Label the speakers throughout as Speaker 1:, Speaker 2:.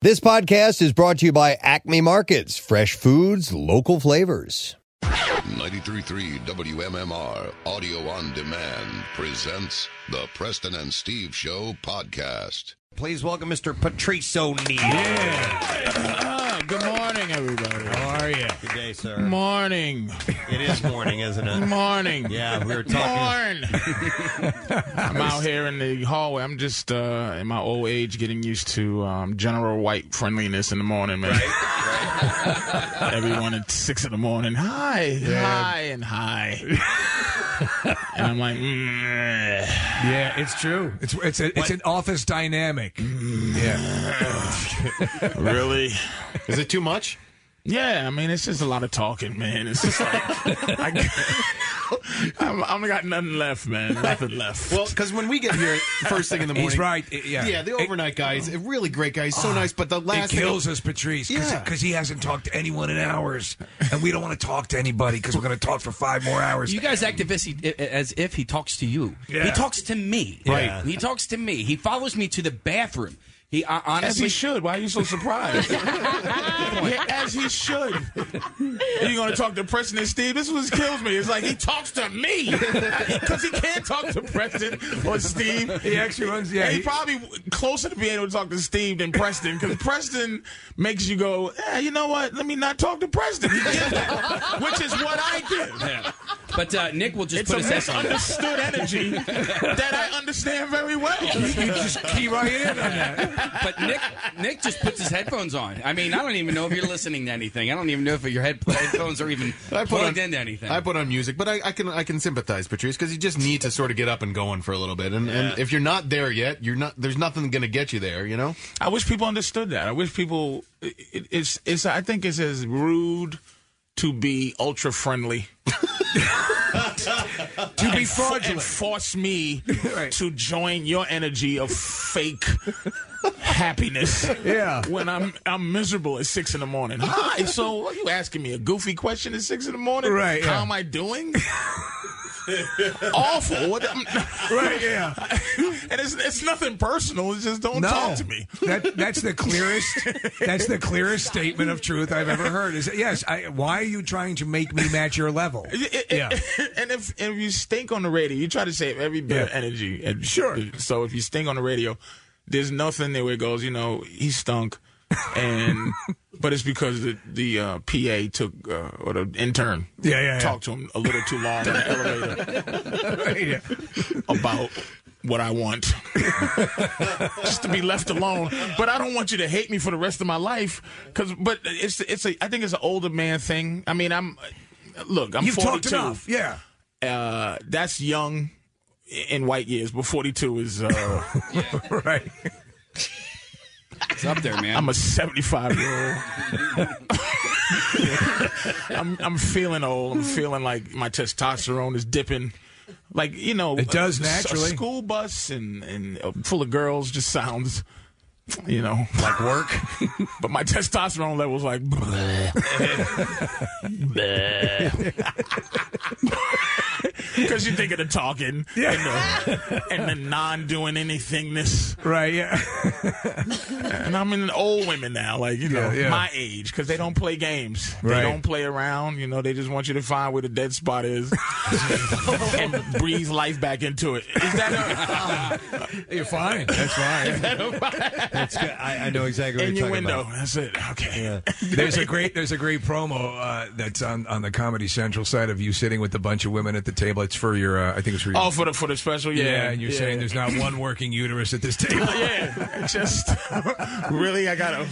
Speaker 1: This podcast is brought to you by Acme Markets, fresh foods, local flavors.
Speaker 2: 933 WMMR Audio on Demand presents the Preston and Steve Show podcast.
Speaker 3: Please welcome Mr. Patrice O'Neill.
Speaker 4: Oh, good morning, everybody. How are you?
Speaker 3: Good day, sir.
Speaker 4: Morning.
Speaker 3: It is morning, isn't it?
Speaker 4: Morning.
Speaker 3: Yeah, we were talking.
Speaker 4: Morn. I'm out here in the hallway. I'm just uh, in my old age getting used to um, general white friendliness in the morning, man. Everyone at six in the morning. Hi, hi, and hi. and I'm like, mm,
Speaker 5: Yeah, it's true. Mm. It's it's a, it's an office dynamic. Yeah,
Speaker 4: really?
Speaker 6: Is it too much?
Speaker 4: Yeah, I mean, it's just a lot of talking, man. It's just like, I, I'm, I got nothing left, man. Nothing left.
Speaker 6: Well, because when we get here first thing in the morning,
Speaker 5: he's right. It- yeah,
Speaker 6: Yeah, the
Speaker 5: It- Ah,
Speaker 6: overnight guy is a really great guy. He's so nice, but the
Speaker 5: It,
Speaker 6: last
Speaker 5: kills us, Patrice, because
Speaker 6: Yeah.
Speaker 5: he hasn't talked to anyone in hours, and we don't want to talk to anybody because we're going to talk for five more hours.
Speaker 7: You guys act if as he- as if he talks to you.
Speaker 5: Yeah.
Speaker 7: He talks to me.
Speaker 5: Right.
Speaker 7: He talks to me. He follows me to the bathroom. He uh,
Speaker 4: As he
Speaker 7: honestly.
Speaker 4: should. Why are you so surprised? Yeah, as he should. Are you going to talk to Preston and Steve? This is what kills me. It's like he talks to me because he can't talk to Preston or Steve.
Speaker 5: he actually runs. Yeah,
Speaker 4: And
Speaker 5: he,
Speaker 4: he's probably closer to being able to talk to Steve than Preston because Preston makes you go, eh, you know what? Let me not talk to Preston. He gives that, which is what I do.
Speaker 7: But uh, Nick will just
Speaker 4: It's a
Speaker 7: put his S on. it.
Speaker 4: misunderstood energy that I understand very well.
Speaker 5: you just key right in on that.
Speaker 7: But Nick, Nick just puts his headphones on. I mean, I don't even know if you're listening to anything. I don't even know if your head headphones are even
Speaker 6: I put
Speaker 7: plugged
Speaker 6: on,
Speaker 7: into anything.
Speaker 6: I put on music, but I, I can I can sympathize, Patrice, because you just need to sort of get up and going for a little bit. And, and if you're not there yet, you're not. There's nothing going to get you there. You know.
Speaker 4: I wish people understood that. I wish people. It, it- it's it's. I think it's as rude to be ultra friendly
Speaker 5: To be
Speaker 4: and
Speaker 5: fraudulent.
Speaker 4: force me
Speaker 5: Right.
Speaker 4: to join your energy of fake happiness.
Speaker 5: Yeah.
Speaker 4: when I'm I'm miserable at six in the morning. Hi. So what are you asking me a goofy question at six in the morning?
Speaker 5: Right,
Speaker 4: How
Speaker 5: yeah.
Speaker 4: am I doing? Awful. What, I'm,
Speaker 5: Right, yeah.
Speaker 4: and it's it's nothing personal. It's just don't
Speaker 5: No,
Speaker 4: talk to me.
Speaker 5: that that's the clearest. That's the clearest statement of truth I've ever heard. Is that, yes. I, why are you trying to make me match your level?
Speaker 4: yeah. and if and if you stink on the radio, you try to save every bit of
Speaker 5: Yeah.
Speaker 4: energy. And
Speaker 5: Sure.
Speaker 4: So if you stink on the radio, there's nothing there where it goes. You know, he stunk, and but it's because the the uh, PA took uh, or the intern
Speaker 5: Yeah, yeah, yeah.
Speaker 4: talked to him a little too long in the elevator
Speaker 5: Yeah.
Speaker 4: about. What I want, just to be left alone. But I don't want you to hate me for the rest of my life. Cause, but it's it's a I think it's an older man thing. I mean, I'm look, I'm
Speaker 5: You've
Speaker 4: 42
Speaker 5: talked enough. Yeah.
Speaker 4: uh, that's young in white years, but 42 is, uh,
Speaker 5: Right.
Speaker 7: it's up there, man.
Speaker 4: I'm a 75 year old. I'm, I'm feeling old. I'm feeling like my testosterone is dipping. Like, you know,
Speaker 5: It does
Speaker 4: a-
Speaker 5: naturally.
Speaker 4: A school bus and, and uh, full of girls just sounds, you know, like work. but my testosterone level's like, because you think of the talking
Speaker 5: Yeah.
Speaker 4: and the non doing anythingness.
Speaker 5: Right. Yeah.
Speaker 4: And I'm in old women now, like you know,
Speaker 5: Yeah, yeah.
Speaker 4: my age, because they don't play games. They
Speaker 5: Right.
Speaker 4: don't play around. You know, they just want you to find where the dead spot is and breathe life back into it. Is that
Speaker 5: You're fine. That's fine.
Speaker 3: I, I know exactly
Speaker 4: a
Speaker 3: what you're talking
Speaker 4: innuendo?
Speaker 3: about.
Speaker 4: That's it. Okay.
Speaker 5: There's a great there's a great promo uh, that's on, on the Comedy Central side of you sitting with a bunch of women at the table. It's for your uh, I think it's for your
Speaker 4: Oh, for the for the special, yeah.
Speaker 5: yeah, and you're saying there's not one working uterus at this table.
Speaker 4: yeah, just really, I gotta,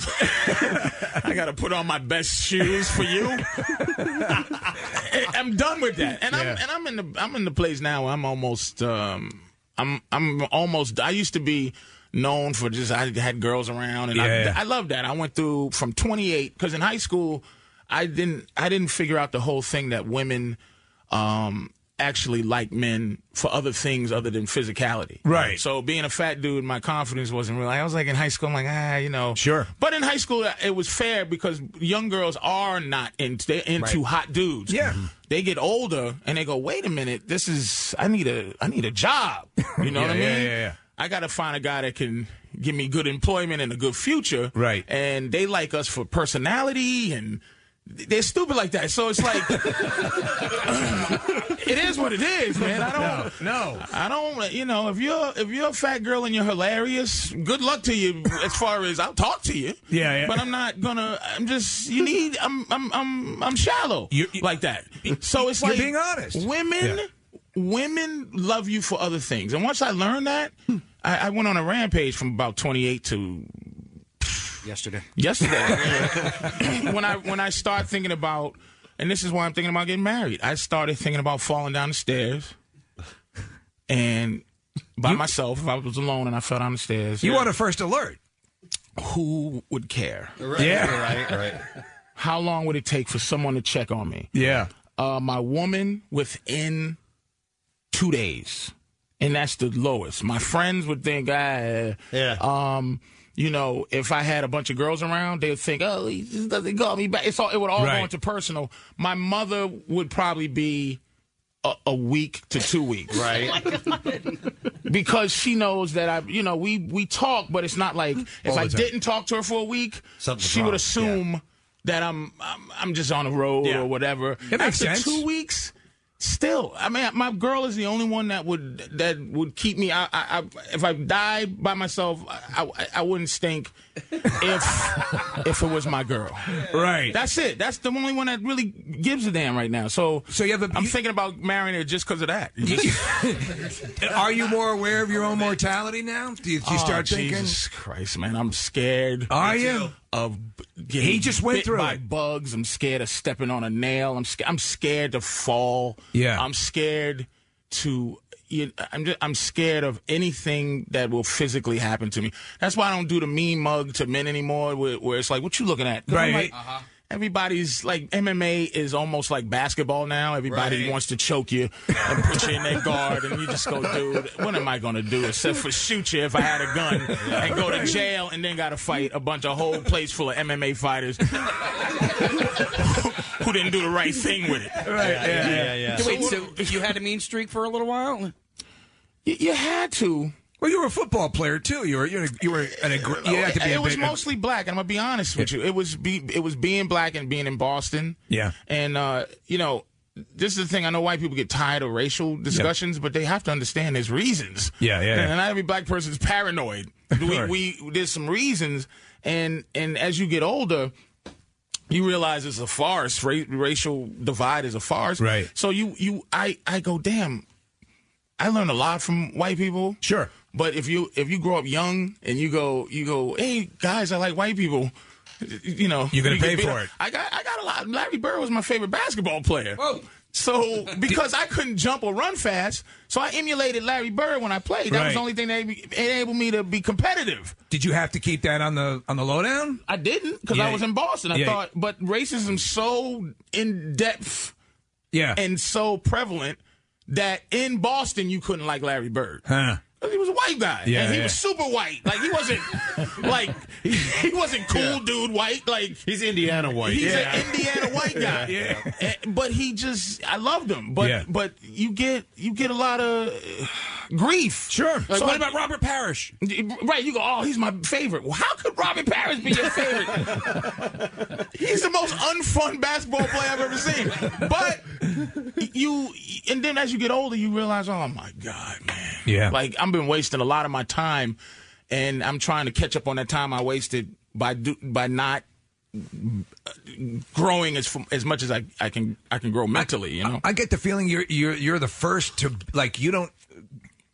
Speaker 4: I gotta put on my best shoes for you. I'm done with that, and I'm and I'm in the I'm in the place now. Where I'm almost, um, I'm I'm almost. I used to be known for just I had girls around, and
Speaker 5: Yeah.
Speaker 4: I, I love that. I went through from 28 because in high school, I didn't I didn't figure out the whole thing that women. Um, actually like men for other things other than physicality
Speaker 5: Right.
Speaker 4: so being a fat dude, my confidence wasn't real. I was like in high school, I'm like ah, you know.
Speaker 5: Sure.
Speaker 4: But in high school, it was fair because young girls are not into they're into hot dudes.
Speaker 5: Yeah. Mhm.
Speaker 4: They get older and they go, wait a minute, this is I need a I need a job. You know what I mean?
Speaker 5: Yeah, yeah, yeah.
Speaker 4: I got to find a guy that can give me good employment and a good future.
Speaker 5: Right.
Speaker 4: And they like us for personality and they're stupid like that. So it's like it is what it is, man. I don't
Speaker 5: No, no.
Speaker 4: I don't you know, if you're if you're a fat girl and you're hilarious, good luck to you as far as I'll talk to you.
Speaker 5: Yeah, yeah.
Speaker 4: But I'm not gonna I'm just you need I'm I'm I'm I'm shallow
Speaker 5: You- you-
Speaker 4: like that. So it's
Speaker 5: You're
Speaker 4: like
Speaker 5: being honest.
Speaker 4: Women women love you for other things. And once I learned that, I, I went on a rampage from about twenty eight to
Speaker 7: yesterday.
Speaker 4: yesterday when I when I start thinking about and this is why I'm thinking about getting married. I started thinking about falling down the stairs and by myself if I was alone and I fell down the stairs.
Speaker 5: You want a first alert?
Speaker 4: who would care?
Speaker 5: Yeah,
Speaker 3: Right, right.
Speaker 4: How long would it take for someone to check on me?
Speaker 5: yeah.
Speaker 4: Uh, my woman within two days, and that's the lowest. My friends would think, ah,
Speaker 3: Yeah.
Speaker 4: um, you know, if I had a bunch of girls around, they'd think, oh, he just doesn't call me back. It's all, it would all
Speaker 5: Right.
Speaker 4: go into personal. My mother would probably be a, a week to two weeks, right? because she knows that I, you know, we we talk, but it's not like if
Speaker 5: the time.
Speaker 4: I didn't talk to her for a week,
Speaker 3: Something's
Speaker 4: she
Speaker 3: wrong,
Speaker 4: would
Speaker 3: yeah.
Speaker 4: assume that I'm, I'm I'm just on the road
Speaker 3: Yeah.
Speaker 4: or whatever.
Speaker 5: It makes
Speaker 4: After
Speaker 5: sense.
Speaker 4: Two weeks. Still, I mean, my girl is the only one that would that would keep me. I, I, I if I died by myself, I, I, I wouldn't stink. If if it was my girl,
Speaker 5: Right.
Speaker 4: that's it. That's the only one that really gives a damn right now. So,
Speaker 5: So you have a-
Speaker 4: I'm
Speaker 5: you-
Speaker 4: thinking about marrying her just because of that.
Speaker 5: Are you more aware of your own mortality now? Do you, do you start
Speaker 4: Oh,
Speaker 5: thinking?
Speaker 4: Jesus Christ, man, I'm scared.
Speaker 5: Are you?
Speaker 4: Of getting
Speaker 5: He just went
Speaker 4: bit
Speaker 5: through
Speaker 4: by
Speaker 5: it.
Speaker 4: bugs. I'm scared of stepping on a nail. I'm scared. I'm scared to fall.
Speaker 5: Yeah.
Speaker 4: I'm scared to. You, I'm just, I'm scared of anything that will physically happen to me. That's why I don't do the mean mug to men anymore. Where, where it's like, what you looking at? 'Cause I'm
Speaker 5: Right.
Speaker 4: like,
Speaker 1: Uh-huh.
Speaker 4: Everybody's like MMA is almost like basketball now. Everybody
Speaker 7: Right.
Speaker 4: wants to choke you and put you in their guard, and you just go, dude, what am I gonna do except for shoot you if I had a gun and go to jail and then gotta fight a bunch of whole place full of MMA fighters who didn't do the right thing with it.
Speaker 5: Right. Yeah.
Speaker 3: Yeah, yeah.
Speaker 7: Wait, so you had a mean streak for a little while?
Speaker 4: You, you had to.
Speaker 5: Well, you were a football player too. You were you were, you were an aggr- you had to be
Speaker 4: it
Speaker 5: a
Speaker 4: was
Speaker 5: big-
Speaker 4: mostly black. And I'm gonna be honest with you. It was be it was being black and being in Boston.
Speaker 5: Yeah.
Speaker 4: And uh, you know, this is the thing. I know white people get tired of racial discussions, but they have to understand there's reasons.
Speaker 5: Yeah, yeah,
Speaker 4: And
Speaker 5: yeah.
Speaker 4: not every black person's paranoid. We,
Speaker 5: Right.
Speaker 4: we there's some reasons, and and as you get older. You realize it's a farce. Ra- racial divide is a farce.
Speaker 5: Right.
Speaker 4: So you, you, I, I go, damn. I learned a lot from white people.
Speaker 5: Sure.
Speaker 4: But if you if you grow up young and you go you go, hey guys, I like white people, you know
Speaker 5: You're gonna
Speaker 4: you can
Speaker 5: pay
Speaker 4: be-
Speaker 5: for it.
Speaker 4: I got I got a lot. Larry Bird was my favorite basketball player.
Speaker 7: Whoa.
Speaker 4: So because I couldn't jump or run fast, so I emulated Larry Bird when I played. That was
Speaker 5: Right.
Speaker 4: the only thing that enabled me to be competitive.
Speaker 5: Did you have to keep that on the on the lowdown?
Speaker 4: I didn't because
Speaker 5: Yeah.
Speaker 4: I was in Boston. I
Speaker 5: Yeah.
Speaker 4: thought, but racism's so in depth
Speaker 5: Yeah.
Speaker 4: and so prevalent that in Boston you couldn't like Larry Bird.
Speaker 5: huh.
Speaker 4: He was a white guy.
Speaker 5: Yeah,
Speaker 4: and he
Speaker 5: yeah.
Speaker 4: was super white. Like he wasn't like he wasn't cool dude white. Like
Speaker 6: He's Indiana white.
Speaker 4: he's an Indiana white guy.
Speaker 5: Yeah.
Speaker 4: And- but he just I loved him. But
Speaker 5: Yeah.
Speaker 4: but you get you get a lot of uh, grief.
Speaker 5: Sure.
Speaker 4: Like,
Speaker 7: So what
Speaker 4: what
Speaker 7: about Robert Parrish?
Speaker 4: about right, you go, oh, he's my favorite. Well, how could Robin Parrish be your favorite? he's the most unfun basketball player I've ever seen. But you and then as you get older you realize, oh my God, man.
Speaker 5: Yeah.
Speaker 4: Like I've been wasting a lot of my time, and I'm trying to catch up on that time I wasted by do, by not growing as f- as much as I, I can I can grow mentally. You know.
Speaker 5: I get the feeling you're you're you're the first to like you don't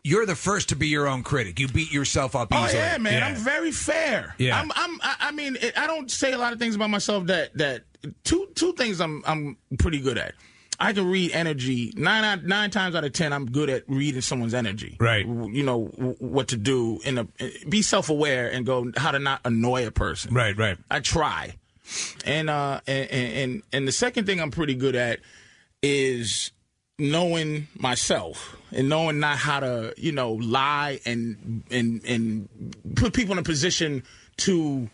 Speaker 5: you're the first to be your own critic. You beat yourself up
Speaker 4: Oh
Speaker 5: easily.
Speaker 4: yeah, man! I'm very fair.
Speaker 5: Yeah.
Speaker 4: I'm. I'm. I, I mean, it, I don't say a lot of things about myself that that two two things I'm I'm pretty good at. I can read energy nine out nine times out of ten. I'm good at reading someone's energy.
Speaker 5: Right.
Speaker 4: W- You know w- what to do and uh, be self aware and go how to not annoy a person.
Speaker 5: Right, right.
Speaker 4: I try. And uh and, and and the second thing I'm pretty good at is knowing myself and knowing not how to, you know, lie and and and put people in a position to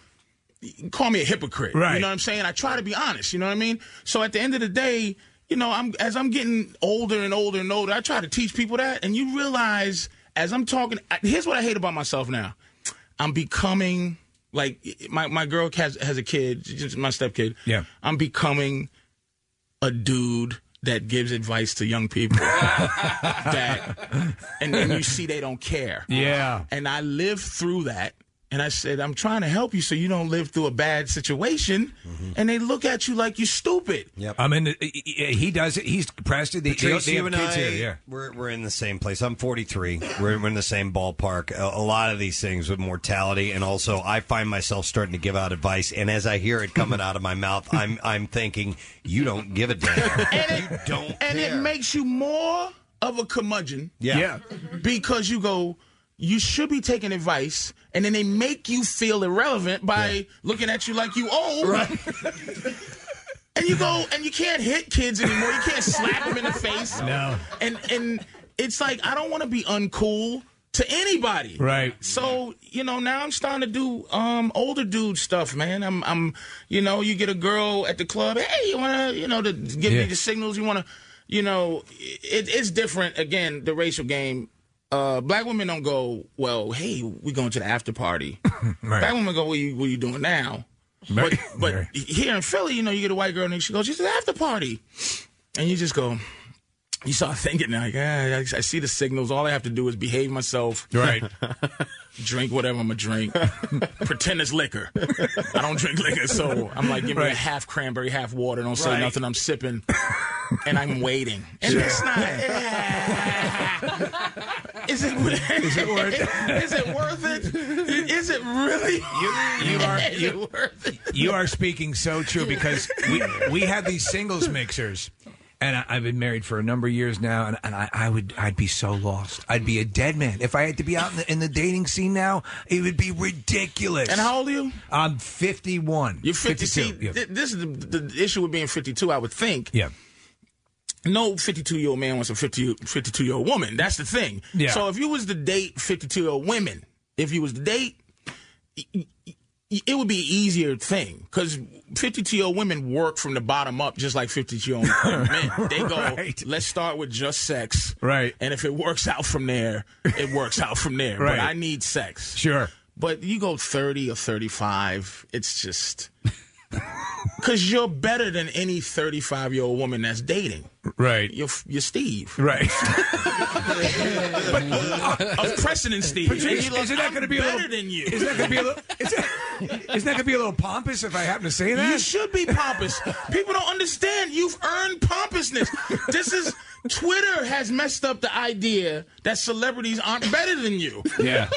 Speaker 4: call me a hypocrite.
Speaker 5: Right.
Speaker 4: You know what I'm saying? I try to be honest, you know what I mean? So at the end of the day, you know, I'm as I'm getting older and older and older, I try to teach people that and you realize as I'm talking, I- here's what I hate about myself now. I'm becoming like my my girl has has a kid, she's just my stepkid.
Speaker 5: Yeah.
Speaker 4: I'm becoming a dude that gives advice to young people that, and then you see they don't care.
Speaker 5: Yeah.
Speaker 4: And I lived through that. And I said, I'm trying to help you so you don't live through a bad situation.
Speaker 1: Mm-hmm.
Speaker 4: And they look at you like you're stupid.
Speaker 5: I mean, he does it. He's Preston. They, they,
Speaker 1: Tracy,
Speaker 5: they
Speaker 1: you
Speaker 5: have
Speaker 1: and
Speaker 5: kids
Speaker 1: I,
Speaker 5: here. Yeah.
Speaker 1: we're, we're in the same place. I'm 43. We're, we're in the same ballpark. A, a lot of these things with mortality, and also I find myself starting to give out advice. And as I hear it coming out of my mouth, I'm I'm thinking, you don't give a damn. you don't
Speaker 4: And
Speaker 1: care.
Speaker 4: it makes you more of a curmudgeon
Speaker 1: yeah.
Speaker 4: because you go, you should be taking advice. And then they make you feel irrelevant by looking at you like you old. and you go, and you can't hit kids anymore. You can't slap them in the face. No. And, and it's like, I don't want to be uncool to anybody.
Speaker 5: Right.
Speaker 4: So you know now I'm starting to do um, older dude stuff, man. I'm I'm you know you get a girl at the club. Hey, you wanna you know to give
Speaker 5: Yeah.
Speaker 4: me the signals. You wanna you know it, it's different again the racial game. Uh, black women don't go well. Hey, we going to the after party.
Speaker 5: Right.
Speaker 4: Black women go. What you, what you doing now?
Speaker 5: Mary-
Speaker 4: But but
Speaker 5: Mary.
Speaker 4: here in Philly, you know, you get a white girl and she goes, "It's an after party," and you just go. You start thinking like, ah, I I see the signals. All I have to do is behave myself
Speaker 5: Right.
Speaker 4: drink whatever I'm gonna drink. Pretend it's liquor. I don't drink liquor, so I'm like, give me a
Speaker 5: Right.
Speaker 4: half cranberry, half water. Don't say
Speaker 7: Right.
Speaker 4: nothing. I'm sipping, and I'm waiting. And it's not. is it? Is it worth it? Is it worth it? Is it really?
Speaker 5: You, you are
Speaker 4: Is
Speaker 5: you,
Speaker 4: it worth it?
Speaker 5: you are speaking so true because we we had these singles mixers, and I, I've been married for a number of years now, and, and I, I would I'd be so lost. I'd be a dead man if I had to be out in the, in the dating scene now. It would be ridiculous.
Speaker 4: And how old are you?
Speaker 5: I'm 51.
Speaker 4: You're 50. See,
Speaker 5: Yeah.
Speaker 4: thi- this is the, the issue with being 52. I would think.
Speaker 5: yeah.
Speaker 4: no 52 year old man wants a 50, 52 year old woman. That's the thing.
Speaker 5: Yeah.
Speaker 4: So if you was to date 52 year old women, if you was to date, y- y- y- it would be an easier thing because 52 year old women work from the bottom up just like 52 year old men. They go,
Speaker 5: Right.
Speaker 4: let's start with just sex.
Speaker 5: Right.
Speaker 4: And if it works out from there, it works out from there.
Speaker 5: Right.
Speaker 4: But I need sex.
Speaker 5: Sure.
Speaker 4: But you go 30 or 35, it's just. Because you're better than any 35 year old woman that's dating
Speaker 5: Right.
Speaker 4: you're, you're Steve. uh,
Speaker 5: Right.
Speaker 4: of President Steve. And
Speaker 5: Patrice,
Speaker 4: you're like,
Speaker 5: isn't that
Speaker 4: I'm
Speaker 5: going to be a
Speaker 4: better
Speaker 5: little,
Speaker 4: than you?
Speaker 5: Isn't that going to be a little? Is that, isn't that going to be a little pompous if I happen to say
Speaker 4: You
Speaker 5: that?
Speaker 4: should be pompous. People don't understand. You've earned pompousness. This is Twitter has messed up the idea that celebrities aren't better than you.
Speaker 7: Yeah.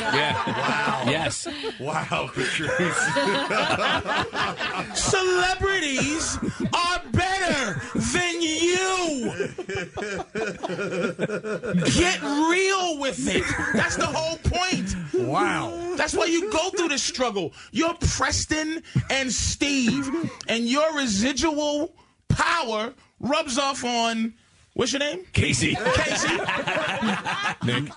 Speaker 7: Yeah. Wow. Yes.
Speaker 1: Wow, Patrice.
Speaker 4: Celebrities are better than you. Get real with it. That's the whole point.
Speaker 5: wow.
Speaker 4: That's why you go through this struggle. You're Preston and Steve, and your residual power rubs off on what's your name?
Speaker 7: Casey.
Speaker 4: Casey. And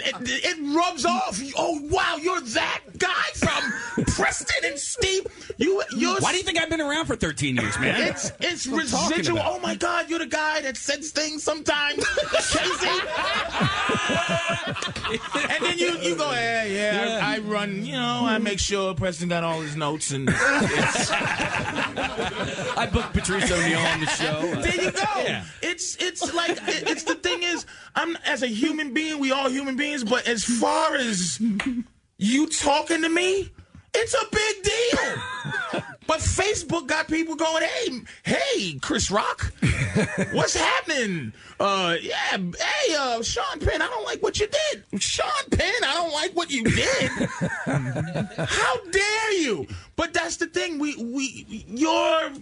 Speaker 4: it, it rubs off. Oh wow, you're that guy from Preston and Steve. You you're
Speaker 7: Why do you think I've been around for 13 years, man?
Speaker 4: it's it's residual. Oh my God, you're the guy that says things sometimes, Casey. and then you you go, yeah, yeah. I- I, run, you know, I make sure Preston got all his notes, and
Speaker 7: I booked Patrice O'Neill on the show.
Speaker 4: there you go. It's it's like it- it's the thing is, I'm as a human being, we all human beings, but as far as you talking to me. It's a big deal. but Facebook got people going, hey, hey, Chris Rock, what's happening? Uh, yeah, hey, uh, Sean Penn, I don't like what you did. Sean Penn, I don't like what you did. How dare you? But that's the thing. We we your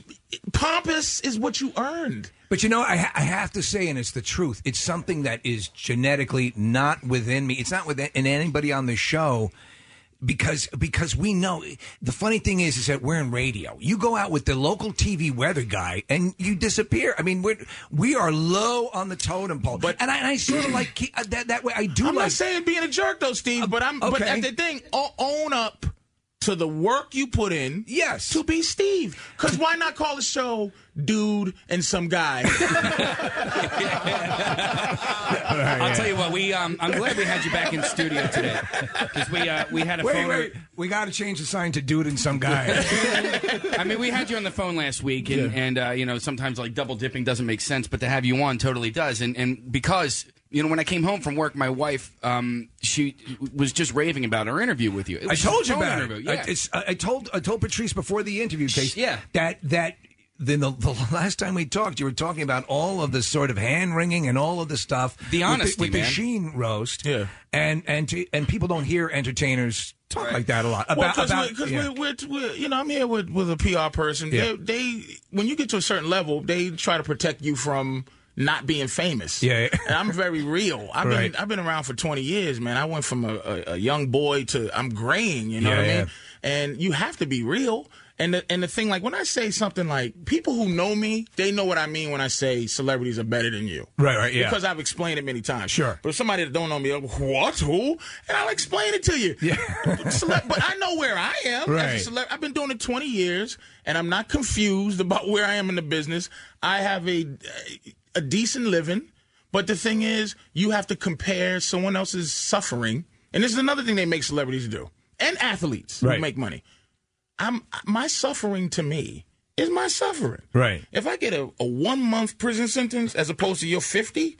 Speaker 4: pompous is what you earned.
Speaker 5: But you know, I, ha- I have to say, and it's the truth. It's something that is genetically not within me. It's not within in anybody on the show. Because because we know the funny thing is is that we're in radio. You go out with the local TV weather guy and you disappear. I mean we're we are low on the totem pole. But and I, I sort of like keep- uh, that that way. I do
Speaker 4: I'm
Speaker 5: like
Speaker 4: not saying being a jerk though, Steve. But I'm. But
Speaker 5: okay.
Speaker 4: that's the thing. O- Own up to the work you put in.
Speaker 5: Yes.
Speaker 4: To be Steve. Because why not call the show Dude and Some Guy?
Speaker 7: I'll tell you what. We um, I'm glad we had you back in studio today because we uh, we had a
Speaker 5: Wait,
Speaker 7: phone.
Speaker 5: wait. We got to change the sign to dude and some guy.
Speaker 7: I mean, we had you on the phone last week, and, and uh, you know, sometimes like double dipping doesn't make sense, but to have you on totally does. And, and because, you know, when I came home from work, my wife, um, she was just raving about our interview with you. It
Speaker 5: I
Speaker 7: was
Speaker 5: told
Speaker 7: just
Speaker 5: you
Speaker 7: a phone
Speaker 5: about it.
Speaker 7: interview,
Speaker 5: I,
Speaker 7: Yeah.
Speaker 5: it's- I- I told I told Patrice before the interview, Case.
Speaker 7: yeah.
Speaker 5: That that then the, the last time we talked, you were talking about all of the sort of hand wringing and all of the stuff.
Speaker 7: The honesty,
Speaker 5: with the, with
Speaker 7: man.
Speaker 5: the Sheen roast.
Speaker 4: Yeah.
Speaker 5: and and to, and people don't hear entertainers talk like that a lot
Speaker 4: Well,
Speaker 5: about
Speaker 4: because
Speaker 5: about
Speaker 4: we're, 'cause
Speaker 5: yeah.
Speaker 4: we're, we're, we're, you know, I'm here with, with a PR person.
Speaker 5: Yeah.
Speaker 4: They, they, when you get to a certain level, they try to protect you from not being famous.
Speaker 5: Yeah.
Speaker 4: And I'm very real. I've
Speaker 5: Right.
Speaker 4: been I've been around for 20 years, man. I went from a, a, a young boy to I'm graying. You know
Speaker 5: Yeah,
Speaker 4: what I
Speaker 5: yeah.
Speaker 4: mean? And you have to be real. And the, and the thing, like when I say something like people who know me, they know what I mean when I say celebrities are better than you.
Speaker 5: Right, right, yeah.
Speaker 4: Because I've explained it many times.
Speaker 5: Sure.
Speaker 4: But if somebody that don't know me, they'll go, what, who? And I'll explain it to you. Yeah. but I know where I am.
Speaker 5: Right.
Speaker 4: As a celeb- I've been doing it 20 years, and I'm not confused about where I am in the business. I have a a decent living, but the thing is, you have to compare someone else's suffering, and this is another thing they make celebrities do, and athletes
Speaker 5: Right.
Speaker 4: who make money. I'm my suffering to me is my suffering.
Speaker 5: Right.
Speaker 4: If I get a, a one month prison sentence as opposed to your 50,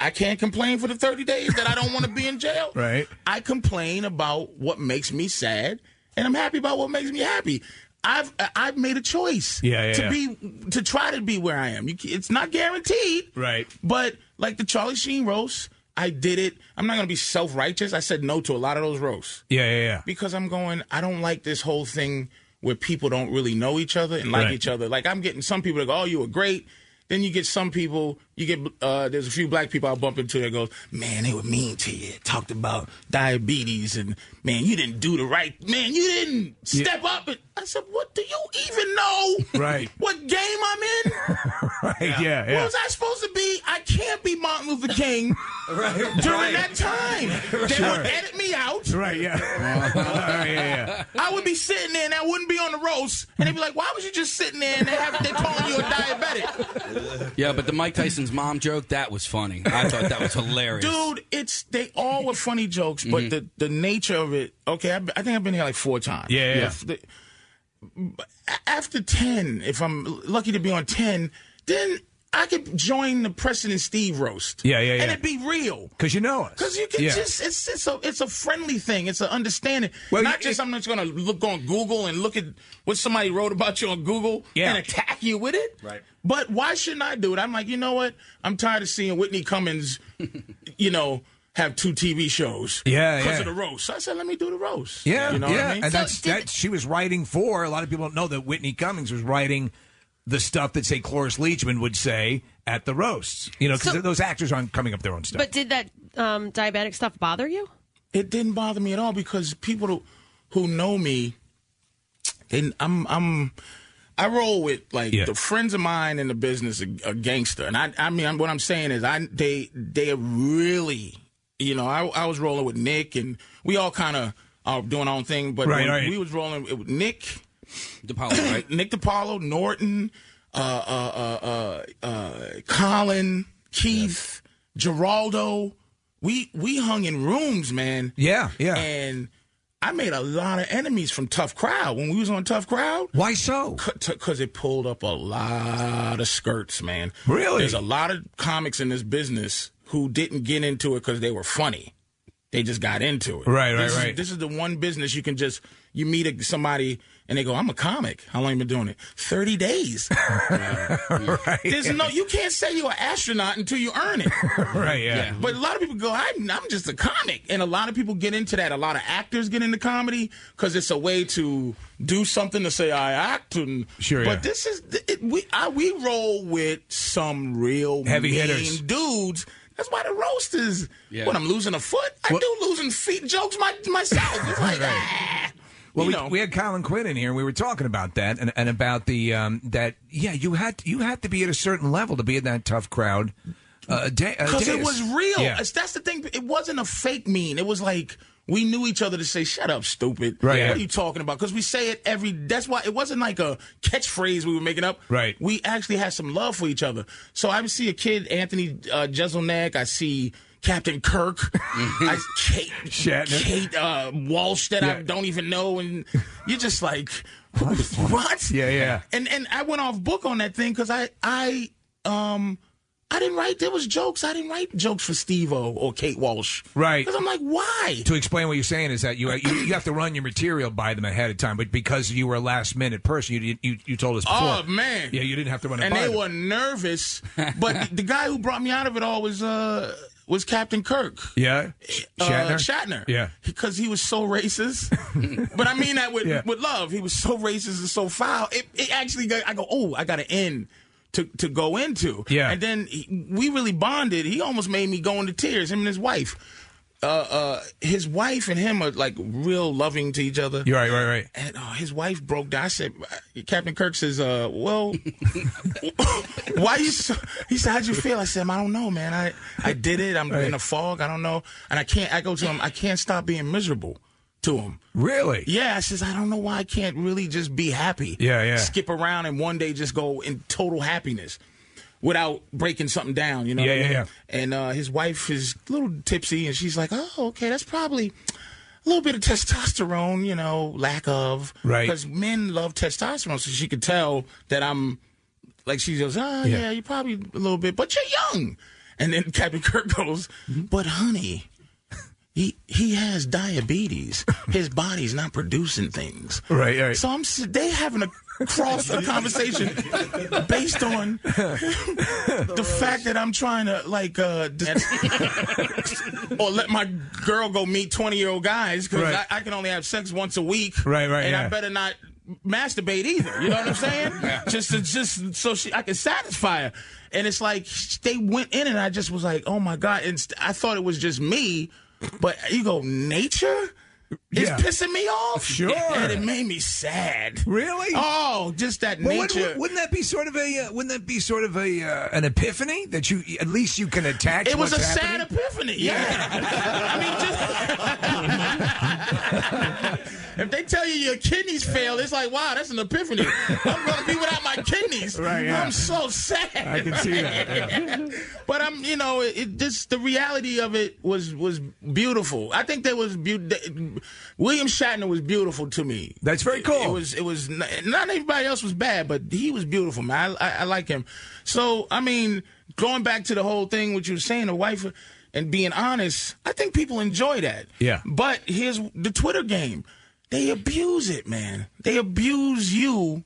Speaker 4: I can't complain for the 30 days that I don't want to be in jail.
Speaker 5: Right.
Speaker 4: I complain about what makes me sad, and I'm happy about what makes me happy. I've I- I've made a choice
Speaker 5: Yeah, yeah,
Speaker 4: to
Speaker 5: yeah.
Speaker 4: be to try to be where I am. You, ca- it's not guaranteed,
Speaker 5: Right.
Speaker 4: But like the Charlie Sheen roast, I did it. I'm not gonna be self righteous. I said no to a lot of those roasts
Speaker 5: yeah yeah yeah.
Speaker 4: because I'm going, I don't like this whole thing where people don't really know each other and like
Speaker 5: Right.
Speaker 4: each other. Like I'm getting some people that go, "Oh, you were great." Then you get some people, you get uh, there's a few black people I bump into that goes, "Man, they were mean to you. Talked about diabetes and man, you didn't do the right. Man, you didn't step up." And I said, "What do you even know?
Speaker 5: Right.
Speaker 4: what game I'm in?
Speaker 5: Right, yeah yeah.
Speaker 4: What was I supposed to be? I can't be Martin Luther King during that time. They would edit me out. Uh-huh.
Speaker 5: Right, yeah. Uh-huh. All right, yeah,
Speaker 4: I would be sitting there and I wouldn't be on the roast, and they'd be like, "Why was you just sitting there and they have they calling you a diabetic,
Speaker 7: yeah, but the Mike Tyson's mom joke, that was funny. I thought that was hilarious.
Speaker 4: dude?" It's they all were funny jokes, but the the nature of it. Okay, I, I think I've been here like four times.
Speaker 5: Yeah, yeah.
Speaker 4: The- after ten, if I'm lucky to be on ten, then I could join the President Steve roast.
Speaker 5: Yeah, yeah, yeah.
Speaker 4: and it'd be real.
Speaker 5: Because you know us.
Speaker 4: Because you can
Speaker 5: Yeah.
Speaker 4: just it's it's a it's a friendly thing. It's an understanding.
Speaker 5: Well,
Speaker 4: not
Speaker 5: you-
Speaker 4: just I'm just gonna look on Google and look at what somebody wrote about you on Google
Speaker 5: Yeah.
Speaker 4: and attack you with it.
Speaker 1: Right.
Speaker 4: But why shouldn't I do it? I'm like, you know what? I'm tired of seeing Whitney Cummings, you know, have two TV shows.
Speaker 5: Yeah,
Speaker 4: Because
Speaker 5: yeah.
Speaker 4: of the roast. So I said, let me do the roast.
Speaker 5: Yeah,
Speaker 4: You know
Speaker 5: yeah,
Speaker 4: what I mean?
Speaker 5: and that's that. She was writing for a lot of people don't know that Whitney Cummings was writing the stuff that say Cloris Leachman would say at the roasts. You know, because
Speaker 8: So-
Speaker 5: those actors aren't coming up with their own stuff.
Speaker 8: But did that um, diabetic stuff bother you?
Speaker 4: it didn't bother me at all because people who, who know me, they, I'm I'm I roll with like
Speaker 5: Yeah.
Speaker 4: the friends of mine in the business are, are gangster, and I I mean I'm, what I'm saying is I they they really you know I I was rolling with Nick and we all kind of are doing our own thing, but
Speaker 5: Right,
Speaker 4: when
Speaker 5: right.
Speaker 4: we was rolling with Nick.
Speaker 7: DePaulo, right?
Speaker 4: Nick DiPaolo, Norton, uh, uh, uh, uh, uh, Colin, Keith, Geraldo. We we hung in rooms, man.
Speaker 5: Yeah, yeah.
Speaker 4: And I made a lot of enemies from Tough Crowd when we was on Tough Crowd.
Speaker 5: Why so?
Speaker 4: Because it pulled up a lot of skirts, man.
Speaker 5: Really?
Speaker 4: There's a lot of comics in this business who didn't get into it because they were funny. They just got into it.
Speaker 5: Right, right,
Speaker 4: This is-
Speaker 5: right.
Speaker 4: This is the one business you can just, you meet a, somebody and they go, I'm a comic. How long you been doing it? 30 days. There's no, you can't say you're an astronaut until you earn it.
Speaker 5: Right, yeah.
Speaker 4: But a lot of people go, I'm, I'm just a comic. And a lot of people get into that. A lot of actors get into comedy because it's a way to do something to say, I act. And,
Speaker 5: Sure,
Speaker 4: But
Speaker 5: yeah.
Speaker 4: this is, it, we I, we roll with some real
Speaker 5: Heavy
Speaker 4: mean
Speaker 5: hitters.
Speaker 4: dudes. That's why the roast is,
Speaker 7: Yeah.
Speaker 4: when I'm losing a foot, I
Speaker 5: Well-
Speaker 4: do losing feet jokes my, myself. It's like, ah.
Speaker 5: Well,
Speaker 4: you
Speaker 5: we,
Speaker 4: know.
Speaker 5: we had Colin Quinn in here, and we were talking about that, and, and about the um, that yeah, you had you had to be at a certain level to be in that tough crowd. Because uh, da- uh,
Speaker 4: Because it
Speaker 5: dais.
Speaker 4: was real.
Speaker 5: Yeah.
Speaker 4: It's- That's the thing. It wasn't a fake mean. It was like we knew each other to say, "Shut up, stupid."
Speaker 5: Right,
Speaker 4: What
Speaker 5: yeah.
Speaker 4: are you talking about? Because we say it every. That's why it wasn't like a catchphrase we were making up.
Speaker 5: Right.
Speaker 4: We actually had some love for each other. So I see a kid, Anthony uh, Jeselnik. I see. Captain Kirk, I, Kate,
Speaker 5: Shatner.
Speaker 4: Kate uh, Walsh that I
Speaker 5: Yeah.
Speaker 4: don't even know, and you're just like, what?
Speaker 5: Yeah, yeah.
Speaker 4: And and I went off book on that thing because I I um I didn't write there was jokes. I didn't write jokes for Steve O or Kate Walsh.
Speaker 5: Right.
Speaker 4: Because I'm like, why?
Speaker 5: to explain what you're saying is that you, you you have to run your material by them ahead of time, but because you were a last minute person, you did- you you told us before.
Speaker 4: Oh man.
Speaker 5: yeah, you didn't have to run it
Speaker 4: And
Speaker 5: by
Speaker 4: they
Speaker 5: them.
Speaker 4: were nervous. But the, the guy who brought me out of it all was uh was Captain Kirk.
Speaker 5: yeah, Sh- Shatner.
Speaker 4: Uh, Shatner.
Speaker 5: Yeah.
Speaker 4: Because he was so racist. but I mean that with,
Speaker 5: Yeah.
Speaker 4: with love. He was so racist and so foul. It, it actually, got, I go, oh, I got an end to, to go into.
Speaker 5: Yeah.
Speaker 4: And then he- we really bonded. He almost made me go into tears, him and his wife. Uh, uh, his wife and him are like real loving to each other.
Speaker 5: You're right, right, right.
Speaker 4: And oh, his wife broke down. I said, Captain Kirk says, uh, well, why you so, he said, how'd you feel? I said, I don't know, man. I, I did it. I'm in a fog. I don't know. And I can't, I go to him, I can't stop being miserable to him.
Speaker 5: Really?
Speaker 4: Yeah, I says, I don't know why I can't really just be happy.
Speaker 5: Yeah, yeah.
Speaker 4: Skip around and one day just go in total happiness without breaking something down, you know?
Speaker 5: Yeah,
Speaker 4: what I
Speaker 5: yeah,
Speaker 4: mean?
Speaker 5: yeah.
Speaker 4: And uh, his wife is a little tipsy and she's like, oh, okay, that's probably a little bit of testosterone, you know, lack of.
Speaker 5: Right.
Speaker 4: Because men love testosterone, so she could tell that I'm like she goes, oh, yeah, you're probably a little bit, but you're young. And then Captain Kirk goes,
Speaker 5: Mm-hmm.
Speaker 4: but honey, he he has diabetes. His body's not producing things.
Speaker 5: Right, right.
Speaker 4: So I'm s- they having a cross a conversation based on the fact that I'm trying to like uh dis- or let my girl go meet 20 year old guys because
Speaker 5: Right.
Speaker 4: I, I can only have sex once a week.
Speaker 5: Right, right,
Speaker 4: And I
Speaker 5: yeah.
Speaker 4: better not masturbate either. You know what I'm saying? Just to, just so she I can satisfy her. And it's like they went in and I just was like, oh my god! And st- I thought it was just me, but you go nature. is
Speaker 5: Yeah.
Speaker 4: pissing me off.
Speaker 5: Sure.
Speaker 4: And it made me sad.
Speaker 5: Really?
Speaker 4: Oh, just that
Speaker 5: Well,
Speaker 4: nature.
Speaker 5: wouldn't, wouldn't that be sort of a uh, wouldn't that be sort of a uh, an epiphany that you at least you can attach?
Speaker 4: It was a
Speaker 5: what's
Speaker 4: sad
Speaker 5: happening?
Speaker 4: epiphany. Yeah. I mean, just. if they tell you your kidneys fail, it's like, wow, that's an epiphany. I'm going to be without my kidneys.
Speaker 5: Right, yeah.
Speaker 4: I'm so sad. I
Speaker 5: can see that,
Speaker 4: but I'm, you know, it, it just the reality of it was was beautiful. I think there was beau- William Shatner was beautiful to me.
Speaker 5: That's very cool.
Speaker 4: It was. It was n- not everybody else was bad, but he was beautiful, man. I, I, I like him. So I mean, going back to the whole thing, what you were saying, the wife and being honest, I think people enjoy that.
Speaker 5: Yeah.
Speaker 4: But here's the Twitter game. They abuse it, man. They abuse you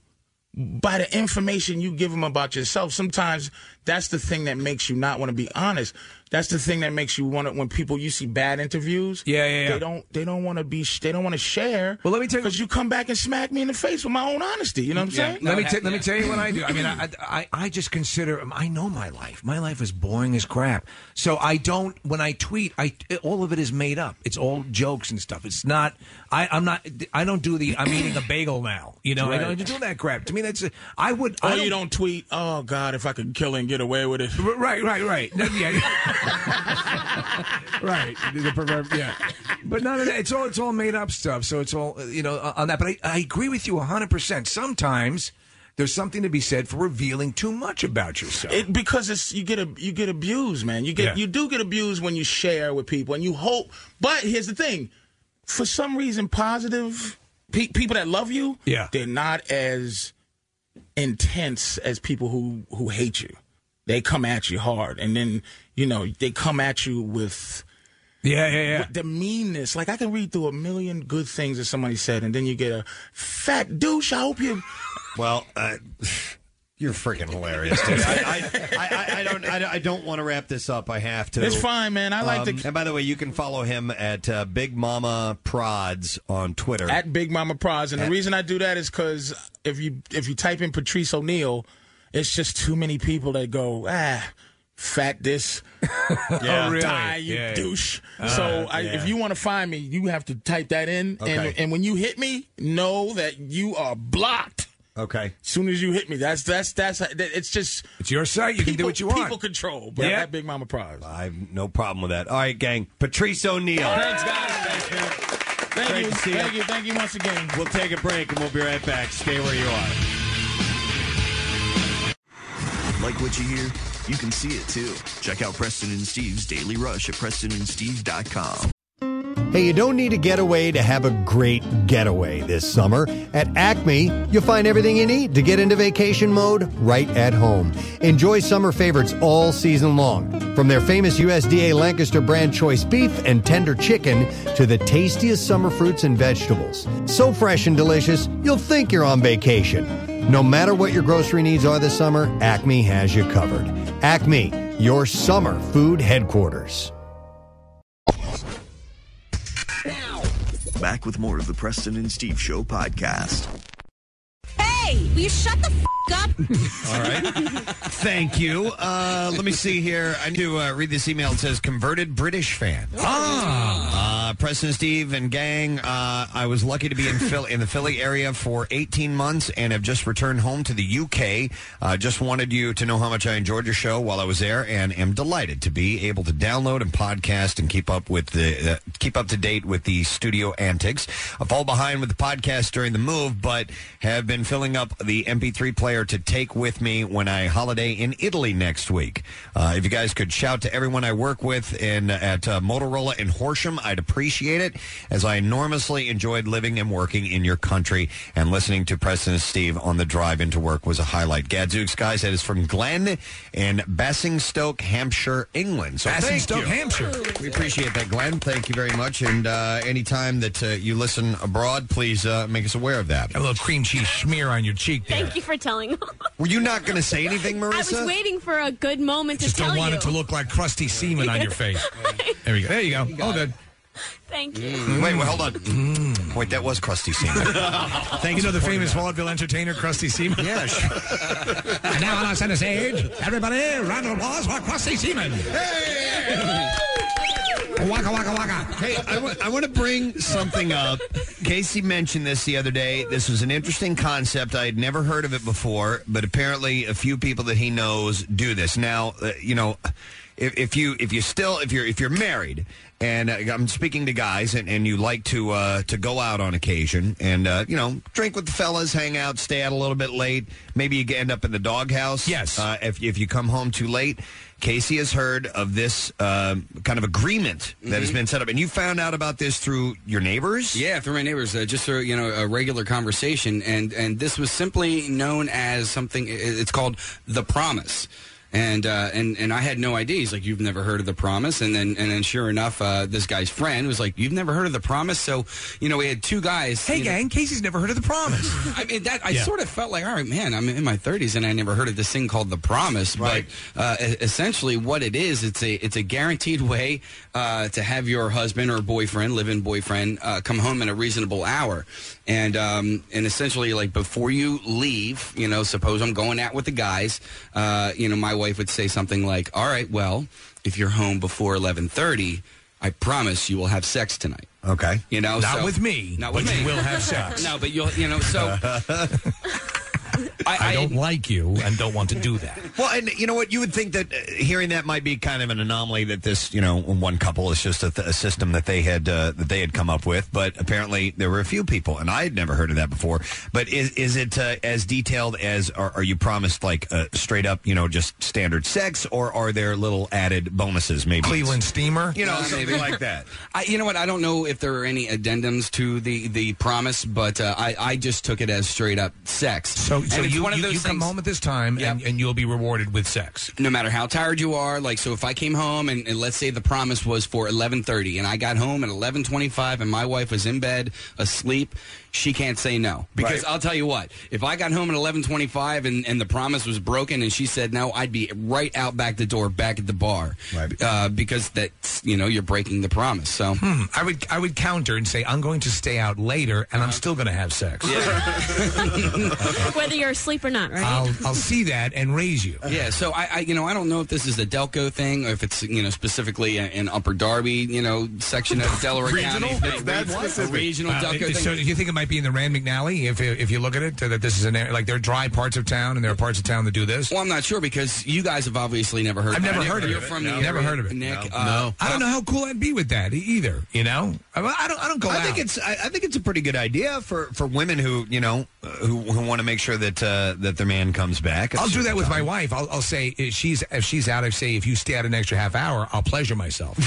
Speaker 4: by the information you give them about yourself. Sometimes that's the thing that makes you not want to be honest. That's the thing that makes you want to when people you see bad interviews.
Speaker 5: Yeah, yeah, yeah.
Speaker 4: They don't they don't want to be sh- they don't want to share.
Speaker 5: Well, let me tell you-
Speaker 4: because you come back and smack me in the face with my own honesty. You know what I'm saying?
Speaker 5: let me ta- let me tell you what I do. I mean, I, I I just consider um, I know my life. My life is boring as crap. So I don't when I tweet, I all of it is made up. It's all jokes and stuff. It's not. I I'm not. I don't do the. I'm eating a bagel now. You know, I don't do that crap. To me, that's. A, I would.
Speaker 4: Oh,
Speaker 5: I
Speaker 4: you don't tweet. Oh God, if I could kill and get away with it.
Speaker 5: R- Right, right, right. No, yeah. right. The proverb- yeah. But none of that. It's all it's all made up stuff. So it's all uh, you know uh, on that. But I, I agree with you hundred percent. Sometimes there's something to be said for revealing too much about yourself.
Speaker 4: It, because it's you get a, you get abused, man. You get
Speaker 5: Yeah.
Speaker 4: you do get abused when you share with people, and you hope. But here's the thing: for some reason, positive pe- people that love you,
Speaker 5: Yeah.
Speaker 4: they're not as intense as people who who hate you. They come at you hard, and then you know they come at you with
Speaker 5: yeah, yeah, yeah.
Speaker 4: the meanness. Like I can read through a million good things that somebody said, and then you get a fat douche. I hope you.
Speaker 1: Well, uh, you're freaking hilarious, dude. I, I, I, I, I don't I, don't- I don't want to wrap this up. I have to.
Speaker 4: It's fine, man. I like
Speaker 1: Um,
Speaker 4: the
Speaker 1: and by the way, you can follow him at uh, Big Mama Prods on Twitter.
Speaker 4: At Big Mama Prize, and the reason I do that is because if you if you type in Patrice O'Neill, it's just too many people that go ah, fat this, Uh,
Speaker 5: Yeah. Oh, really?
Speaker 4: die you
Speaker 5: Yeah. Uh,
Speaker 4: douche. so I, if you want to find me, you have to type that in,
Speaker 1: Okay.
Speaker 4: and and when you hit me, know that you are blocked.
Speaker 1: Okay.
Speaker 4: Soon as you hit me, that's that's that's that- it's just
Speaker 5: It's your site. You can do what you want.
Speaker 4: People control, but
Speaker 5: Yeah.
Speaker 4: that Big Mama prize.
Speaker 1: I have no problem with that. All right, gang. Patrice O'Neill.
Speaker 4: Thanks, guys. Thanks, man. Thank
Speaker 1: Great
Speaker 4: you.
Speaker 1: to see you.
Speaker 4: Thank you. Thank you once again.
Speaker 1: We'll take a break and we'll be right back. Stay where you are.
Speaker 9: Like what you hear? You can see it too. Check out Preston and Steve's Daily Rush at PrestonandSteve.com.
Speaker 10: Hey, you don't need a getaway to have a great getaway this summer. At Acme, you'll find everything you need to get into vacation mode right at home. Enjoy summer favorites all season long, from their famous USDA Lancaster brand choice beef and tender chicken to the tastiest summer fruits and vegetables. So fresh and delicious, you'll think you're on vacation. No matter what your grocery needs are this summer, Acme has you covered. Acme, your summer food headquarters.
Speaker 9: Back with more of the Preston and Steve Show podcast.
Speaker 11: Hey, will you shut the f- up?
Speaker 1: All right. Thank you. Uh, let me see here. I need to uh, read this email. It says, converted British fan. Ah. Uh, Preston, Steve, and gang, uh, I was lucky to be in, Phil- in the Philly area for 18 months and have just returned home to the UK. Uh, just wanted you to know how much I enjoyed your show while I was there and am delighted to be able to download and podcast and keep up with the uh, keep up to date with the studio antics. I fall behind with the podcast during the move, but have been filling up the MP3 player to take with me when I holiday in Italy next week. Uh, if you guys could shout to everyone I work with in at uh, Motorola in Horsham, I'd appreciate it, as I enormously enjoyed living and working in your country. And listening to President Steve on the drive into work was a highlight. Gadzooks, guys, that is from Glenn in Basingstoke, Hampshire, England. So thank
Speaker 5: Basingstoke,
Speaker 1: you.
Speaker 5: Hampshire.
Speaker 1: We appreciate that, Glenn. Thank you very much. And uh, anytime that uh, you listen abroad, please uh, make us aware of that.
Speaker 5: A little cream cheese smear on your cheek there.
Speaker 11: Thank you for telling.
Speaker 1: Were you not going to say anything,
Speaker 11: I
Speaker 1: Marissa?
Speaker 11: was waiting for a good moment to
Speaker 5: Just
Speaker 11: tell
Speaker 5: don't want
Speaker 11: you.
Speaker 5: it to look like crusty semen on your face. There we go. There you go. All good.
Speaker 11: Thank you.
Speaker 5: Mm-hmm.
Speaker 1: Wait, well, hold on. Wait, that was crusty semen.
Speaker 5: you know the famous vaudeville entertainer, Krusty Seaman?
Speaker 1: yeah, sure.
Speaker 5: and now on our center stage, everybody, round of applause for Krusty Seaman. waka, waka, waka.
Speaker 1: Hey, I want to bring something up. Casey mentioned this the other day. This was an interesting concept. I had never heard of it before, but apparently a few people that he knows do this. Now, uh, you know, if, if you if you still if you're if you're married, and uh, I'm speaking to guys, and, and you like to uh, to go out on occasion, and uh, you know, drink with the fellas, hang out, stay out a little bit late. Maybe you end up in the doghouse.
Speaker 5: Yes.
Speaker 1: Uh, if if you come home too late. Casey has heard of this um kind of agreement that has been set up, and you found out about this through your neighbors.
Speaker 7: Yeah, through my neighbors, uh, just through you know a regular conversation, and and this was simply known as something. i- It's called the promise. And uh, and and I had no idea. He's like, you've never heard of the promise, and then and then sure enough, uh, this guy's friend was like, you've never heard of the promise. So you know, we had two guys.
Speaker 5: Hey,
Speaker 7: you know-
Speaker 5: gang, Casey's never heard of the promise.
Speaker 7: I mean, that I
Speaker 5: Yeah.
Speaker 7: sort of felt like, all right, man, I'm in my 30s and I never heard of this thing called the promise.
Speaker 1: Right.
Speaker 7: But uh, e- essentially, what it is, it's a it's a guaranteed way uh, to have your husband or boyfriend, live-in boyfriend, uh, come home in a reasonable hour, and um, and essentially, like before you leave, you know, suppose I'm going out with the guys, uh, you know, my wife would say something like, all right, well, if you're home before 11:30, I promise you will have sex tonight.
Speaker 1: Okay.
Speaker 7: You know,
Speaker 5: Not
Speaker 7: so-
Speaker 5: with me,
Speaker 7: Not with
Speaker 5: but
Speaker 7: me.
Speaker 5: you will have sex.
Speaker 7: No, but you'll, you know, so. I,
Speaker 5: I don't like you and don't want to do that.
Speaker 1: Well, and you know what? You would think that uh, hearing that might be kind of an anomaly that this, you know, one couple is just a, th- a system that they had uh, that they had come up with. But apparently, there were a few people, and I had never heard of that before. But is is it uh, as detailed as are, are you promised like uh, straight up, you know, just standard sex, or are there little added bonuses? Maybe
Speaker 5: Cleveland steamer.
Speaker 1: you know, something like that.
Speaker 7: Uh, I, you know what? I don't know if there are any addendums to the, the promise, but uh, I, I just took it as straight up sex.
Speaker 5: So, so
Speaker 7: And it's
Speaker 5: you,
Speaker 7: one of
Speaker 5: you,
Speaker 7: those
Speaker 5: you come
Speaker 7: things-
Speaker 5: home at this time and,
Speaker 7: Yep.
Speaker 5: and you'll be rewarded with sex.
Speaker 7: no matter how tired you are like so if i came home and, and let's say the promise was for 11.30 and i got home at 11.25 and my wife was in bed asleep she can't say no because i'll tell you what if i got home at 11.25 and, and the promise was broken and she said no i'd be right out back the door back at the bar
Speaker 1: Right.
Speaker 7: uh, because that's you know you're breaking the promise so
Speaker 5: Hmm, I would I would
Speaker 7: Uh-huh.
Speaker 5: counter and say I'm going to stay out later and I'm still going to have sex.
Speaker 11: Whether you're asleep or not, right?
Speaker 5: Mm. I'll, I'll see that and raise you.
Speaker 7: Yeah, so I, I, you know, I don't know if this is the Delco thing or if it's, you know, specifically in, in Upper Darby, you know, section of Delaware County.
Speaker 5: Regional?
Speaker 7: thing.
Speaker 5: That's
Speaker 7: Re-
Speaker 5: specific.
Speaker 7: a regional
Speaker 5: Uh,
Speaker 7: Delco
Speaker 5: so,
Speaker 7: thing.
Speaker 5: do you think it might be in the Rand McNally if if you look at it that this is an area- like there are dry parts of town and there are parts of town that do this?
Speaker 7: Well, I'm not sure because you guys have obviously never heard.
Speaker 5: I've
Speaker 7: about
Speaker 5: never
Speaker 7: it.
Speaker 5: heard of
Speaker 7: You're
Speaker 5: it.
Speaker 7: From
Speaker 5: No.
Speaker 7: the
Speaker 5: Never
Speaker 7: area,
Speaker 5: heard of it.
Speaker 7: Nick.
Speaker 5: No.
Speaker 7: uh,
Speaker 5: I don't know how cool I'd be with that e- either. You know, I, I don't. I don't go.
Speaker 1: I think
Speaker 5: out.
Speaker 1: it's I, I think it's a pretty good idea for, for women who you know uh, who, who want to make sure that uh, that their man comes back. at
Speaker 5: I'll
Speaker 1: a
Speaker 5: do
Speaker 1: certain
Speaker 5: that with
Speaker 1: time.
Speaker 5: my wife. I'll, I'll say if she's if she's out. I say if you stay out an extra half hour, I'll pleasure myself.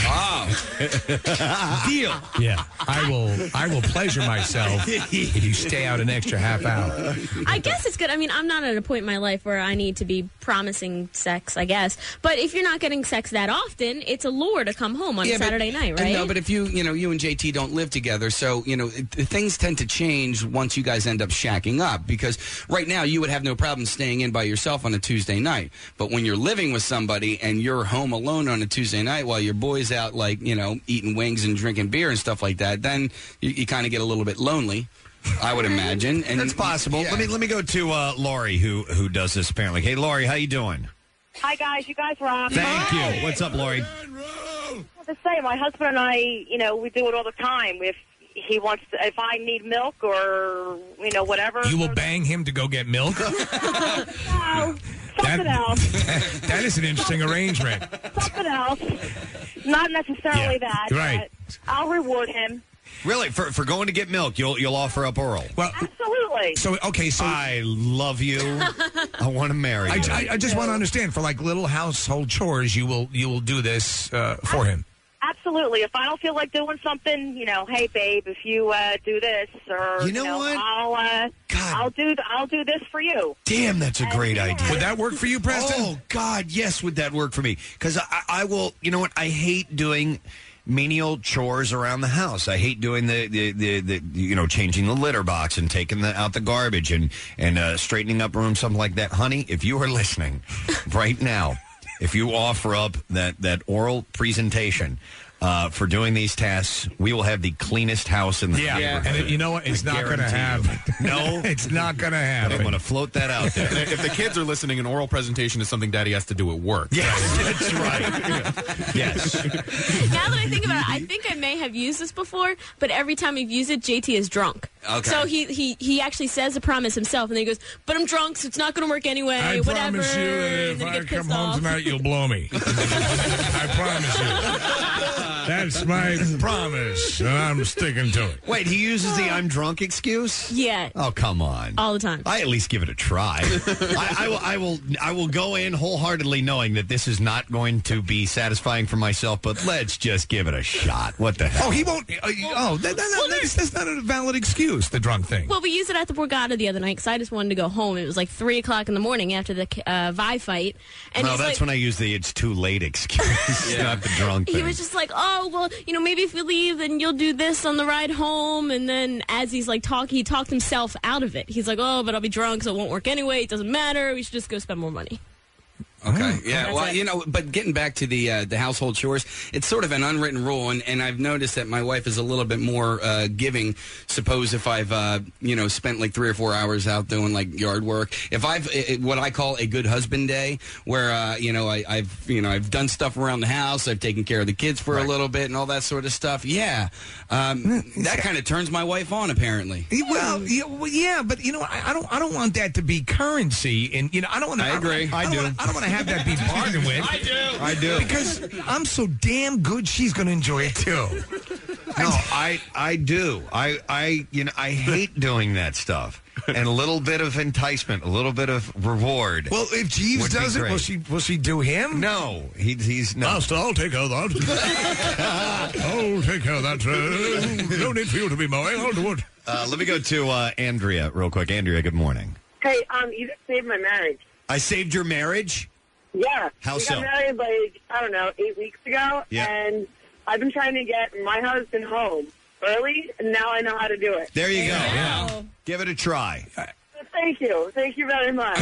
Speaker 7: Oh, deal.
Speaker 5: Yeah, I will. I will pleasure myself if you stay out an extra half hour.
Speaker 11: I guess it's good. I mean, I'm not at a point in my life where I need to be promising sex, I guess. But if you're not getting sex that often, it's a lure to come home on a
Speaker 7: Yeah, but-
Speaker 11: Saturday night,
Speaker 7: and
Speaker 11: right?
Speaker 7: No, but if you, you know, you and JT don't live together, so you know, it, things tend to change once you guys end up shacking up. Because right now, you would have no problem staying in by yourself on a Tuesday night, but when you're living with somebody and you're home alone on a Tuesday night while your boy's out, like you know, eating wings and drinking beer and stuff like that, then you, you kind of get a little bit lonely. I would imagine, and
Speaker 1: That's possible.
Speaker 7: Yeah.
Speaker 1: Let me let me go to uh, Laurie who who does this apparently. Hey Laurie, how you doing?
Speaker 12: Hi guys, you guys rock.
Speaker 1: Thank you. What's up, Laurie?
Speaker 12: Well, the same. My husband and I, you know, we do it all the time. If he wants, to, if I need milk or you know whatever,
Speaker 5: You will bang him to go get milk.
Speaker 12: no, something else,
Speaker 5: that is an interesting arrangement.
Speaker 12: something else. Not necessarily that.
Speaker 1: right.
Speaker 12: But I'll reward him.
Speaker 1: Really, for for going to get milk, you'll you'll offer up oral.
Speaker 5: Well,
Speaker 12: Absolutely.
Speaker 5: so okay, so
Speaker 1: I love you. I want to marry.
Speaker 5: I,
Speaker 1: you.
Speaker 5: I, I just want to understand for like little household chores, you will you will do this uh, for him.
Speaker 12: Absolutely. If I don't feel like doing something, you know, hey babe, if you uh, do this or
Speaker 1: You know what?
Speaker 12: I'll uh, I'll do th- I'll do this for you.
Speaker 1: Damn, that's a great idea.
Speaker 5: Would that work for you, Preston?
Speaker 1: Oh God, yes, would that work for me? Because I, I will. You know what? I hate doing menial chores around the house. I hate doing the the, the, the you know changing the litter box and taking the, out the garbage and and uh, straightening up room something like that. Honey, if you are listening right now, if you offer up that that oral presentation. Uh, for doing these tasks, we will have the cleanest house in the neighborhood.
Speaker 5: and it- you know what? It's
Speaker 1: I
Speaker 5: not going to
Speaker 1: guarantee
Speaker 5: happen. No, it's not going to happen.
Speaker 1: I'm going to float that out there.
Speaker 6: if the kids are listening, an oral presentation is something Daddy has to do at work.
Speaker 1: Yes, that's right. yes.
Speaker 11: now that I think about it, I think I may have used this before, but every time I've used it, JT is drunk.
Speaker 7: Okay.
Speaker 11: So he, he he actually says the promise himself, and then he goes, "But I'm drunk, so it's not going to work anyway."
Speaker 5: I
Speaker 11: whatever.
Speaker 5: promise you, that
Speaker 11: and
Speaker 5: if
Speaker 11: then he
Speaker 5: I
Speaker 11: gets
Speaker 5: come
Speaker 11: pissed
Speaker 5: home
Speaker 11: off.
Speaker 5: tonight, you'll blow me. I promise you. That's my promise, and I'm sticking to it.
Speaker 1: Wait, he uses the I'm drunk excuse?
Speaker 11: Yeah.
Speaker 1: Oh, come on.
Speaker 11: All the time.
Speaker 1: I at least give it a try. I, I will, I will. I will go in wholeheartedly, knowing that this is not going to be satisfying for myself. But let's just give it a shot. What the hell?
Speaker 5: Oh, he won't. Uh, oh, that, that, that's, that's not a valid excuse. The drunk thing.
Speaker 11: Well, we used it at the Borgata the other night because I just wanted to go home. It was like three o'clock in the morning after the uh, Vi fight, and
Speaker 1: no,
Speaker 11: he's
Speaker 1: that's
Speaker 11: like,
Speaker 1: when I use the "it's too late" excuse, not the drunk thing.
Speaker 11: he was just like, "Oh, well, you know, maybe if we leave, then you'll do this on the ride home." And then as he's like talking, he talked himself out of it. He's like, "Oh, but I'll be drunk, so it won't work anyway. It doesn't matter. We should just go spend more money."
Speaker 7: Okay. Yeah.
Speaker 11: That's
Speaker 7: Well,
Speaker 11: it.
Speaker 7: you know, but getting back to the uh, the household chores, it's sort of an unwritten rule, and, and I've noticed that my wife is a little bit more uh, giving. Suppose if I've uh, you know spent like three or four hours out doing like yard work, if I've i i- what I call a good husband day, where uh, you know I, I've you know I've done stuff around the house, I've taken care of the kids for a little bit, and all that sort of stuff. Yeah, um, that kind of turns my wife on apparently.
Speaker 5: Yeah, Well, yeah, well, yeah, but you know, I, I don't, I don't want that to be currency, and you know, I don't want. to.
Speaker 7: I agree.
Speaker 5: I,
Speaker 7: I
Speaker 5: don't
Speaker 7: do.
Speaker 5: Wanna, I don't want to have that be bargained with. I do. I do. Because I'm so damn good, she's going to enjoy it too.
Speaker 1: No, I I do. I I you know I hate doing that stuff. And a little bit of enticement, a little bit of reward.
Speaker 5: Well, if Jeeves
Speaker 1: would be
Speaker 5: does it, will
Speaker 1: great.
Speaker 5: she, will she do him?
Speaker 1: No, he, he's no.
Speaker 5: Master, I'll take care of that. I'll take care of that. Uh, no need for you to be mowing. I'll do it.
Speaker 1: Uh, let me go to uh, Andrea real quick. Andrea, good morning.
Speaker 13: Hey, um, you just saved my marriage.
Speaker 1: I saved your marriage.
Speaker 13: Yeah.
Speaker 1: How
Speaker 13: we
Speaker 1: so?
Speaker 13: got married like, I don't know, eight weeks ago.
Speaker 1: Yeah.
Speaker 13: And I've been trying to get my husband home early, and now I know how to do it.
Speaker 1: Oh, There you go. Give it a try.
Speaker 13: It's Thank you. Thank you very much.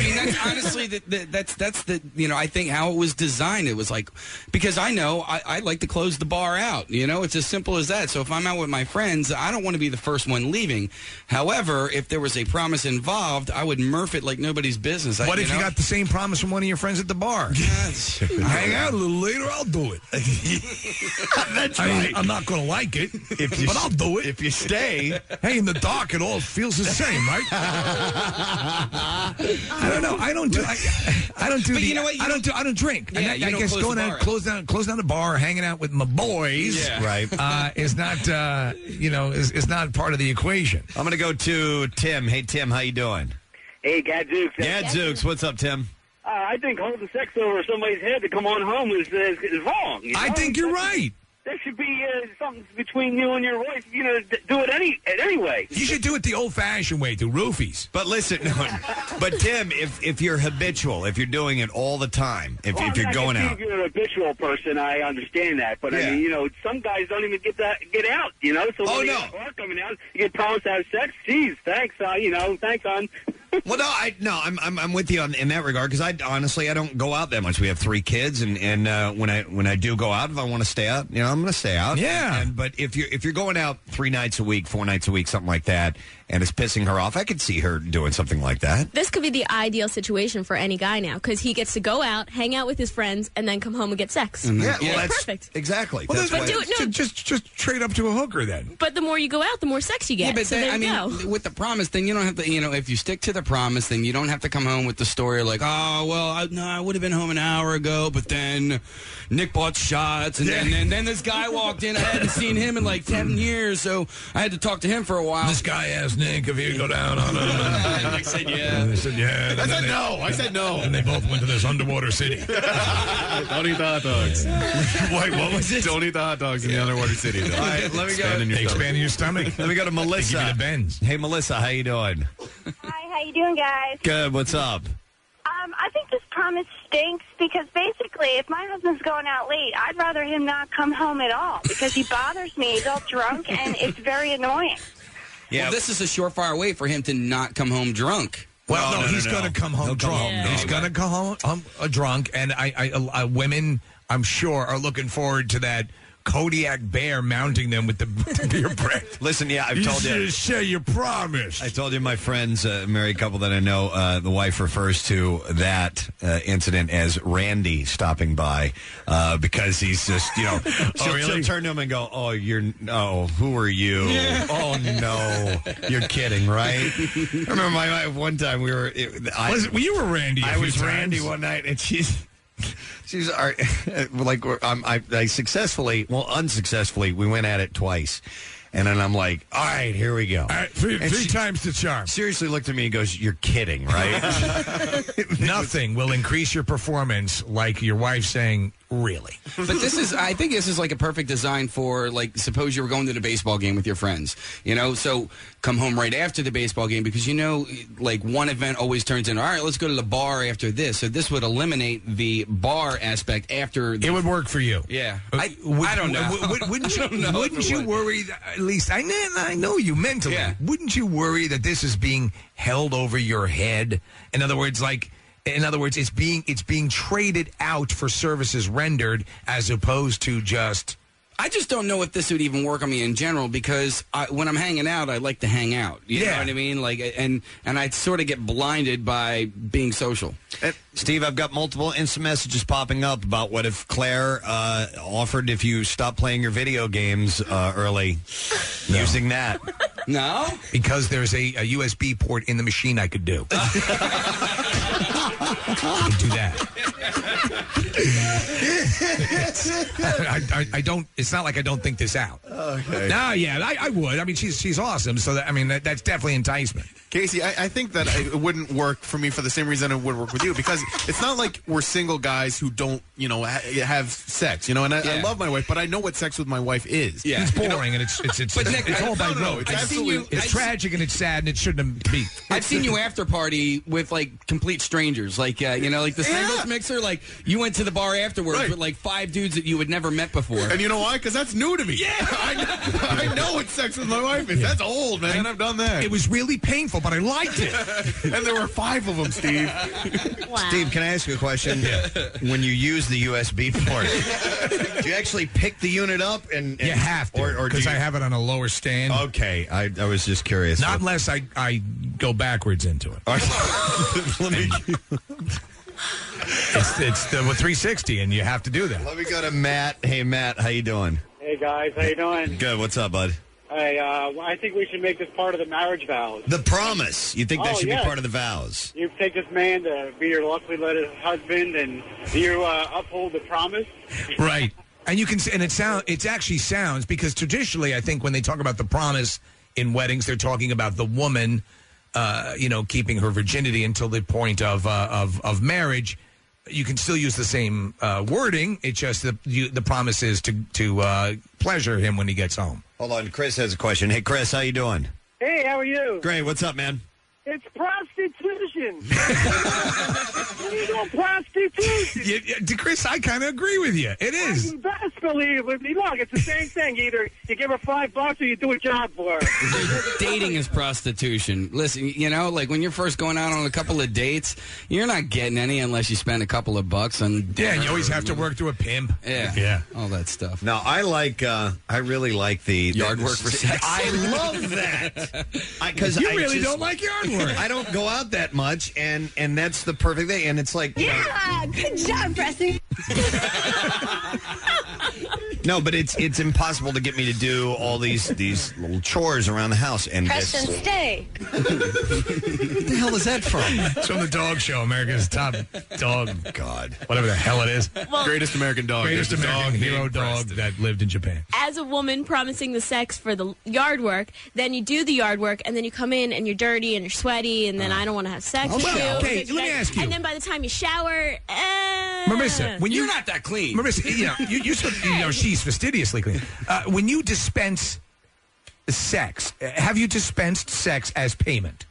Speaker 7: honestly the, the, that's that's the you know I think how it was designed. It was like because I know I, I like to close the bar out. You know, it's as simple as that. So if I'm out with my friends, I don't want to be the first one leaving. However, if there was a promise involved, I would murph it like nobody's business. I,
Speaker 5: What if you
Speaker 7: know?
Speaker 5: got the same promise from one of your friends at the bar? Hang out a little later, I'll do it.
Speaker 3: That's
Speaker 5: I
Speaker 3: right.
Speaker 5: am not going to like it,
Speaker 3: If you
Speaker 5: but
Speaker 3: s-
Speaker 5: I'll do it.
Speaker 3: if you stay.
Speaker 5: Hey, in the dark, it all feels the same, right? I don't know. I don't do. I, I don't do.
Speaker 3: But
Speaker 5: the,
Speaker 3: you know what? You
Speaker 5: I don't do. I don't drink.
Speaker 3: Yeah,
Speaker 5: And I,
Speaker 3: you
Speaker 5: I
Speaker 3: don't
Speaker 5: guess
Speaker 3: close
Speaker 5: going
Speaker 3: the
Speaker 5: out,
Speaker 3: bar out.
Speaker 5: close down, close down the bar, hanging out with my boys,
Speaker 3: Yeah. Right.
Speaker 5: Uh, is not. Uh, you know, is, is not part of the equation.
Speaker 1: I'm going to go to Tim. Hey, Tim, how you doing?
Speaker 14: Hey, Gadzooks.
Speaker 1: Gadzooks, what's up, Tim?
Speaker 14: Uh, I think holding sex over somebody's head to come on home is is, is wrong. you
Speaker 3: I
Speaker 14: know?
Speaker 3: think you're
Speaker 14: That-
Speaker 3: right.
Speaker 14: That should be uh, something between you and your wife. You know, d- do it any anyway.
Speaker 5: You should do it the old-fashioned way, do roofies.
Speaker 1: But listen, no, but Tim, if if you're habitual, if you're doing it all the time, if,
Speaker 14: Well, I
Speaker 1: if you're
Speaker 14: mean, I
Speaker 1: going
Speaker 14: can see
Speaker 1: out,
Speaker 14: if you're an habitual person, I understand that. But I
Speaker 1: Yeah.
Speaker 14: mean, you know, some guys don't even get that get out. You know, so
Speaker 1: Oh,
Speaker 14: when
Speaker 1: no.
Speaker 14: they are coming out, you get promised to have sex. Geez, thanks. Uh, you know, thanks on.
Speaker 1: well, no, I no, I'm I'm, I'm with you on, in that regard because I honestly I don't go out that much. We have three kids, and and uh, when I when I do go out, if I want to stay out, you know, I'm going to stay out.
Speaker 3: Yeah.
Speaker 1: And, but if you're if you're going out three nights a week, four nights a week, something like that, and it's pissing her off, I could see her doing something like that.
Speaker 11: This could be the ideal situation for any guy now because he gets to go out, hang out with his friends, and then come home and get sex.
Speaker 1: Mhm. Yeah, well, that's-
Speaker 11: perfect.
Speaker 1: Exactly.
Speaker 11: Well, but do it. No,
Speaker 5: just just trade up to a hooker then.
Speaker 11: But the more you go out, the more sex you get.
Speaker 7: Yeah, but
Speaker 11: so
Speaker 7: then,
Speaker 11: there
Speaker 7: I
Speaker 11: you
Speaker 7: mean,
Speaker 11: go.
Speaker 7: with the promise, then you don't have to. You know, if you stick to the promise, then you don't have to come home with the story like, oh, well, I, no, I would have been home an hour ago, but then Nick bought shots, and then, then then this guy walked in. I hadn't seen him in like ten years, so I had to talk to him for a while. This
Speaker 5: guy asked Nick if he'd go down on him.
Speaker 7: I said yeah.
Speaker 5: I said yeah. I said no. I said no. And they both went to this underwater city.
Speaker 6: Don't eat the hot dogs. Wait, what was it? Don't eat the hot dogs in the underwater city. Though.
Speaker 1: All right, let me go.
Speaker 6: Expand in your stomach.
Speaker 5: Expand in your stomach.
Speaker 1: Let me go to Melissa.
Speaker 6: you the
Speaker 1: Hey, Melissa, how you doing?
Speaker 15: Hi, how you doing, guys?
Speaker 1: Good. What's up?
Speaker 15: Um, I think this promise stinks because basically, if my husband's going out late, I'd rather him not come home at all because he bothers me. He's all drunk and it's very annoying.
Speaker 7: Yeah, well, this is a surefire way for him to not come home drunk.
Speaker 1: Oh,
Speaker 5: Well, no, he's going to come home drunk. he's going to come home um, uh, drunk, and I, I, uh, women, I'm sure, are looking forward to that Kodiak bear mounting them with the beer breath.
Speaker 1: Listen, yeah, I've told you.
Speaker 5: say you promised.
Speaker 1: I told you my friends, uh, married couple that I know, uh, the wife refers to that uh, incident as Randy stopping by uh, because he's just, you know, she'll,
Speaker 3: Oh,
Speaker 5: Oh,
Speaker 3: really?
Speaker 1: she'll turn to him and go, "Oh, you're oh, who are you?
Speaker 3: Yeah.
Speaker 1: Oh no, you're kidding, right?" I remember my wife one time we were, it, I,
Speaker 3: Was it- well, you were Randy a
Speaker 1: I
Speaker 3: few
Speaker 1: was
Speaker 3: times.
Speaker 1: Randy one night, and she's. She's our, like we're- I'm, I, I successfully, well, unsuccessfully, we went at it twice, and then I'm like, all right, here we go. All
Speaker 5: right, three, three times the charm.
Speaker 1: Seriously, looked at me and goes, "You're kidding, right?"
Speaker 5: Nothing will increase your performance like your wife saying, really.
Speaker 7: but this is i think this is like a perfect design for like suppose you were going to the baseball game with your friends you know so come home right after the baseball game because you know like one event always turns into all right let's go to the bar after this so this would eliminate the bar aspect after the,
Speaker 5: It would work for you.
Speaker 7: yeah
Speaker 5: Uh,
Speaker 7: I,
Speaker 5: would-
Speaker 7: I don't know
Speaker 5: would- would- Wouldn't
Speaker 7: I
Speaker 5: you,
Speaker 7: don't know if
Speaker 5: wouldn't
Speaker 7: it
Speaker 5: you
Speaker 7: would.
Speaker 5: worry, that, at least I know, I know you mentally, wouldn't you worry that this is being held over your head? In other words, like, in other words, it's being it's being traded out for services rendered as opposed to just
Speaker 7: I just don't know if this would even work on me in general because I, when I'm hanging out, I like to hang out. You know what I mean? Like, and and I sort of get blinded by being social.
Speaker 1: Eh, Steve, I've got multiple instant messages popping up about what if Claire uh, offered if you stop playing your video games uh, early, using that.
Speaker 7: No,
Speaker 5: because there's a, a USB port in the machine I could do. I could do that. I, I, I don't. It's not like I don't think this out.
Speaker 6: Okay.
Speaker 5: No, yeah, I, I would. I mean, she's she's awesome. So that, I mean, that, that's definitely enticement.
Speaker 6: Casey, I, I think that it wouldn't work for me for the same reason it would work with you because it's not like we're single guys who don't, you know, ha- have sex, you know. And I, I
Speaker 5: Yeah.
Speaker 6: love my wife, but I know what sex with my wife is.
Speaker 5: it's boring and it's it's it's,
Speaker 6: But
Speaker 5: it's,
Speaker 6: Nick,
Speaker 5: it's
Speaker 6: I- no,
Speaker 5: all by
Speaker 6: no, no,
Speaker 5: rote.
Speaker 6: it's I've seen absolutely- you-
Speaker 5: It's
Speaker 6: I've-
Speaker 5: tragic and it's sad and it shouldn't be.
Speaker 7: I've seen you after party with like complete strangers. mixers, like uh, you know, like the singles mixer. Like you went to the bar afterwards with like five dudes that you had never met before.
Speaker 6: And you know why? Because that's new to me. Yeah, I know, I know what sex with my wife is. That's old, man. I've done that.
Speaker 5: It was really painful, but I liked it.
Speaker 6: and there were five of them, Steve.
Speaker 1: Steve, can I ask you a question? When you use the USB port, do you actually pick the unit up and, and
Speaker 5: You have
Speaker 1: or,
Speaker 5: to
Speaker 1: or do
Speaker 5: because
Speaker 1: you,
Speaker 5: I have it on a lower stand.
Speaker 1: Okay, I, I was just curious.
Speaker 5: Not unless I, I go backwards into it.
Speaker 1: Let me.
Speaker 5: it's it's the 360, and you have to do that.
Speaker 1: Let me go to Matt. Hey, Matt, how you doing?
Speaker 16: Hey guys, how you doing?
Speaker 1: Good. What's up, bud?
Speaker 16: Hey, uh, well, I think we should make this part of the marriage vows.
Speaker 1: The promise. You think that
Speaker 16: Oh,
Speaker 1: should
Speaker 16: yes.
Speaker 1: be part of the vows?
Speaker 16: You take this man to be your lawfully wedded husband, and you uh, uphold the promise.
Speaker 5: right and you can s- and it sound it actually sounds because traditionally i think when they talk about the promise in weddings they're talking about the woman uh, you know keeping her virginity until the point of uh, of of marriage you can still use the same uh, wording it's just the you, the promise is to to uh, pleasure him when he gets home
Speaker 1: Hold on. Chris has a question. Hey, Chris, how you doing?
Speaker 13: Hey, how are you?
Speaker 1: Great. What's up, man?
Speaker 13: It's prostitution. Illegal prostitution.
Speaker 5: chris i kind of agree with you it is
Speaker 13: You best believe it. with me. Look, it's the same thing. Either you give her five bucks or you do a job for her.
Speaker 7: Dating is prostitution. Listen, you know, like when you're first going out on a couple of dates, you're not getting any unless you spend a couple of bucks on.
Speaker 5: yeah you always have to work through a pimp
Speaker 7: Yeah,
Speaker 5: yeah
Speaker 7: all that stuff.
Speaker 1: No, I like. Uh, I really like the
Speaker 7: Yard work for sex.
Speaker 1: I love that because
Speaker 17: You really don't like
Speaker 5: yard
Speaker 17: work.
Speaker 1: I don't go out that much, and and that's the perfect thing. And it's like,
Speaker 17: Yeah, good job, Preston.
Speaker 1: no, but it's it's impossible to get me to do all these these little chores around the house. And
Speaker 13: Preston,
Speaker 1: this,
Speaker 13: stay.
Speaker 1: what the hell is that from?
Speaker 5: it's from the dog show america's top dog
Speaker 1: god
Speaker 5: whatever the hell it is
Speaker 11: Well-
Speaker 6: Greatest American dog.
Speaker 5: greatest
Speaker 6: There's a
Speaker 5: american
Speaker 6: dog
Speaker 5: hero
Speaker 6: named
Speaker 5: dog that lived in japan
Speaker 11: as a woman promising the sex for the yard work, then you do the yard work, and then you come in and you're dirty and you're sweaty, and then I don't want to have sex
Speaker 5: Oh,
Speaker 11: with
Speaker 5: well,
Speaker 11: you.
Speaker 5: okay,
Speaker 11: because you
Speaker 5: let me
Speaker 11: guys-
Speaker 5: ask you.
Speaker 11: And then by the time you shower, eh,
Speaker 5: Uh, Marissa, when you,
Speaker 11: are not that clean.
Speaker 5: Marissa, you know, you, you, sort of- you know she's fastidiously clean. Uh, when you dispense sex, uh, have you dispensed sex as payment?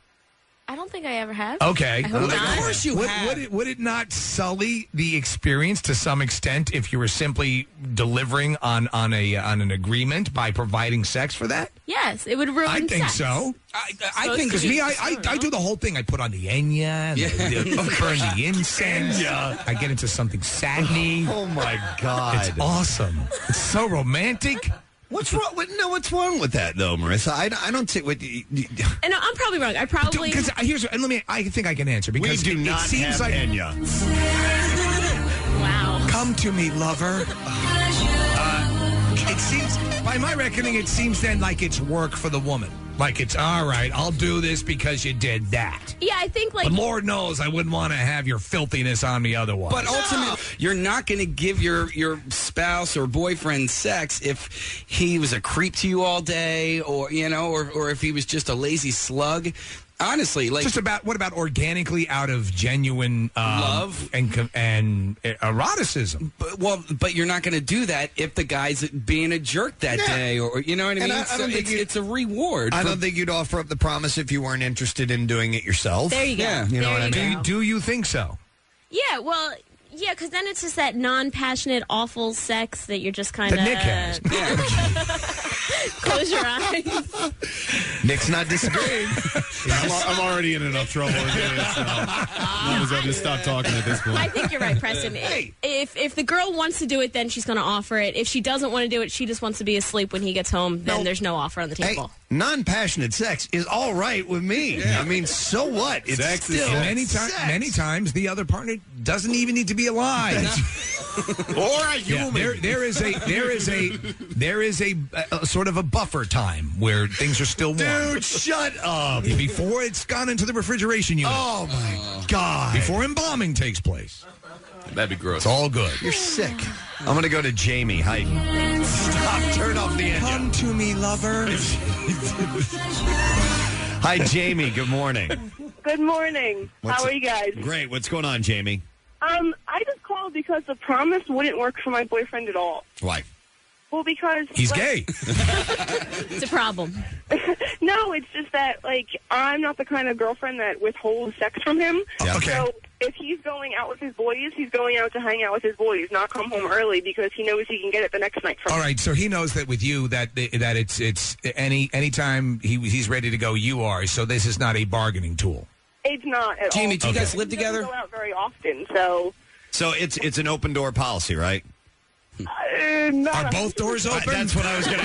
Speaker 11: I don't think I ever have.
Speaker 5: Okay.
Speaker 11: I hope not.
Speaker 5: would, Would it, would it not sully the experience to some extent if you were simply delivering on, on a on an agreement by providing sex for that?
Speaker 11: Yes, it would ruin.
Speaker 5: I think
Speaker 11: sex.
Speaker 5: so. I
Speaker 11: So
Speaker 5: think
Speaker 11: it's
Speaker 5: because me, I, I,
Speaker 11: confused.
Speaker 5: I do the whole thing. I put on the enya,
Speaker 17: Yeah.
Speaker 5: the, the, burn the incense.
Speaker 17: Enya.
Speaker 5: I get into something satiny.
Speaker 17: Oh, my
Speaker 1: God.
Speaker 5: It's awesome. It's so romantic.
Speaker 1: What's wrong? With, no, what's wrong with that though, Marissa? I, I don't see what. You, you-
Speaker 11: And I'm probably wrong. I probably
Speaker 5: because uh, here's and let me. I think I can answer because
Speaker 1: do
Speaker 5: it, it
Speaker 1: not
Speaker 5: seems
Speaker 1: have
Speaker 5: like
Speaker 1: Enya.
Speaker 11: Wow.
Speaker 5: Come to me, lover. Uh, it seems, by my reckoning, it seems then like it's work for the woman. Like it's all right. I'll do this because you did that.
Speaker 11: Yeah, I think like
Speaker 5: but Lord knows I wouldn't want to have your filthiness on me otherwise.
Speaker 7: But oh, ultimately, you're not going to give your your spouse or boyfriend sex if he was a creep to you all day, or you know, or or if he was just a lazy slug. Honestly, like
Speaker 5: just about what about organically out of genuine um,
Speaker 7: Love?
Speaker 5: and com- and eroticism?
Speaker 7: But, well, but you're not going to do that if the guy's being a jerk that day, or you know what I mean.
Speaker 1: And I- I
Speaker 7: So
Speaker 1: don't think
Speaker 7: it's, it's a reward.
Speaker 1: I
Speaker 7: for-
Speaker 1: don't think you'd offer up the promise if you weren't interested in doing it yourself.
Speaker 11: There you go. Yeah.
Speaker 1: You know
Speaker 11: There
Speaker 1: what I
Speaker 11: you
Speaker 1: mean?
Speaker 11: go.
Speaker 5: Do you think so?
Speaker 11: yeah, well, yeah, because then it's just that non-passionate, awful sex that you're just kind
Speaker 1: That Nick has.
Speaker 11: of close your eyes.
Speaker 1: Nick's not disagreeing.
Speaker 6: I'm, al- I'm already in enough trouble. as it is, so might as well just stop talking at this point.
Speaker 11: I think you're right, Preston. If if the girl wants to do it, then she's going to offer it. If she doesn't want to do it, she just wants to be asleep when he gets home. Then there's no offer on the table.
Speaker 1: Non-passionate sex is all right with me. I mean, so what? It's still
Speaker 5: And many times.
Speaker 1: sex.
Speaker 5: Many times the other partner doesn't even need to be alive.
Speaker 1: or a
Speaker 5: Yeah, there, there is a there is a there is a, a sort of a buffer time where things are still warm.
Speaker 1: Dude, shut up!
Speaker 5: Before it's gone into the refrigeration unit. Uh,
Speaker 1: Oh my god!
Speaker 5: Before embalming takes place.
Speaker 1: That'd be gross. It's
Speaker 5: all good.
Speaker 1: You're sick. I'm gonna go to Jamie. Hi. Stop. Turn off the engine.
Speaker 5: Come to me, lover.
Speaker 1: Hi, Jamie. Good morning.
Speaker 13: Good morning.
Speaker 1: What's-
Speaker 13: how are you guys?
Speaker 1: Great. What's going on, Jamie?
Speaker 13: Um, I just called because the promise wouldn't work for my boyfriend at all.
Speaker 1: Why?
Speaker 13: Well, because
Speaker 5: He's gay.
Speaker 11: It's a problem.
Speaker 13: No, it's just that like I'm not the kind of girlfriend that withholds sex from him.
Speaker 1: Yeah.
Speaker 13: So
Speaker 12: if he's going out with his boys, he's going out to hang out with his boys, not come home early because he knows he can get it the next night.
Speaker 5: All right, so he knows that with you that that it's it's any anytime he he's ready to go, you are. So this is not a bargaining tool.
Speaker 12: It's not at
Speaker 5: Jamie,
Speaker 12: all.
Speaker 5: do you guys
Speaker 12: live together? Go out very often, so
Speaker 1: So it's it's an open door policy, right?
Speaker 12: uh, not a-
Speaker 1: that's what I was going to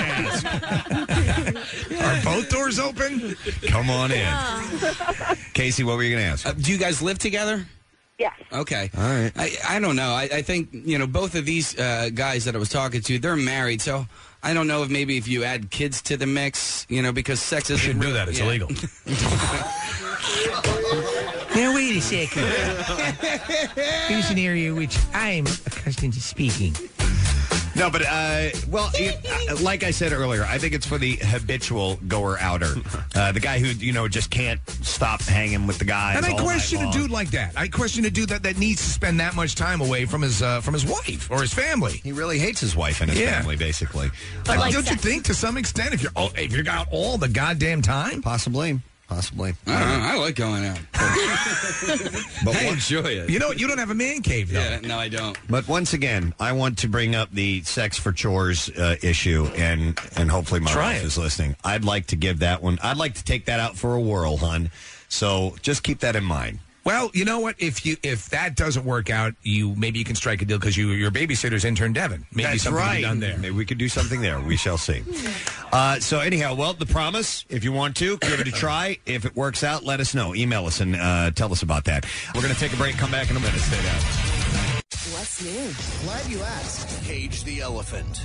Speaker 1: ask.
Speaker 5: Are both doors open?
Speaker 1: Come on in, Casey. What were you going to ask?
Speaker 17: Uh, do you guys live together?
Speaker 12: Yes.
Speaker 17: Okay. All right. I, I don't know. I, I think, you know, both of these uh, guys that I was talking to, they're married. So I don't know if maybe if you add kids to the mix, you know, because sex isn't.
Speaker 5: shouldn't do that. It's illegal.
Speaker 16: Now, wait a second. Here's an area which I'm accustomed to speaking.
Speaker 1: No, but uh, well, you- uh, like I said earlier, I think it's for the habitual goer outer, uh, the guy who you know just can't stop hanging with the guys.
Speaker 5: And I
Speaker 1: all night
Speaker 5: question a
Speaker 1: long.
Speaker 5: dude like that. I question a dude that, that needs to spend that much time away from his uh, from his wife or his family.
Speaker 1: He really hates his wife and his
Speaker 5: Yeah.
Speaker 1: family, basically.
Speaker 5: Like, don't you think to some extent if you're all, if you're out all the goddamn time?
Speaker 1: Possibly. Possibly.
Speaker 17: I don't know. I like going out.
Speaker 1: But
Speaker 17: I
Speaker 1: what-
Speaker 17: enjoy it.
Speaker 1: You
Speaker 5: know, you don't have a man cave, though.
Speaker 17: Yeah, no, I don't.
Speaker 1: But once again, I want to bring up the sex for chores uh, issue, and and hopefully my
Speaker 5: Try
Speaker 1: wife
Speaker 5: it.
Speaker 1: is listening. I'd like to give that one. I'd like to take that out for a whirl, hun. So just keep that in mind.
Speaker 5: Well, you know what? If you if that doesn't work out, you maybe you can strike a deal because you your babysitter's intern Devin. Maybe
Speaker 1: That's
Speaker 5: something
Speaker 1: right.
Speaker 5: be done there. Hmm.
Speaker 1: Maybe we could do something there. We shall see. Uh, so anyhow, well, the promise. If you want to, give it a try. If it works out, let us know. Email us and uh, tell us about that. We're going to take a break. Come back in a minute. Stay down.
Speaker 18: What's new? Glad you asked.
Speaker 9: Cage the elephant.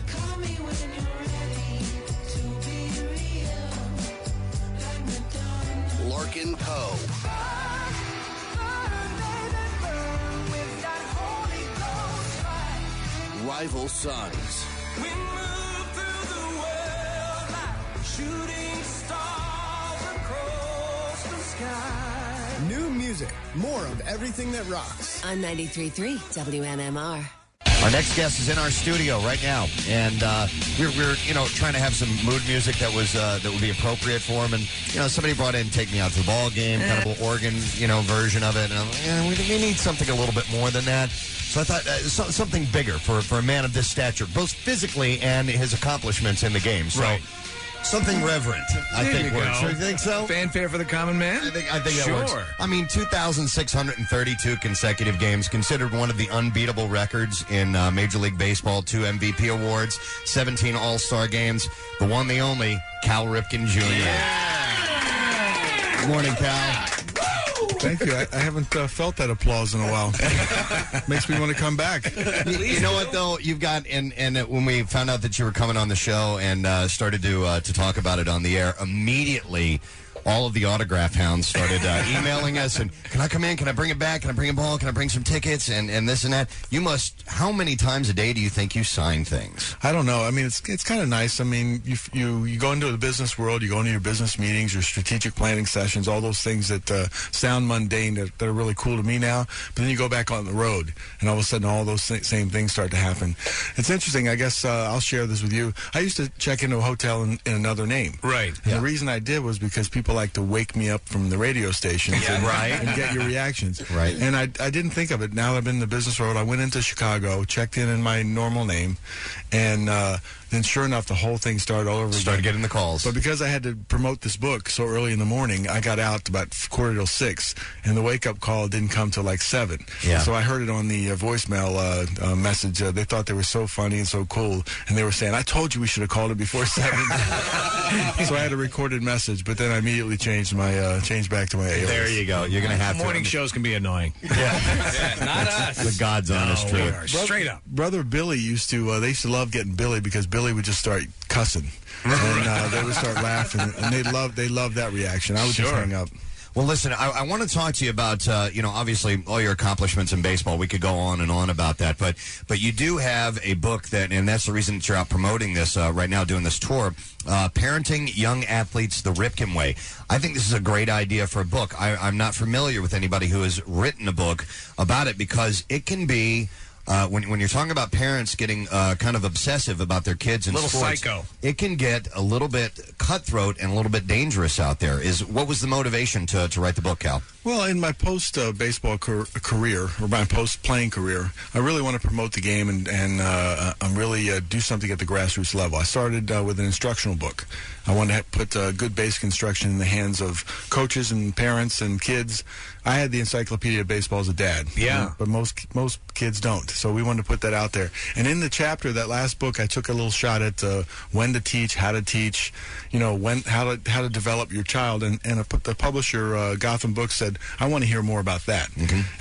Speaker 18: Larkin Poe.
Speaker 9: Rival sons.
Speaker 18: New music. More of everything that rocks.
Speaker 19: On 93.3 WMMR.
Speaker 1: Our next guest is in our studio right now, and uh, we're, we're you know trying to have some mood music that was uh, that would be appropriate for him. And you know somebody brought in "Take Me Out to the Ball Game," kind
Speaker 5: Eh.
Speaker 1: of an organ you know version of it. And I'm like, yeah, we, we need something a little bit more than that. So I thought uh, so, something bigger for for a man of this stature, both physically and his accomplishments in the game. So. Something reverent, I
Speaker 5: There
Speaker 1: think
Speaker 5: you
Speaker 1: works.
Speaker 5: go.
Speaker 1: You think so?
Speaker 5: Fanfare for the common man. I
Speaker 1: think I think that
Speaker 5: sure.
Speaker 1: works. I mean, 2,632 consecutive games, considered one of the unbeatable records in uh, Major League Baseball. Two MVP awards, 17 All Star games. The one, the only, Cal Ripken Jr. Good morning, Cal.
Speaker 20: Thank you. I, I haven't uh, felt that applause in a while. Makes me want to come back.
Speaker 1: You, you know what though? You've got and and when we found out that you were coming on the show and uh, started to uh, to talk about it on the air immediately. All of the autograph hounds started uh, emailing us and can I come in? Can I bring it back? Can I bring a ball? Can I bring some tickets? And and this and that. You must. How many times a day do you think you sign things?
Speaker 20: I don't know. I mean, it's it's kind of nice. I mean, you, you you go into the business world, you go into your business meetings, your strategic planning sessions, all those things that uh, sound mundane that, that are really cool to me now. But then you go back on the road, and all of a sudden, all those sa- same things start to happen. It's interesting. I guess uh, I'll share this with you. I used to check into a hotel in, in another name.
Speaker 5: Right.
Speaker 20: And the reason I did was because people like to wake me up from the radio stations
Speaker 5: Yeah,
Speaker 20: and,
Speaker 5: right.
Speaker 20: and get your reactions.
Speaker 5: Right.
Speaker 20: And I, I didn't think of it. Now that I've been in the business world, I went into Chicago, checked in in my normal name, and uh, then sure enough, the whole thing started all over again.
Speaker 1: Started getting the calls.
Speaker 20: But because I had to promote this book so early in the morning, I got out about quarter till six, and the wake up call didn't come till like seven.
Speaker 21: Yeah.
Speaker 20: So I heard it on the uh, voicemail uh, uh, message. Uh, they thought they were so funny and so cool, and they were saying, "I told you we should have called it before seven. so I had a recorded message, but then I immediately changed my uh, changed back to my. alias.
Speaker 1: There you go. You're gonna have to- Morning
Speaker 20: shows can be annoying.
Speaker 1: Not us. The God's honest truth.
Speaker 20: Straight up. Brother Billy used to, uh, they used to love getting Billy because Billy would just start cussing. and uh, they would start laughing. And they loved, they loved that reaction. I would just
Speaker 1: Sure.
Speaker 20: hang up.
Speaker 1: Well, listen, I, I want to talk to you about uh, you know obviously all your accomplishments in baseball. We could go on and on about that, but but you do have a book that, and that's the reason that you're out promoting this uh, right now, doing this tour, uh, parenting young athletes the Ripken way. I think this is a great idea for a book. I, I'm not familiar with anybody who has written a book about it because it can be
Speaker 10: uh, when when you're talking about parents getting uh, kind of obsessive about their kids and
Speaker 2: Little
Speaker 10: sports,
Speaker 2: psycho.
Speaker 10: it can get a little bit cutthroat and a little bit dangerous out there. Is what was the motivation to to write the book, Cal?
Speaker 20: Well, in my post uh, baseball car- career or my post playing career, I really want to promote the game and and uh, I'm really uh, do something at the grassroots level. I started uh, with an instructional book. I want to ha- put uh, good base construction in the hands of coaches and parents and kids. I had the Encyclopedia of Baseball as a dad.
Speaker 2: Yeah.
Speaker 20: but most most kids don't. So we wanted to put that out there. And in the chapter, that last book, I took a little shot at uh, when to teach, how to teach, you know, when how to how to develop your child. And and I put the publisher uh, Gotham Books said, I want to hear more about that.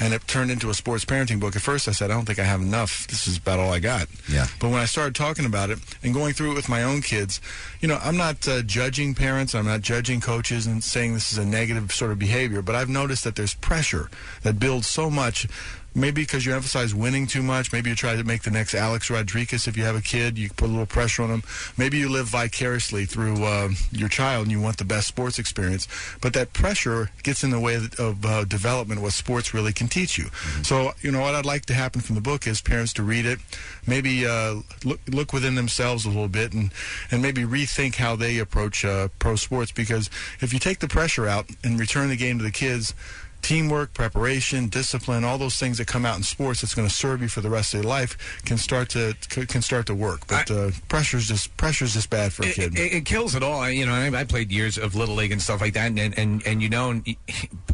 Speaker 20: And it turned into a sports parenting book. At first, I said, I don't think I have enough. This is about all I got.
Speaker 10: Yeah.
Speaker 20: But when I started talking about it and going through it with my own kids, you know, I'm not uh, judging parents, I'm not judging coaches and saying this is a negative sort of behavior, but I've noticed that there's pressure that builds so much. Maybe because you emphasize winning too much. Maybe you try to make the next Alex Rodriguez if you have a kid. You put a little pressure on them. Maybe you live vicariously through uh, your child and you want the best sports experience. But that pressure gets in the way of uh, development, what sports really can teach you. So, you know, what I'd like to happen from the book is parents to read it, maybe uh, look look within themselves a little bit, and and maybe rethink how they approach uh, pro sports. Because if you take the pressure out and return the game to the kids, teamwork, preparation, discipline, all those things that come out in sports that's going to serve you for the rest of your life can start to c- can start to work. But uh, pressure's just pressure's just bad for a kid.
Speaker 5: It, it, it kills it all. I, you know, I, I played years of little league and stuff like that, and and and, and you know, and y-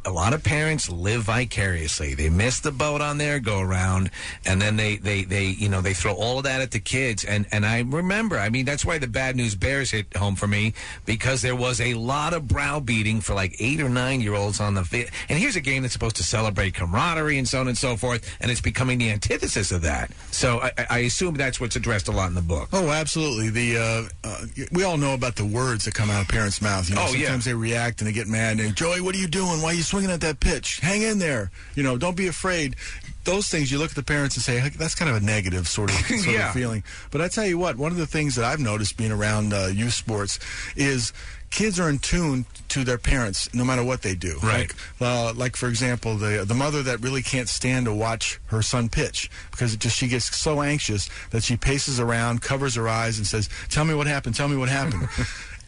Speaker 5: a lot of parents live vicariously. They miss the boat on their go round, and then they they they you know they throw all of that at the kids. And and I remember, I mean, that's why the bad news bears hit home for me because there was a lot of browbeating for like eight or nine year olds on the field. And here's a game that's supposed to celebrate camaraderie and so on and so forth, and it's becoming the antithesis of that. So I, I- I assume that's what's addressed a lot in the book.
Speaker 20: Oh, absolutely. The uh, uh, we all know about the words that come out of parents' mouths. You know,
Speaker 5: Oh, yeah.
Speaker 20: sometimes they react and they get mad. And Joey, what are you doing? Why are you swinging at that pitch? Hang in there. You know, don't be afraid. Those things you look at the parents and say "Heck, that's kind of a negative sort of, sort
Speaker 2: Yeah.
Speaker 20: of feeling. But I tell you what, one of the things that I've noticed being around uh, youth sports is kids are in tune to their parents no matter what they do.
Speaker 2: Right.
Speaker 20: Like, uh, like for example, the the mother that really can't stand to watch her son pitch because it just she gets so anxious that she paces around, covers her eyes, and says, "Tell me what happened. Tell me what happened."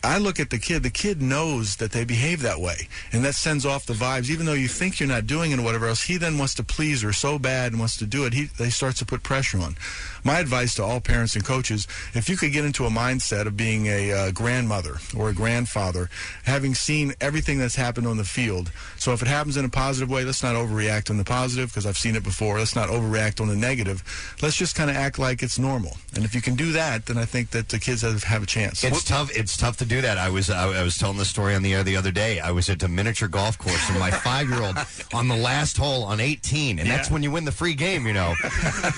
Speaker 20: I look at the kid. The kid knows that they behave that way, and that sends off the vibes. Even though you think you're not doing it and whatever else, he then wants to please her so bad and wants to do it. He they starts to put pressure on. My advice to all parents and coaches: if you could get into a mindset of being a uh, grandmother or a grandfather, having seen everything that's happened on the field. So if it happens in a positive way, let's not overreact on the positive because I've seen it before. Let's not overreact on the negative. Let's just kind of act like it's normal. And if you can do that, then I think that the kids have, have a chance.
Speaker 10: It's tough. It's tough to do that. I was I, I was telling this story on the air the other day. I was at a miniature golf course, and my five year old on the last hole on 18, and that's
Speaker 2: Yeah.
Speaker 10: when you win the free game. You know,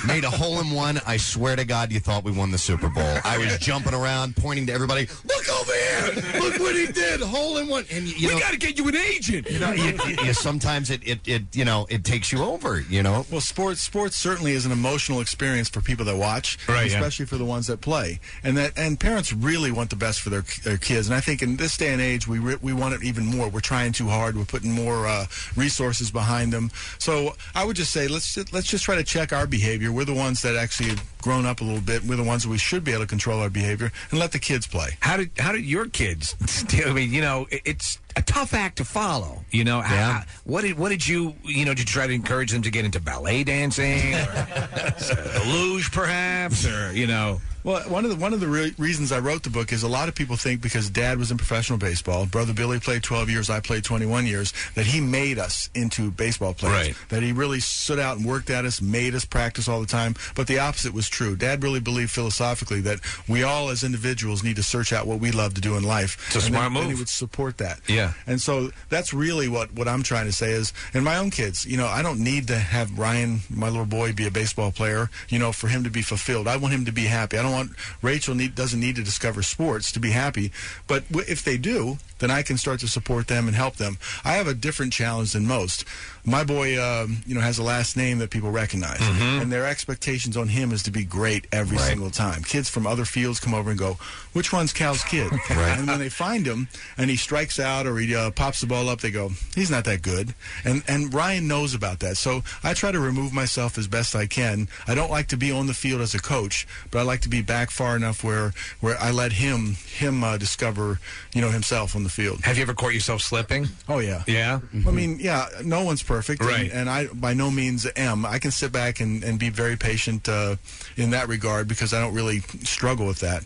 Speaker 10: made a hole in one. I swear to God, you thought we won the Super Bowl. I was jumping around, pointing to everybody. Look over here! Look what he did! Hole in one! And you, you know,
Speaker 2: to get you an agent.
Speaker 10: you know, you- you- you- sometimes it, it it you know it takes you over. You know,
Speaker 20: Well, sports sports certainly is an emotional experience for people that watch,
Speaker 10: Right, yeah.
Speaker 20: especially for the ones that play. And that and parents really want the best for their, their kids. And I think in this day and age, we re- we want it even more. We're trying too hard. We're putting more uh, resources behind them. So I would just say let's just, let's just try to check our behavior. We're the ones that actually have grown up a little bit. We're the ones that we should be able to control our behavior and let the kids play.
Speaker 5: How did how did your kids? I mean, you know, it- it's a tough act to follow. You know, how- how- what did what did you you know? Did you try to encourage them to get into ballet dancing, or the luge, perhaps, or you know?
Speaker 20: Well, one of the one of the re- reasons I wrote the book is a lot of people think because Dad was in professional baseball, brother Billy played 12 years, I played 21 years, that he made us into baseball players.
Speaker 2: Right.
Speaker 20: That he really stood out and worked at us, made us practice all the time. But the opposite was true. Dad really believed philosophically that we all as individuals need to search out what we love to do in life.
Speaker 5: It's a
Speaker 20: And
Speaker 5: smart
Speaker 20: then- then he
Speaker 5: move.
Speaker 20: would support that.
Speaker 5: Yeah.
Speaker 20: And so that's really what, what I'm trying to say is, and my own kids, you know, I don't need to have Ryan, my little boy, be a baseball player, you know, for him to be fulfilled. I want him to be happy. I don't want Rachel need, doesn't need to discover sports to be happy. But w- if they do, then I can start to support them and help them. I have a different challenge than most. My boy, um, you know, has a last name that people recognize, and their expectations on him is to be great every single time. Kids from other fields come over and go, "Which one's Cal's kid?"
Speaker 2: Right.
Speaker 20: And when they find him, and he strikes out or or he uh, pops the ball up, they go, he's not that good. And and Ryan knows about that. So I try to remove myself as best I can. I don't like to be on the field as a coach, but I like to be back far enough where where I let him him uh, discover you know himself on the field.
Speaker 5: Have you ever caught yourself slipping?
Speaker 20: Oh yeah,
Speaker 5: yeah.
Speaker 20: I mean, yeah, no one's perfect, and-
Speaker 5: Right.
Speaker 20: And, I by no means am. I can sit back and, and be very patient uh, in that regard because I don't really struggle with that.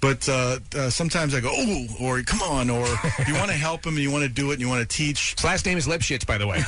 Speaker 20: But uh, uh, sometimes I go, oh, or come on, or you want to help him, and you want to do it, and you want to teach. His
Speaker 5: last name is Lipschitz, by the way.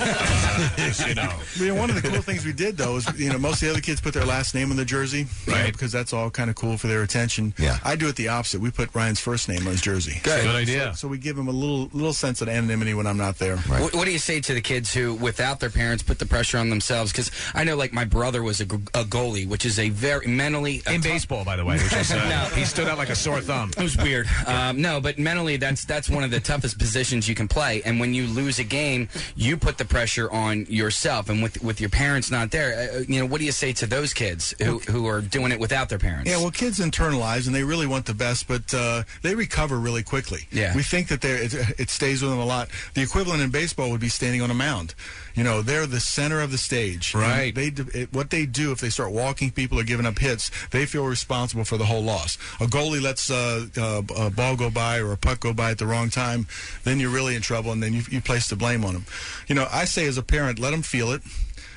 Speaker 5: Just, you know.
Speaker 20: I mean, one of the cool things we did though is you know most of the other kids put their last name on their jersey, you know,
Speaker 5: Right.
Speaker 20: because that's all kind of cool for their attention.
Speaker 5: Yeah.
Speaker 20: I do it the opposite. We put Ryan's first name on his jersey.
Speaker 7: Good.
Speaker 20: So-
Speaker 7: Good idea.
Speaker 20: So, so we give him a little little sense of anonymity when I'm not there.
Speaker 7: What, what do you say to the kids who, without their parents, put the pressure on themselves? Because I know, like, my brother was a, g- a goalie, which is a very mentally in
Speaker 5: baseball, by the way. Which is, uh, He stood out like a sore thumb.
Speaker 7: It was weird. Um, no, but mentally, that's that's one of the toughest positions you can play. And when you lose a game, you put the pressure on yourself. And with with your parents not there, uh, you know, what do you say to those kids who who are doing it without their parents?
Speaker 20: Yeah, well, kids internalize and they really want the best, but uh, they recover really quickly.
Speaker 7: Yeah.
Speaker 20: we think that they it, it stays with them a lot. The equivalent in baseball would be standing on a mound. You know, they're the center of the stage. And
Speaker 5: Right.
Speaker 20: They d- it, what they do if they start walking people or giving up hits, they feel responsible for the whole loss. A goalie lets uh, uh, a ball go by or a puck go by at the wrong time, then you're really in trouble, and then you, you place the blame on them. You know, I say as a parent, let them feel it.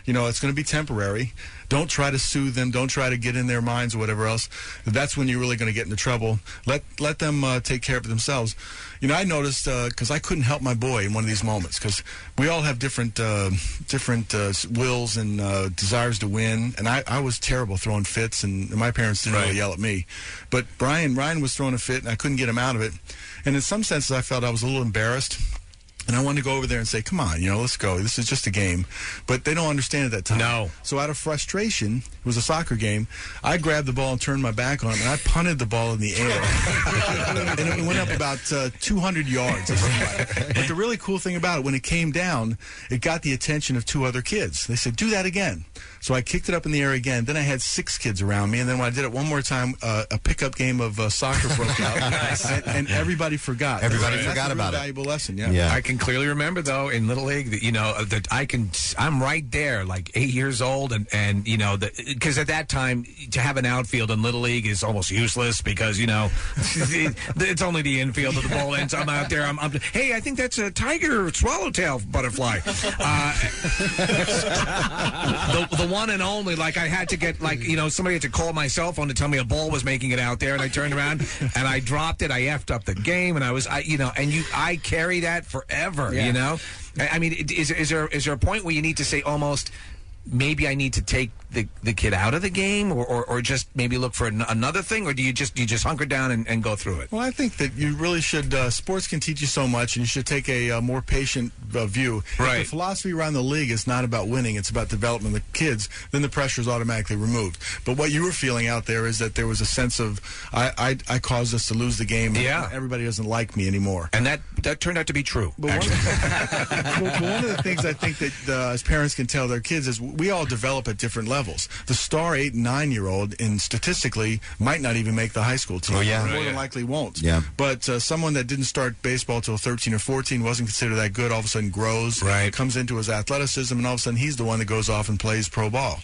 Speaker 20: You know, it's going to be temporary. Don't try to soothe them. Don't try to get in their minds or whatever else. That's when you're really going to get into trouble. Let let them uh, take care of themselves. You know, I noticed because I couldn't help my boy in one of these moments because we all have different uh, different uh, s- wills and uh, desires to win. And I, I was terrible throwing fits, and my parents didn't really yell at me. But Brian Ryan was throwing a fit, and I couldn't get him out of it. And in some senses, I felt I was a little embarrassed. And I wanted to go over there and say, come on, you know, let's go. This is just a game. But they don't understand at that time. No. So out of frustration, it was a soccer game, I grabbed the ball and turned my back on him, and I punted the ball in the air. and it went up about uh, 200 yards. or something. but the really cool thing about it, when it came down, it got the attention of two other kids. They said, do that again. So I kicked it up in the air again. Then I had six kids around me. And then when I did it one more time, uh, a pickup game of uh, soccer broke out.
Speaker 5: Nice.
Speaker 20: and, and everybody forgot.
Speaker 5: Everybody
Speaker 20: That's a
Speaker 5: forgot
Speaker 20: real
Speaker 5: about it.
Speaker 20: valuable lesson,
Speaker 5: I can clearly remember though in little league that you know uh, that I can I'm right there like 8 years old and and you know because at that time to have an outfield in little league is almost useless because you know it- it's only the infield that the ball ends I'm out there I'm, I'm hey I think that's a tiger swallowtail butterfly uh, the, the one and only. Like I had to get like you know somebody had to call my cell phone to tell me a ball was making it out there, and I turned around and I dropped it. I effed up the game, and I was I you know and you I carry that forever.
Speaker 7: Yeah.
Speaker 5: You know, I, I mean, it- is is there is there a point where you need to say almost? Maybe I need to take the, the kid out of the game, or, or, or just maybe look for an, another thing, or do you just you just hunker down and, and go through it?
Speaker 20: Well, I think that you really should. Uh, sports can teach you so much, and you should take a uh, more patient uh, view. If the
Speaker 5: Right.
Speaker 20: philosophy around the league is not about winning; it's about development of the kids. Then the pressure is automatically removed. But what you were feeling out there is that there was a sense of I I, I caused us to lose the game. and
Speaker 5: Yeah.
Speaker 20: everybody doesn't like me anymore.
Speaker 5: And that that turned out to be true. actually.
Speaker 20: well, but one of the things I think that uh, as parents can tell their kids is we all develop at different levels. The star eight and nine year old, in statistically, might not even make the high school team.
Speaker 22: Oh, yeah.
Speaker 20: more
Speaker 22: Right,
Speaker 20: than
Speaker 22: yeah.
Speaker 20: likely won't.
Speaker 22: Yeah.
Speaker 20: but uh, someone that didn't start baseball till thirteen or fourteen wasn't considered that good. All of a sudden, grows. Right, comes into his athleticism, and all of a sudden, he's the one that goes off and plays pro ball.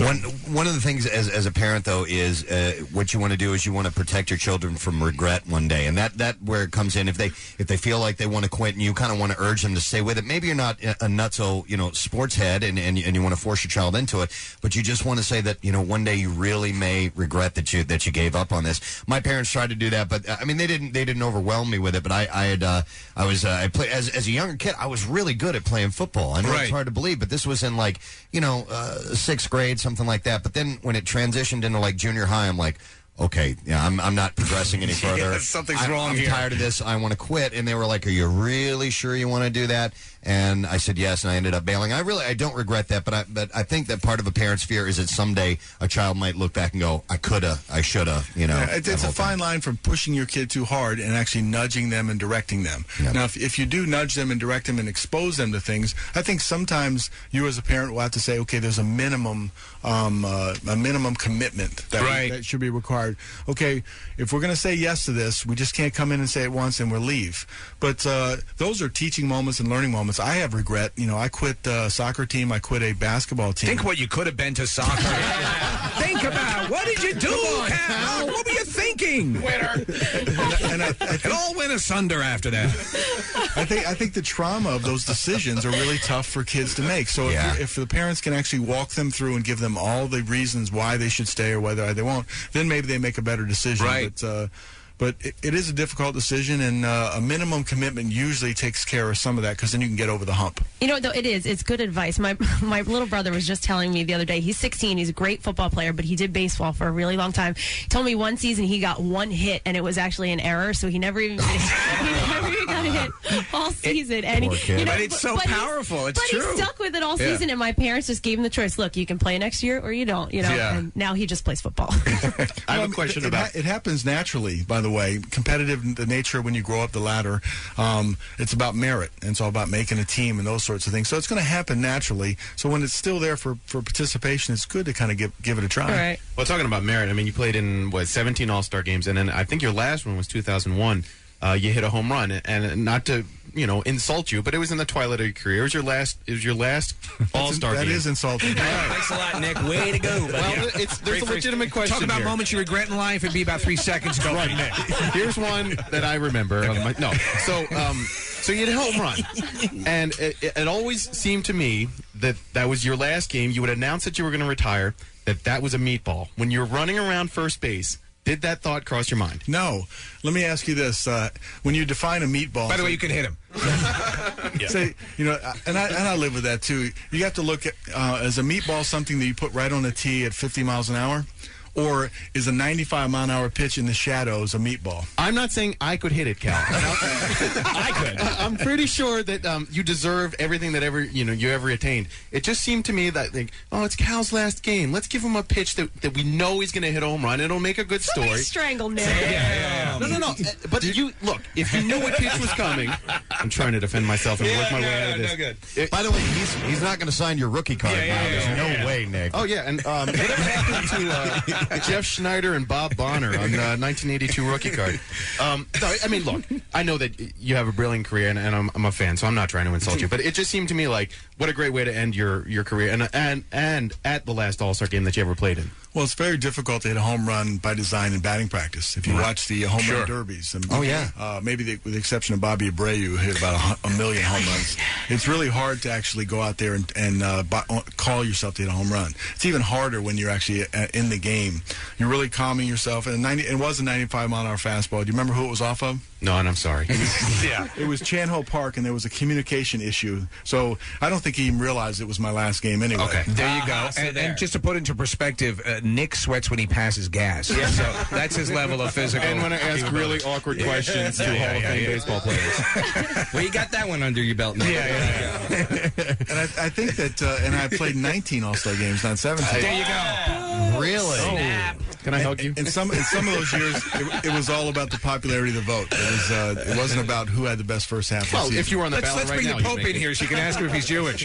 Speaker 1: one one of the things as as a parent though is uh, what you want to do is you want to protect your children from regret one day, and that that where it comes in. If they if they feel like they want to quit, and you kind of want to urge them to stay with it. Maybe you're not a a nutso you know sports head, and and, you- and you want to force your child into it, but you just want to say that you know one day you really may regret that you that you gave up on this. My parents tried to do that, but uh, I mean they didn't they didn't overwhelm me with it. But I I had uh, I was uh, I play as as a younger kid I was really good at playing football. I know it's
Speaker 5: Right.
Speaker 1: hard hard to believe, but this was in like you know uh, sixth grade, something like that. But then when it transitioned into like junior high, I'm like. Okay, yeah, I'm, I'm not progressing any
Speaker 5: Yeah,
Speaker 1: further.
Speaker 5: something's
Speaker 1: I'm,
Speaker 5: wrong
Speaker 1: I'm
Speaker 5: here."
Speaker 1: tired of this. I want to quit. And they were like, "Are you really sure you want to do that?" And I said yes, and I ended up bailing. I really, I don't regret that, but I, but I think that part of a parent's fear is that someday a child might look back and go, "I coulda, I shoulda," you know.
Speaker 20: Yeah, it-
Speaker 1: that
Speaker 20: it's a
Speaker 1: whole thing.
Speaker 20: fine line from pushing your kid too hard and actually nudging them and directing them. Now, if, if you do nudge them and direct them and expose them to things, I think sometimes you as a parent will have to say, okay, there's a minimum, um, uh, a minimum commitment that,
Speaker 5: Right.
Speaker 20: that should be required. Okay, if we're going to say yes to this, we just can't come in and say it once and we'll leave. But uh, those are teaching moments and learning moments. I have regret. You know, I quit uh, soccer team. I quit a basketball team.
Speaker 5: Think what you could have been to soccer. Think about what did you do, Cal? What were you thinking? Winner.
Speaker 20: and I, it all
Speaker 5: went asunder after that.
Speaker 20: I think I think the trauma of those decisions are really tough for kids to make. So
Speaker 1: Yeah.
Speaker 20: if, if the parents can actually walk them through and give them all the reasons why they should stay or whether they won't, then maybe they make a better decision.
Speaker 5: Right.
Speaker 20: But, uh, but it, it is a difficult decision, and uh, a minimum commitment usually takes care of some of that because then you can get over the hump.
Speaker 12: You know, though it is, it's good advice. My my little brother was just telling me the other day. He's 16. He's a great football player, but he did baseball for a really long time. He told me one season he got one hit, and it was actually an error, so he never even he never even got a hit all season. and
Speaker 5: poor
Speaker 12: he,
Speaker 5: kid.
Speaker 12: you know,
Speaker 5: But it's so
Speaker 12: but he's-
Speaker 5: powerful. It's
Speaker 12: but
Speaker 5: true.
Speaker 12: he stuck with it all
Speaker 5: Yeah.
Speaker 12: season, and my parents just gave him the choice: look, you can play next year or you don't. You know,
Speaker 20: Yeah.
Speaker 12: and now he just plays football.
Speaker 20: I have
Speaker 12: a question
Speaker 20: it,
Speaker 12: about-
Speaker 20: it. ha- It happens naturally, by the way. Competitive n- the nature when you grow up the ladder, um, it's about merit and it's all about making a team and those sorts of things. So it's going to happen naturally. So when it's still there for, for participation, it's good to kind of give give it a try.
Speaker 6: Well, talking about merit, I mean, you played in what 17 All Star games, and then I think your last one was 2001. Uh, you hit a home run, and not to you know insult you, but it was in the twilight of your career. It was your last. It was your last All Star.
Speaker 20: that
Speaker 6: game.
Speaker 20: is insulting.
Speaker 5: Thanks a lot, Nick. Way to go. buddy.
Speaker 6: Well, it's- there's a legitimate question
Speaker 5: Talk about
Speaker 6: here.
Speaker 5: moments you regret in life. It'd be about three seconds ago. Right,
Speaker 6: Here's one that I remember. on my- no, so um, so you hit a home run, and it, it it always seemed to me that that was your last game. You would announce that you were going to retire. That that was a meatball. When you're running around first base, did that thought cross your mind?
Speaker 20: No. Let me ask you this: uh, When you define a meatball,
Speaker 5: By the way, you can hit him.
Speaker 20: Say, you know, and I, and I live with that too. You have to look at uh, as a meatball something that you put right on the tee at 50 miles an hour, or is a 95 mile an hour pitch in the shadows a meatball?
Speaker 6: I'm not saying I could hit it, Cal. I could. I'm pretty sure that um, you deserve everything that ever you know you ever attained. It just seemed to me that like, oh, it's Cal's last game. Let's give him a pitch that, that we know he's going to hit a home run. It'll make a good story.
Speaker 12: strangled Nick.
Speaker 6: No, no, no. Uh, But you look. If you knew what pitch was coming, I'm trying to defend myself and work my way out of this.
Speaker 1: By the way, he's he's not going to sign your rookie card. now. There's no way, Nick.
Speaker 6: Oh yeah, and um, whatever happened to uh, Jeff Schneider and Bob Bonner on the 1982 rookie card? Um, no, I mean, look, I know that you have a brilliant career, and, and I'm, I'm a fan, so I'm not trying to insult you, but it just seemed to me like what a great way to end your, your career, and and and at the last All Star game that you ever played in.
Speaker 20: Well, it's very difficult to hit a home run by design in batting practice. If you
Speaker 6: Right.
Speaker 20: watch the uh, home
Speaker 6: Sure.
Speaker 20: run derbies,
Speaker 6: Oh, yeah.
Speaker 20: uh, maybe the, with the exception of Bobby Abreu, who hit about a, hu- a million home runs. It's really hard to actually go out there and, and uh, bo- call yourself to hit a home run. It's even harder when you're actually uh, in the game. You're really calming yourself. And 90, it was a 95 mile an hour fastball. Do you remember who it was off of?
Speaker 6: No, and I'm sorry.
Speaker 20: yeah. It was Chan Ho Park, and there was a communication issue. So I don't think he even realized it was my last game anyway. Uh,
Speaker 5: Okay, Ah, there you go. and, and just to put into perspective, uh, Nick sweats when he passes gas.
Speaker 20: Yeah.
Speaker 5: So that's his level of physical.
Speaker 6: And when I ask really
Speaker 5: capability.
Speaker 6: awkward
Speaker 5: Yeah.
Speaker 6: questions to
Speaker 5: Yeah,
Speaker 6: Hall of
Speaker 5: yeah,
Speaker 6: Fame
Speaker 5: yeah.
Speaker 6: baseball players.
Speaker 7: well, you got that one under your belt. Now. Yeah, yeah,
Speaker 20: and I, I think that, uh, and I played 19 All Star games, not 17.
Speaker 5: There you go. Oh.
Speaker 20: Really?
Speaker 1: Oh.
Speaker 6: Can I hug you?
Speaker 20: In some in some of those years, it, it was all about the popularity of the vote. It was uh, it wasn't about who had the best first half. of the season.
Speaker 5: let's, let's bring the Pope in here so you can ask him if he's Jewish.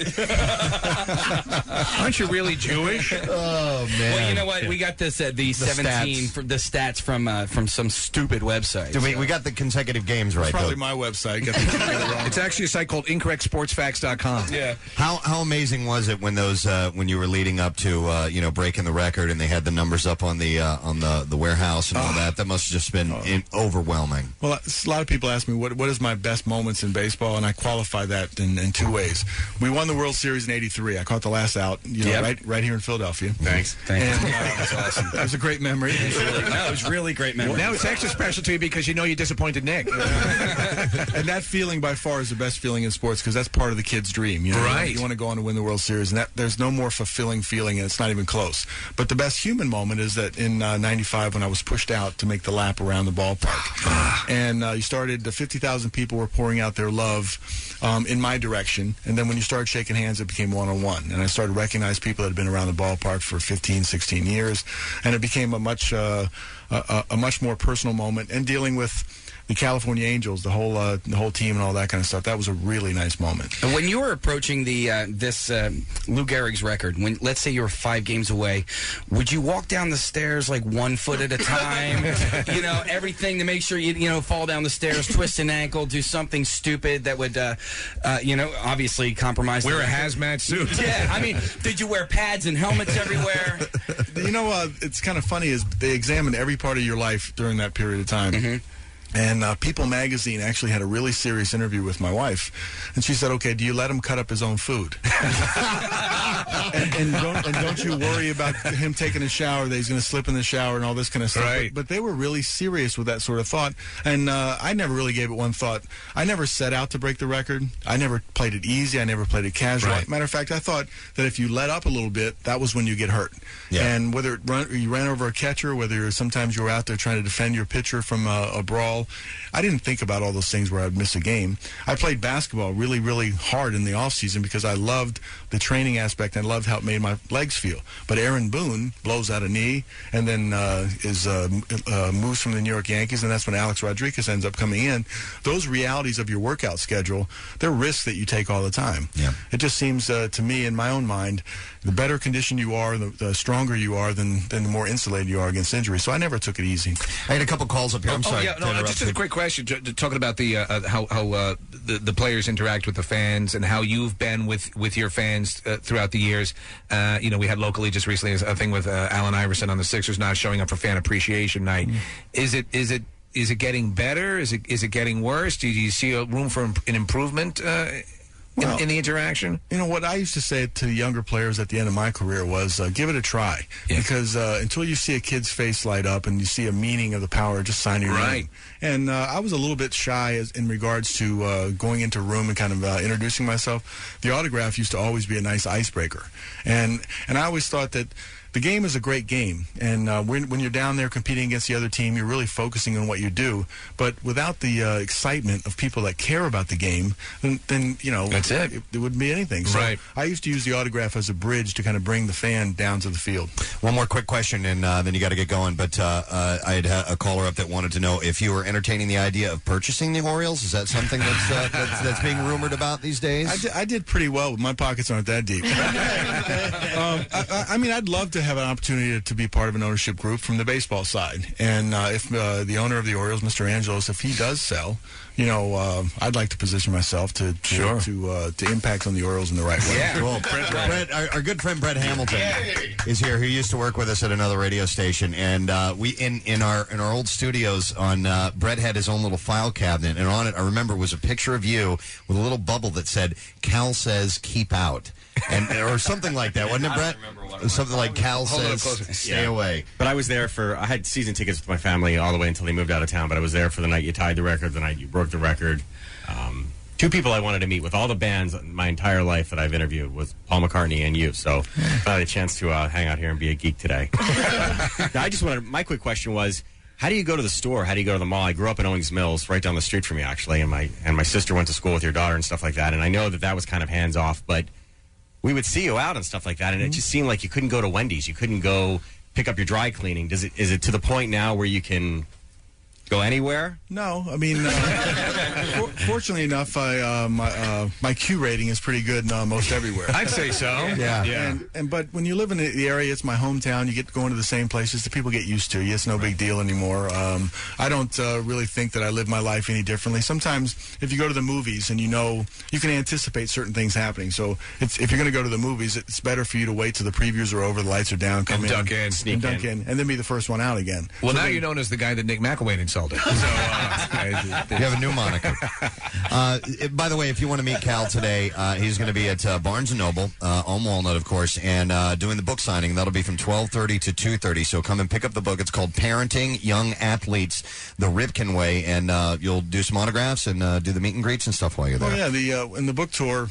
Speaker 5: Aren't you really Jewish?
Speaker 7: Oh
Speaker 5: man.
Speaker 7: Well, you know what? We got this at the,
Speaker 5: The
Speaker 7: 17
Speaker 5: stats.
Speaker 7: for the stats from uh, from some stupid website.
Speaker 1: Dude, we, we got the consecutive games
Speaker 7: That's
Speaker 1: right.
Speaker 7: probably
Speaker 1: though.
Speaker 20: my website.
Speaker 5: it's actually a site called incorrectsportsfacts.com. Yeah.
Speaker 1: How how amazing was it when those uh, when you were leading up to uh, you know breaking the record and they had the numbers up on the uh, on the, the warehouse and all that? That must have just been in, overwhelming.
Speaker 20: Well, it's- a lot of people ask me what what is my best moments in baseball, and I qualify that in, in two ways. We won the World Series in '83. I caught the last out, you know,
Speaker 5: Yep.
Speaker 20: right right here in Philadelphia.
Speaker 7: Thanks,
Speaker 20: And, uh, That was a great memory.
Speaker 7: no, it was really great memory.
Speaker 5: Now it's extra special to you because you know you disappointed Nick.
Speaker 20: and that feeling by far is the best feeling in sports because that's part of the kid's dream. You know?
Speaker 5: Right.
Speaker 20: You want to go on to win the World Series, and that, there's no more fulfilling feeling, and it's not even close. But the best human moment is that in in uh, 95 when I was pushed out to make the lap around the ballpark. and uh, you started, the 50,000 people were pouring out their love um, in my direction. And then when you started shaking hands, it became one on one. And I started to recognize people that had been around the ballpark for 15, 16 years. And it became a much, uh, a, a a much more personal moment. And dealing with the California Angels, the whole, uh, the whole team, and all that kind of stuff, that was a really nice moment.
Speaker 7: And when you were approaching the uh, this um, Lou Gehrig's record, when let's say you were five games away, would you walk down the stairs like one foot at a time? you know everything to make sure you you know fall down the stairs, twist an ankle, do something stupid that would uh, uh, you know obviously compromise. the
Speaker 5: Wear a
Speaker 7: record?
Speaker 5: hazmat suit.
Speaker 7: Yeah, I mean, did you wear pads and helmets everywhere?
Speaker 20: you know, uh, it's kind of funny is they examined every part of your life during that period of time. And uh, People Magazine actually had a really serious interview with my wife, and she said, "Okay, do you let him cut up his own food? and, and, don't, and don't you worry about him taking a shower that he's going to slip in the shower and all this kind of stuff." But, but they were really serious with that sort of thought, and uh, I never really gave it one thought. I never set out to break the record. I never played it easy. I never played it casual.
Speaker 1: Right.
Speaker 20: Matter of fact, I thought that if you let up a little bit, that was when you get hurt.
Speaker 1: Yeah.
Speaker 20: And whether it run, you ran over a catcher, whether you're, sometimes you were out there trying to defend your pitcher from a, a brawl, I didn't think about all those things where I'd miss a game. I played basketball really, really hard in the off season because I loved the training aspect and I loved how it made my legs feel. But Aaron Boone blows out a knee and then uh, is uh, m- uh, moves from the New York Yankees, and that's when Alex Rodriguez ends up coming in. Those realities of your workout schedule, they're risks that you take all the time. Yeah. It just seems uh, to me, in my own mind, the better conditioned you are, the, the stronger you are, then, then the more insulated you are against injury. So I never took it easy. I had a couple calls up here.
Speaker 5: oh, yeah, no, just a quick question. ju- ju- Talking about the uh, uh, how how uh, the, the players interact with the fans and how you've been with with your fans uh, throughout the years. Uh, you know, we had locally just recently a thing with uh, Allen Iverson on the Sixers not showing up for fan appreciation night.
Speaker 7: Mm.
Speaker 5: Is it is it is it getting better? Is it is it getting worse? Do you see a room for imp- an improvement? Uh, in, in the interaction?
Speaker 20: You know, what I used to say to the younger players at the end of my career was uh, give it a try. Because uh, until you see a kid's face light up and you see a meaning of the power, just sign your
Speaker 5: Right.
Speaker 20: name. And uh, I was a little bit shy as, in regards to uh, going into a room and kind of uh, introducing myself. The autograph used to always be a nice icebreaker. And, and I always thought that. The game is a great game, and uh, when, when you're down there competing against the other team, you're really focusing on what you do. But without the uh, excitement of people that care about the game, then, then you know
Speaker 5: That's it.
Speaker 20: it, it wouldn't be anything. So
Speaker 5: Right.
Speaker 20: I used to use the autograph as a bridge to kind of bring the fan down to the field.
Speaker 1: One more quick question, and uh, then you got to get going. But uh, uh, I had ha- a caller up that wanted to know if you were entertaining the idea of purchasing the Orioles. Is that something that's uh, that's, that's being rumored about these days?
Speaker 20: I did, I did pretty well, but my pockets aren't that deep. um, I, I- I mean, I'd love to have an opportunity to, to be part of an ownership group from the baseball side. And uh, if uh, the owner of the Orioles, Mr. Angelos, if he does sell, you know, uh, I'd like to position myself to to to, uh, to impact on the Orioles in the right way.
Speaker 1: Well, Brett, Brett- our, our good friend Brett Hamilton is here, who used to work with us at another radio station, and uh, we in in our in our old studios on uh, Brett had his own little file cabinet, and on it I remember was a picture of you with a little bubble that said "Cal says keep out." And or something like that, wasn't it, Brett? something like Cal says, "Stay
Speaker 22: Yeah.
Speaker 1: away."
Speaker 22: But I was there for I had season tickets with my family all the way until they moved out of town. But I was there for the night you tied the record, the night you broke the record. Um, two people I wanted to meet with all the bands in my entire life that I've interviewed was Paul McCartney and you. So I had a chance to uh, hang out here and be a geek today. Now, I just wanted my quick question was how do you go to the store? How do you go to the mall? I grew up in Owings Mills, right down the street from you, actually, and my and my sister went to school with your daughter and stuff like that. And I know that that was kind of hands off, but we would see you out and stuff like that, and it just seemed like you couldn't go to Wendy's, you couldn't go pick up your dry cleaning. Does it is it to the point now where you can go anywhere?
Speaker 20: No, I mean, uh, for, fortunately enough, I, uh, my uh, my Q rating is pretty good in almost everywhere.
Speaker 5: I'd say so.
Speaker 20: Yeah,
Speaker 5: Yeah.
Speaker 20: And, and but when you live in the- the area, it's my hometown. You get going to the same places. The people get used to you. It's no big deal anymore. Um, I don't uh, really think that I live my life any differently. Sometimes, if you go to the movies and you know you can anticipate certain things happening, so it's, if you're going to go to the movies, it's better for you to wait till the previews are over, the lights are down, come
Speaker 5: And
Speaker 20: in,
Speaker 5: duck in, sneak
Speaker 20: and dunk
Speaker 5: in.
Speaker 20: in. and then be the first one out again.
Speaker 5: Well,
Speaker 20: So
Speaker 5: now
Speaker 20: then-
Speaker 5: you're known as the guy that Nick McElwain insulted. So, uh,
Speaker 1: You have a new moniker. Uh, it- by the way, if you want to meet Cal today, uh, he's going to be at uh, Barnes and Noble uh, on Walnut, of course, and uh, doing the book signing. That'll be from twelve thirty to two thirty. So come and pick up the book. It's called "Parenting Young Athletes: The Ripken Way," and uh, you'll do some autographs and uh, do the meet and greets and stuff while you're there.
Speaker 20: Oh yeah, the uh, in the book tour.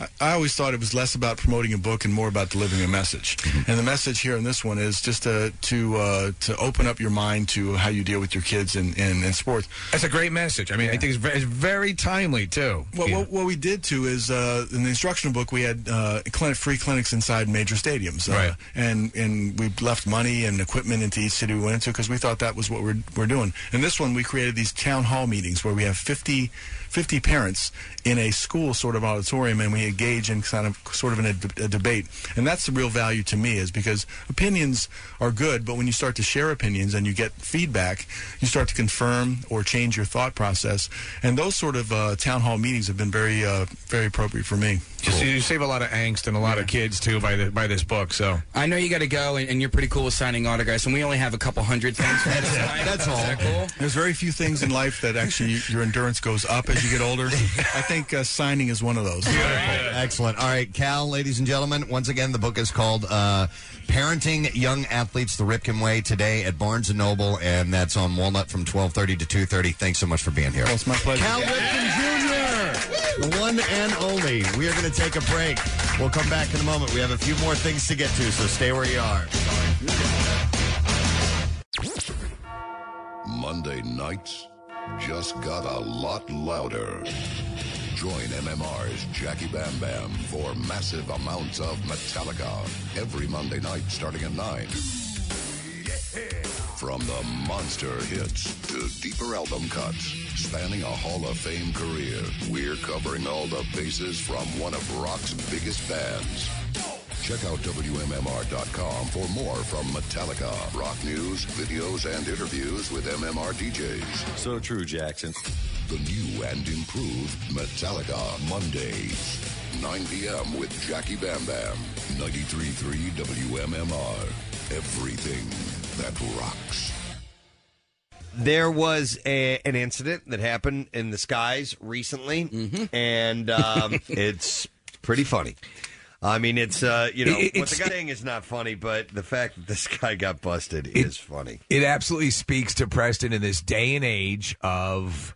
Speaker 20: I, I always thought it was less about promoting a book and more about delivering a message.
Speaker 2: Mm-hmm.
Speaker 20: And the message here in this one is just to to uh, to open up your mind to how you deal with your kids in, in, in sports.
Speaker 2: That's a great message. I mean, I think it's very, it's very timely too.
Speaker 20: What,
Speaker 2: Yeah.
Speaker 20: what, what we did too is uh, in the instructional book we had uh, clinic, free clinics inside major stadiums, uh,
Speaker 2: Right.
Speaker 20: And and we left money and equipment into each city we went into because we thought that was what we're we're doing. And this one we created these town hall meetings where we have 50, 50 parents in a school sort of auditorium and we engage in kind of sort of in a, d- a debate. And that's the real value to me is because opinions are good, but when you start to share opinions and you get feedback, you start to confirm or change your thought process. And those sort of uh, town hall meetings have been very uh, very appropriate for me.
Speaker 2: Just, you save a lot of angst and a lot of kids too by the, by this book. So
Speaker 17: I know you got to go, and, and you're pretty cool with signing autographs, and we only have a couple hundred things. For this time.
Speaker 20: That's all. There's very few things in life that actually your endurance goes up as you get older. I think uh, signing is one of those.
Speaker 4: Excellent. All right, Cal, ladies and gentlemen, once again, the book is called uh, "Parenting Young Athletes the Ripken Way" today at Barnes and Noble, and that's on Walnut from twelve thirty to two thirty. Thanks so much for being here.
Speaker 20: it's my pleasure.
Speaker 4: Cal Ripken Jr., the one and only. We are going to take a break. We'll come back in a moment. We have a few more things to get to, so stay where you are.
Speaker 15: Monday nights just got a lot louder. Join MMR's Jackie Bam Bam for massive amounts of Metallica every Monday night starting at 9. From the monster hits to deeper album cuts, spanning a Hall of Fame career, we're covering all the bases from one of rock's biggest bands. Check out WMMR.com for more from Metallica, rock news, videos, and interviews with MMR DJs. So true, Jackson. The new and improved Metallica Mondays. 9 p.m. with Jackie Bam Bam. 93.3 WMMR. Everything that rocks.
Speaker 1: There was a, an incident that happened in the skies recently,
Speaker 5: Mm-hmm.
Speaker 1: and um, it's pretty funny. I mean, it's uh, you know
Speaker 5: It-
Speaker 1: what the
Speaker 5: it's-
Speaker 1: guy saying is not funny, but the fact that this guy got busted is funny.
Speaker 5: It absolutely speaks to Preston in this day and age of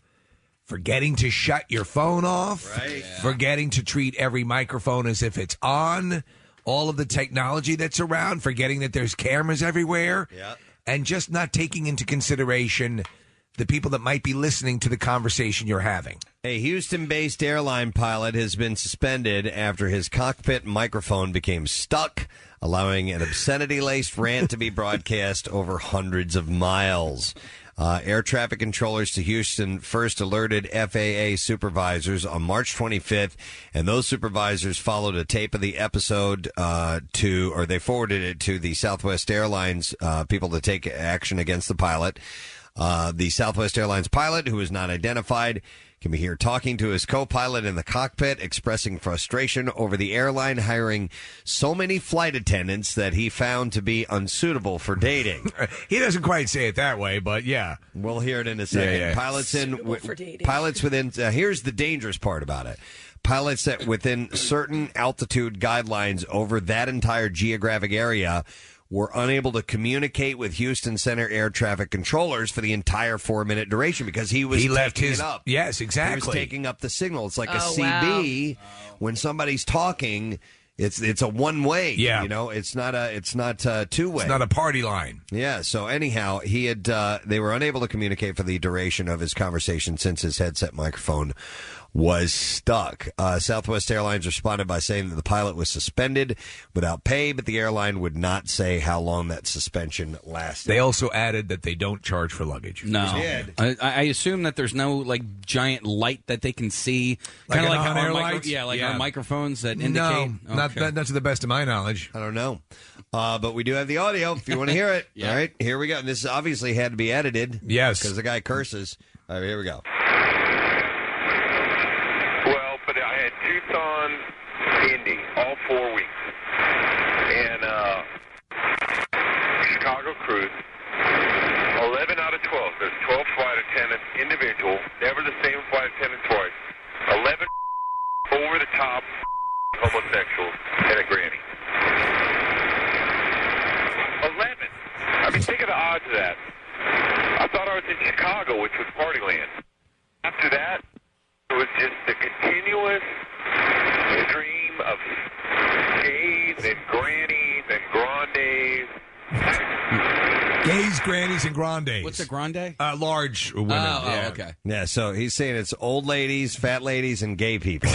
Speaker 5: forgetting to shut your phone off,
Speaker 1: Right.
Speaker 5: forgetting to treat every microphone as if it's on, all of the technology that's around, forgetting that there's cameras everywhere,
Speaker 1: Yeah.
Speaker 5: and just not taking into consideration the people that might be listening to the conversation you're having.
Speaker 1: A Houston based airline pilot has been suspended after his cockpit microphone became stuck, allowing an obscenity laced rant to be broadcast over hundreds of miles. Uh, air traffic controllers to Houston first alerted FAA supervisors on March 25th, and those supervisors followed a tape of the episode uh, to, or they forwarded it to the Southwest Airlines uh, people to take action against the pilot. Uh, the Southwest Airlines pilot, who is not identified, can be here talking to his co pilot in the cockpit, expressing frustration over the airline hiring so many flight attendants that he found to be unsuitable for dating.
Speaker 5: he doesn't quite say it that way, but yeah.
Speaker 1: We'll hear it in a second.
Speaker 5: Yeah, yeah.
Speaker 1: Pilots in
Speaker 5: Suitable
Speaker 1: wi-
Speaker 5: for dating.
Speaker 1: pilots within uh, here's the dangerous part about it. Pilots that within certain altitude guidelines over that entire geographic area were unable to communicate with Houston Center air traffic controllers for the entire four minute duration because he was
Speaker 5: He left
Speaker 1: taking
Speaker 5: his-
Speaker 1: it up.
Speaker 5: yes,
Speaker 1: He
Speaker 5: exactly.
Speaker 1: was taking up the signal. It's like a
Speaker 5: Oh,
Speaker 1: CB when somebody's talking. It's it's a one way.
Speaker 5: Yeah.
Speaker 1: you know it's not a it's not uh, two way.
Speaker 5: It's not a party line.
Speaker 1: Yeah. So anyhow, he had uh, they were unable to communicate for the duration of his conversation since his headset microphone was stuck. Uh, Southwest Airlines responded by saying that the pilot was suspended without pay, but the airline would not say how long that suspension lasted.
Speaker 5: They also added that they don't charge for luggage.
Speaker 7: No, I, I assume that there's no like giant light that they can see,
Speaker 5: Like
Speaker 7: Kinda
Speaker 5: an
Speaker 7: our
Speaker 5: on-air
Speaker 7: micro-
Speaker 5: lights?
Speaker 7: yeah, like
Speaker 5: Yeah.
Speaker 7: our microphones that indicate.
Speaker 5: No, not,
Speaker 7: Okay.
Speaker 5: not, not to the best of my knowledge.
Speaker 1: I don't know. Uh, but we do have the audio if you want to hear it. All right, here we go. And this obviously had to be edited.
Speaker 5: Yes.
Speaker 1: Because the guy curses. All right, here we go.
Speaker 23: Well, but I had Tucson, Indy, all four weeks, and uh, Chicago cruise. Eleven out of twelve. There's twelve flight attendants, individual, never the same flight attendant twice. Eleven over the top homosexuals and a granny. Eleven. I mean, think of the odds of that. I thought I was in Chicago, which was party land. After that, it was just the continuous stream of gays and grannies and grandes.
Speaker 5: Gays, grannies, and grandes. What's
Speaker 7: a grande?
Speaker 5: Uh, large women.
Speaker 7: Oh, oh,
Speaker 5: yeah.
Speaker 7: okay.
Speaker 1: Yeah, so he's saying it's old ladies, fat ladies, and gay people.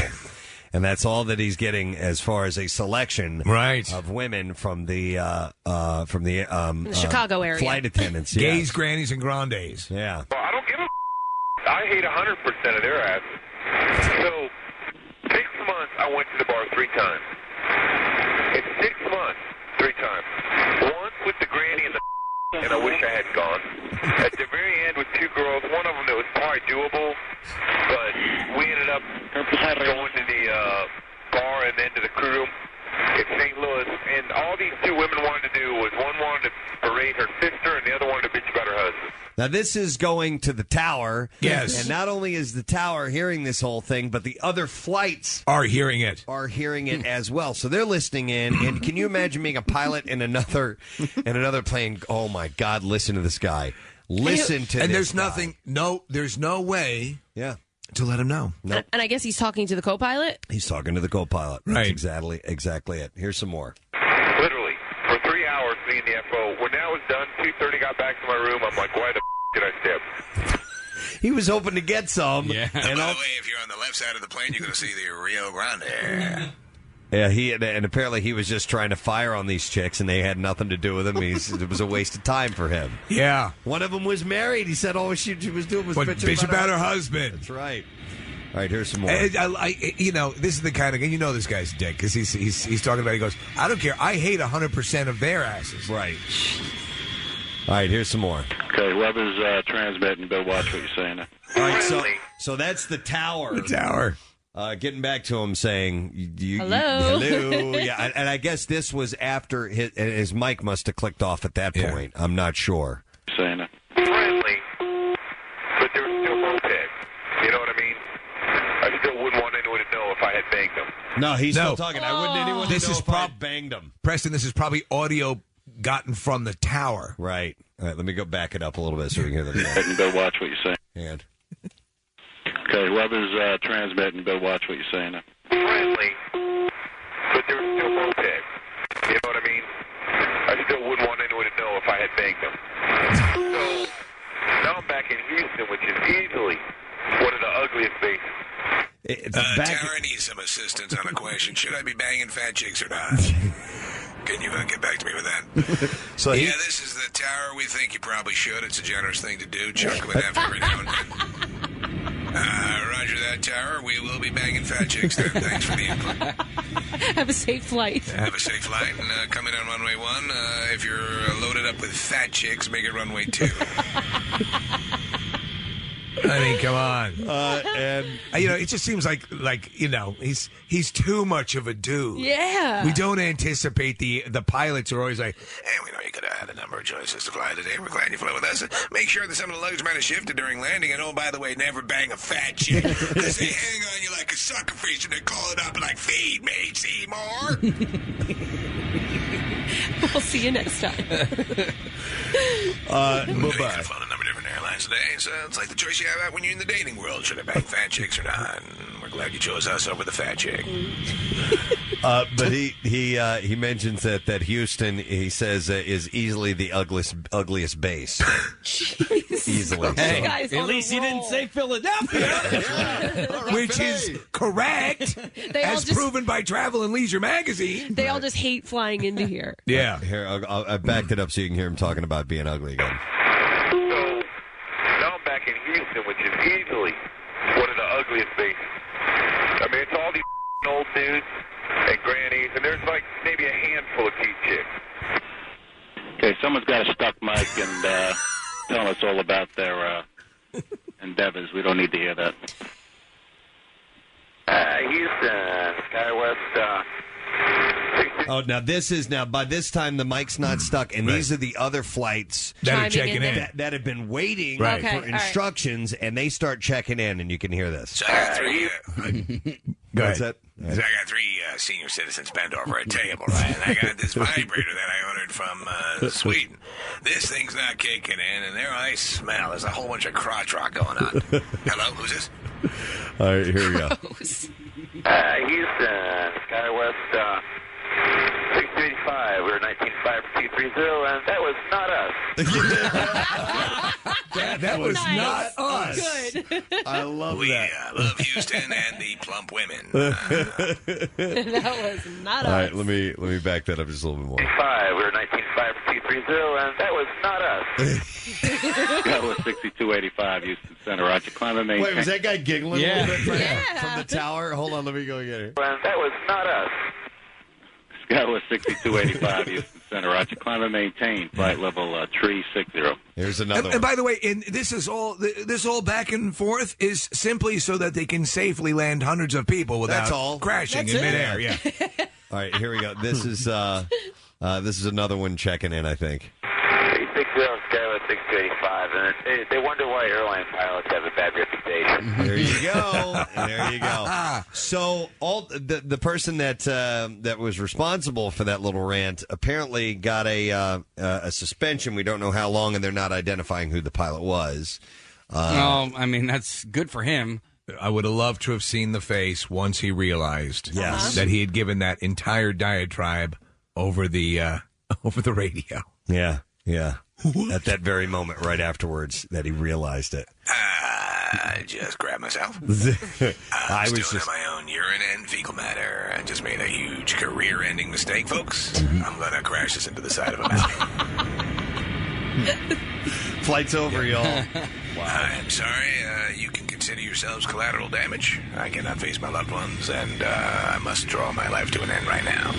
Speaker 1: and that's all that he's getting as far as a selection
Speaker 5: right.
Speaker 1: of women from the uh, uh, from the, um,
Speaker 8: The
Speaker 1: uh,
Speaker 8: Chicago area.
Speaker 1: flight attendants. yeah.
Speaker 5: Gays, grannies, and grandes.
Speaker 1: Yeah.
Speaker 23: Well, I don't give a. I hate 100% of their asses. So, six months I went to the bar three times. In six months, three times. Once with the granny and the. And I wish I had gone. At the very end with two girls, one of them that was probably doable, but we ended up going to the uh, bar and then to the crew room in St. Louis. And all these two women wanted to do was one wanted to berate her sister and the other wanted to bitch about her husband.
Speaker 1: Now this is going to the tower.
Speaker 5: Yes.
Speaker 1: And not only is the tower hearing this whole thing, but the other flights
Speaker 5: Are hearing it.
Speaker 1: are hearing it as well. So they're listening in. And can you imagine being a pilot in another in another plane? Oh my God! Listen to this guy. Listen to
Speaker 5: And
Speaker 1: this
Speaker 5: there's
Speaker 1: guy.
Speaker 5: nothing. No, there's no way.
Speaker 1: Yeah.
Speaker 5: To let him know.
Speaker 1: Nope.
Speaker 8: And I guess he's talking to the co-pilot.
Speaker 1: He's talking to the co-pilot. That's exactly exactly it. Here's some more.
Speaker 23: Literally, for three hours, me and the FO. When that was done, 2.30 got back to my room. I'm like, why the did I step?
Speaker 1: He was hoping to get some. Yeah.
Speaker 2: And
Speaker 1: And
Speaker 2: by
Speaker 1: all,
Speaker 2: the way, if you're on the left side of the plane, you're going to see the Rio Grande.
Speaker 1: yeah. He and, and apparently he was just trying to fire on these chicks, and they had nothing to do with him. He's, it was a waste of time for him.
Speaker 5: Yeah.
Speaker 1: One of them was married. He said all she, she was doing was
Speaker 5: But
Speaker 1: bitching
Speaker 5: bitch about her husband.
Speaker 1: That's right. All right, here's some more.
Speaker 5: I, I, I- you know, this is the kind of and you know this guy's dick because he's, he's he's talking about. He goes, I don't care. I hate hundred percent of their asses.
Speaker 1: Right. All right, here's some more.
Speaker 3: Okay, Weber's uh, transmitting. Better watch what you're saying.
Speaker 1: All right, so so that's the tower. The
Speaker 5: tower.
Speaker 1: Uh, getting back to him saying, you, you-
Speaker 3: Hello.
Speaker 1: hello, yeah, and, and I guess this was after his, and his mic must have clicked off at that point. I'm not sure.
Speaker 3: Saying it.
Speaker 23: Friendly, but they were still mopeds. You know what I mean? I still wouldn't want anyone to know if I had banged them.
Speaker 1: No, he's
Speaker 5: no.
Speaker 1: still talking. I wouldn't anyone
Speaker 5: This
Speaker 1: know
Speaker 5: is
Speaker 1: if I had
Speaker 5: prob-
Speaker 1: banged him.
Speaker 5: Preston, this is probably audio gotten from the tower.
Speaker 1: Right. All right, let me go back it up a little bit so we can hear the.
Speaker 3: Better watch what you're saying.
Speaker 1: And
Speaker 3: Okay, Weber's uh, transmitting. Better watch what you're saying.
Speaker 23: Friendly, but they were still mopeds. You know what I mean? I still wouldn't want anyone to know if I had banged them. So now I'm back in Houston, which is easily one of the ugliest bases.
Speaker 2: Uh, Tara needs some assistance on a question. Should I be banging fat chicks or not? Can you uh, get back to me with that?
Speaker 1: So
Speaker 2: yeah,
Speaker 1: he-
Speaker 2: this is the tower. We think you probably should. It's a generous thing to do. Chuck with F every now and then. Uh, roger that, Tower. We will be banging fat chicks then. Thanks for the input.
Speaker 8: Have a safe flight.
Speaker 2: Have a safe flight and uh, coming on runway one. Uh, if you're uh, loaded up with fat chicks, make it runway two.
Speaker 5: I mean, come on.
Speaker 1: Uh, and
Speaker 5: you know, it just seems like like you know he's he's too much of a dude.
Speaker 2: Yeah.
Speaker 5: We don't anticipate the the pilots are always like,
Speaker 2: Hey, we know you could have had a number of choices to fly today. We're glad you flew with us. Make sure that some of the luggage might have shifted during landing. And oh, by the way, never bang a fat chick. they say hang on you like a sucker fish, and they call it up like feed me, Seymour.
Speaker 8: we'll see you next time.
Speaker 1: Uh,
Speaker 2: bye bye. flown a number of different airlines today, so it's like the choice you have out when you're in the dating world. Should I bang fat chicks or not? And we're glad you chose us over the fat chick.
Speaker 1: Uh, but he he uh, he mentions that that Houston he says uh, is easily the ugliest ugliest base. easily. So-
Speaker 7: at least you didn't say Philadelphia,
Speaker 5: which is correct,
Speaker 8: They all
Speaker 5: as
Speaker 8: just-
Speaker 5: proven by Travel and Leisure magazine.
Speaker 8: They all just hate flying into here.
Speaker 5: Yeah.
Speaker 1: Uh, Here, I'll, I'll, I backed it up so you can hear him talking about being ugly again.
Speaker 23: So now I'm back in Houston, which is easily one of the ugliest bases. I mean, it's all these old dudes and grannies, and there's like maybe a handful of cute chicks.
Speaker 3: Okay, someone's got a stuck mic and uh, tell us all about their uh, endeavors. We don't need to hear that.
Speaker 23: Uh, Houston, Skywest. Uh,
Speaker 1: Oh, now this is now by this time the mic's not stuck, and these are the other flights
Speaker 5: That are Chiming checking in in.
Speaker 1: that, that have been waiting
Speaker 5: Right. Okay, all
Speaker 1: for
Speaker 5: right.
Speaker 1: instructions, and they start checking in, and you can hear this.
Speaker 2: three.
Speaker 1: Go ahead.
Speaker 2: So I got three uh, senior citizens bent over a table, right? And I got this vibrator that I ordered from uh, Sweden. This thing's not kicking in, and there I smell. There's a whole bunch of crotch rock going on. Hello, who's this?
Speaker 1: All right, here we go.
Speaker 23: Uh, Houston, Skywest uh, 635, we were 195 for 230, and that was not us.
Speaker 5: that, that was
Speaker 23: Nice.
Speaker 5: not us.
Speaker 23: Good.
Speaker 5: I love
Speaker 17: we,
Speaker 5: that.
Speaker 17: uh, love Houston and the plump women.
Speaker 23: that was
Speaker 1: All
Speaker 23: not
Speaker 1: right, let me let me back that up just a little bit more.
Speaker 23: Five, we were 195 for 230, and that was not us.
Speaker 3: That was 6285 Houston Center. Roger, climb and maintain.
Speaker 1: Wait, was that guy giggling a
Speaker 3: Yeah.
Speaker 1: little bit from,
Speaker 3: Yeah.
Speaker 1: from the tower? Hold on, let me go get it.
Speaker 23: That was not us.
Speaker 3: That was 6285 Houston Center. Roger, climb and maintain. Flight level uh, tree 60.
Speaker 1: Here's
Speaker 5: And, and by the way, and this is all th- this all back and forth is simply so that they can safely land hundreds of people without
Speaker 1: That's all.
Speaker 5: crashing
Speaker 1: That's
Speaker 5: in
Speaker 1: it.
Speaker 5: midair. Yeah.
Speaker 1: All right, here we go. This is uh, uh, this is another one checking in. I think.
Speaker 23: 360 Skywest 6285, and they, they wonder why airline pilots have a bad reputation.
Speaker 1: There you go. there you go. So all the the person that uh, that was responsible for that little rant apparently got a uh, uh, a suspension. We don't know how long, and they're not identifying who the pilot was.
Speaker 5: Oh.
Speaker 1: Uh,
Speaker 7: well, I mean, that's good for him.
Speaker 5: I would have loved to have seen the face once he realized
Speaker 7: Uh-huh.
Speaker 1: Yes.
Speaker 5: that he had given that entire diatribe over the uh, over the radio.
Speaker 1: Yeah, yeah. At that very moment, right afterwards, that he realized it.
Speaker 17: I just grabbed myself.
Speaker 1: I was
Speaker 17: Doing
Speaker 1: just
Speaker 17: my own urine and fecal matter. I just made a huge career-ending mistake, folks.
Speaker 1: Mm-hmm.
Speaker 17: I'm gonna crash this into the side of a mountain.
Speaker 1: flight's over, y'all.
Speaker 17: I'm sorry. Uh, you can consider yourselves collateral damage. I cannot face my loved ones, and uh, I must draw my life to an end right now.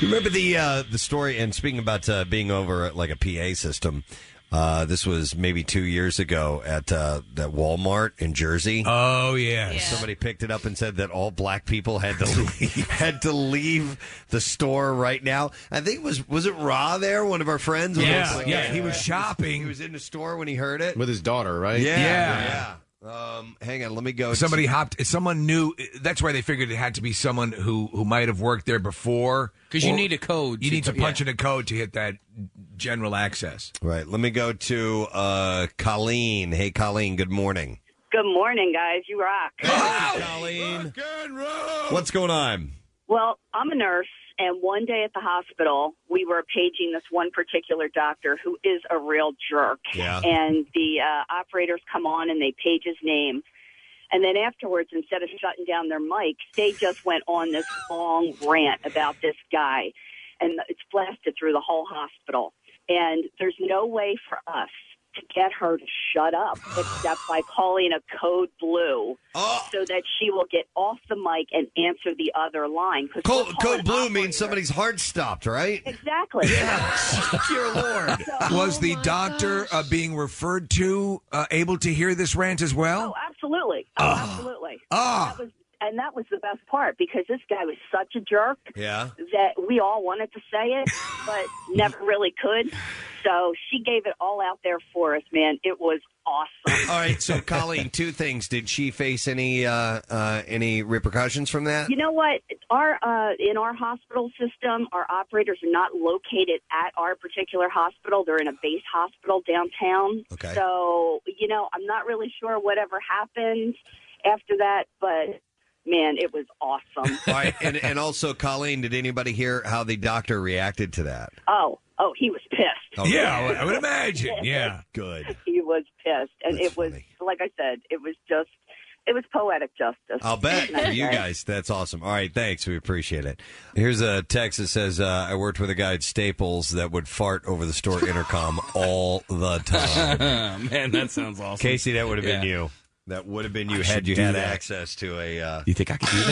Speaker 1: You remember the uh, the story? And speaking about uh, being over at, like a PA system, uh, this was maybe two years ago at uh, that Walmart in Jersey.
Speaker 5: Oh yeah.
Speaker 1: somebody picked it up and said that all black people had to leave, had to leave the store right now. I think it was was it Ra there, one of our friends?
Speaker 5: Yeah,
Speaker 1: It was like-
Speaker 5: yeah, he was shopping.
Speaker 1: He was in the store when he heard it
Speaker 24: with his daughter, right?
Speaker 1: Yeah, yeah. Um, hang on, let me go.
Speaker 5: Somebody hopped. Someone knew. That's why they figured it had to be someone who who might have worked there before.
Speaker 7: 'Cause you
Speaker 5: Or-
Speaker 7: need a code
Speaker 5: You
Speaker 7: to
Speaker 5: need to
Speaker 7: co-
Speaker 5: punch in a code to hit that general access.
Speaker 1: Right. Let me go to uh, Colleen. Hey, Colleen. Good morning.
Speaker 25: Good morning, guys. You rock.
Speaker 1: Colleen. What's going on?
Speaker 25: Well, I'm a nurse, and one day at the hospital, we were paging this one particular doctor who is a real jerk.
Speaker 26: Yeah.
Speaker 25: And the uh, operators come on and they page his name. And then afterwards, instead of shutting down their mics, they just went on this long rant about this guy. And it's blasted through the whole hospital. And there's no way for us to get her to shut up except by calling a code blue
Speaker 5: Oh.
Speaker 25: so that she will get off the mic and answer the other line. 'Cause
Speaker 1: Code,
Speaker 25: we're
Speaker 1: code
Speaker 25: calling-
Speaker 1: blue means somebody's heart stopped, right?
Speaker 25: Exactly.
Speaker 1: Dear Lord.
Speaker 5: Was the doctor uh, being referred to uh, able to hear this rant as well?
Speaker 25: Oh, absolutely. Oh, absolutely.
Speaker 5: Ah.
Speaker 25: That was, and that was the best part because this guy was such a jerk
Speaker 1: Yeah.
Speaker 25: that we all wanted to say it, but never really could. So she gave it all out there for us, man. It was awesome.
Speaker 1: All right. So, Colleen, two things. Did she face any uh, uh, any repercussions from that?
Speaker 25: You know what? Our uh, in our hospital system, our operators are not located at our particular hospital. They're in a base hospital downtown.
Speaker 1: Okay.
Speaker 25: So you know, I'm not really sure whatever happened after that, but man, it was awesome.
Speaker 1: All right. And, and also, Colleen, did anybody hear how the doctor reacted to that?
Speaker 25: oh, oh, he was pissed.
Speaker 1: Yeah,
Speaker 5: I would- I would imagine. Yeah.
Speaker 1: Good.
Speaker 25: He was pissed, and it was like I said, it was just. It was poetic justice.
Speaker 1: I'll bet for you guys. That's awesome. All right, thanks. We appreciate it. Here's a text that says, uh, "I worked with a guy at Staples that would fart over the store intercom all the time."
Speaker 7: Uh, Man, that sounds awesome.
Speaker 1: Casey, that would have been
Speaker 7: Yeah.
Speaker 1: you. That would have been you
Speaker 7: I
Speaker 1: had
Speaker 7: should
Speaker 1: you
Speaker 7: do
Speaker 1: had
Speaker 7: that.
Speaker 1: access to a. Uh,
Speaker 7: You think I could do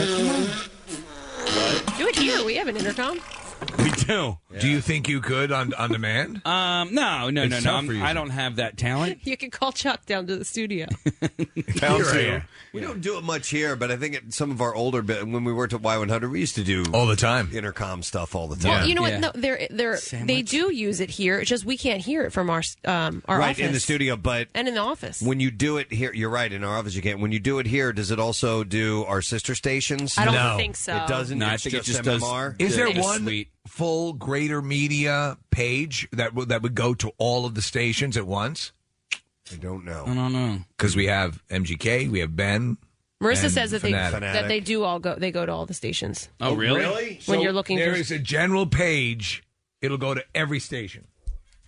Speaker 12: Do it here. We have an intercom.
Speaker 7: We do.
Speaker 5: Do you think you could on on demand?
Speaker 7: Um, no, no,
Speaker 5: It's
Speaker 7: no,
Speaker 5: tough
Speaker 7: no.
Speaker 5: for
Speaker 7: I'm,
Speaker 5: you.
Speaker 7: I don't have that talent.
Speaker 12: You can call Chuck down to the studio.
Speaker 1: We don't do it much here, but I think it, some of our older bit when we worked at Y one hundred, we used to do
Speaker 5: all the time
Speaker 1: intercom stuff all the time.
Speaker 12: Well, you know what? No, they're, they're, they do use it here. It's just we can't hear it from our um, our
Speaker 1: right
Speaker 12: office
Speaker 1: in the studio, but
Speaker 12: and in the office.
Speaker 1: When you do it here, you're right. In our office, you can't. When you do it here, does it also do our sister stations?
Speaker 12: I don't No. think so.
Speaker 1: It doesn't.
Speaker 12: No, I
Speaker 1: It's
Speaker 12: think it
Speaker 1: just
Speaker 12: just does-
Speaker 1: MMR.
Speaker 5: Is there
Speaker 1: Yeah.
Speaker 5: one full greater media page that would that would go to all of the stations at once?
Speaker 1: I don't know.
Speaker 7: I don't know
Speaker 5: because we have MGK, we have Ben,
Speaker 12: Marissa
Speaker 5: And
Speaker 12: says that
Speaker 5: Fanatic.
Speaker 12: they that they do all go they go to all the stations.
Speaker 7: Oh,
Speaker 1: Oh,
Speaker 12: When
Speaker 5: So
Speaker 12: you're looking
Speaker 5: there
Speaker 12: for
Speaker 5: is a general page. It'll go to every station.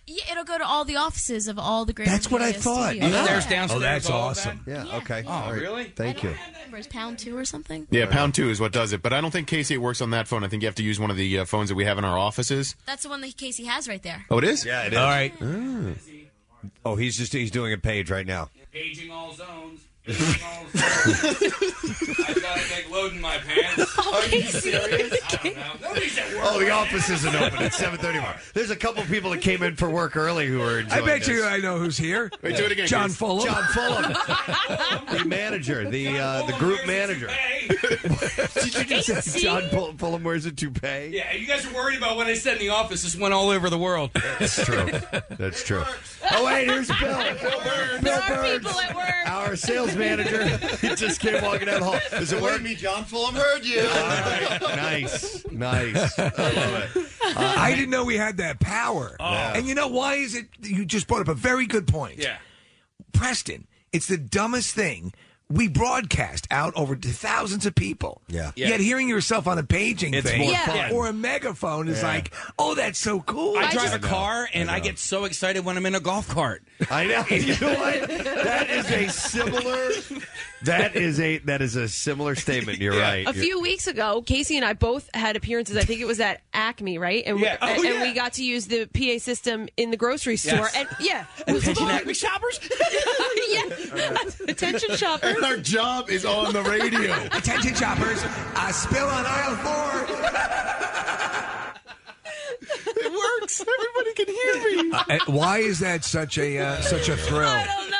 Speaker 13: Yeah, it'll go to all the offices of all the great.
Speaker 5: That's what I thought.
Speaker 12: Yeah. Upstairs,
Speaker 5: Oh,
Speaker 12: downstairs,
Speaker 5: that's
Speaker 12: all of
Speaker 5: awesome.
Speaker 1: Yeah. Okay.
Speaker 13: Oh,
Speaker 1: really? Thank you.
Speaker 13: Numbers, pound two or something.
Speaker 6: Yeah, pound two is what does it. But I don't think Casey works on that phone. I think you have to use one of the uh, phones that we have in our offices.
Speaker 13: That's the one that Casey has right there.
Speaker 6: Oh, it is.
Speaker 1: Yeah, it is.
Speaker 6: All
Speaker 1: right.
Speaker 6: Ah.
Speaker 1: Oh, he's just he's doing a page right now.
Speaker 7: Aging all zones. Aging all zones. I've got a big load in my pants. Are you serious? I don't know. Nobody's at work.
Speaker 1: Oh, the office isn't open. It's seven thirty-one. There's a couple people that came in for work early who are.
Speaker 5: I
Speaker 1: enjoying
Speaker 5: bet you
Speaker 1: this.
Speaker 5: I know who's here.
Speaker 1: Wait, do it again,
Speaker 5: John
Speaker 1: Keith.
Speaker 5: Fulham.
Speaker 1: John Fulham. the manager, the uh, the group manager. Did you just say John Pull- Fulham wears a toupee?
Speaker 7: Yeah, you guys are worried about what I said in the office. This went all over the world.
Speaker 1: That's true. That's true. Oh wait, here's Bill. Bill Burns. Bill Burns. Our sales manager He just came walking down the hall. Does it work?
Speaker 4: me, John Fulham heard you.
Speaker 1: nice, nice. I love it.
Speaker 7: Uh,
Speaker 5: I didn't know we had that power.
Speaker 1: Yeah.
Speaker 5: And you know why is it? You just brought up a very good point. Yeah, Preston, it's the dumbest thing. We broadcast out over to thousands of people.
Speaker 1: Yeah.
Speaker 5: Yet hearing yourself on a paging
Speaker 7: It's
Speaker 5: thing
Speaker 7: more Yeah. fun.
Speaker 5: or a megaphone is
Speaker 7: Yeah.
Speaker 5: like, oh, that's so cool.
Speaker 7: I drive a car and I, get so excited when I'm in a golf cart.
Speaker 1: I know. You know what? That is a similar. That is a that is a similar statement. You're right.
Speaker 12: a
Speaker 1: You're-
Speaker 12: few weeks ago, Casey and I both had appearances. I think it was at Acme, right? And
Speaker 1: Yeah.
Speaker 12: we,
Speaker 1: Oh,
Speaker 12: and we got to use the PA system in the grocery store.
Speaker 1: Yes.
Speaker 12: And yeah,
Speaker 6: Attention
Speaker 12: Acme
Speaker 7: shoppers.
Speaker 12: yeah, attention shoppers.
Speaker 6: And our job is on the radio.
Speaker 5: Attention shoppers, I spill on aisle four.
Speaker 12: it works. Everybody can hear
Speaker 5: Uh, and why is that such a uh, such a thrill? I don't know.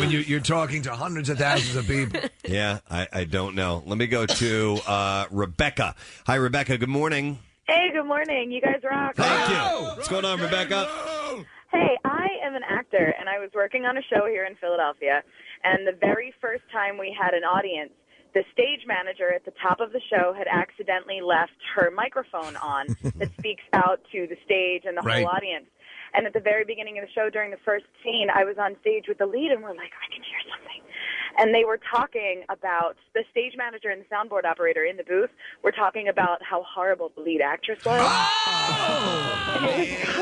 Speaker 5: When you, you're talking to hundreds of thousands of people.
Speaker 1: Yeah, I, I don't know. Let me go to uh, Rebecca. Hi, Rebecca. Good morning.
Speaker 21: Hey, good morning. You guys rock.
Speaker 1: Thank you. What's going on, Rebecca?
Speaker 21: Hey, I am an actor, and I was working on a show here in Philadelphia. And the very first time we had an audience, the stage manager at the top of the show had accidentally left her microphone on that speaks out to the stage and the
Speaker 25: Right.
Speaker 21: whole audience. And at the very beginning of the show, during the first scene, I was on stage with the lead, and we're like, I can hear something. And they were talking about the stage manager and the soundboard operator in the booth were talking about how horrible the lead actress was.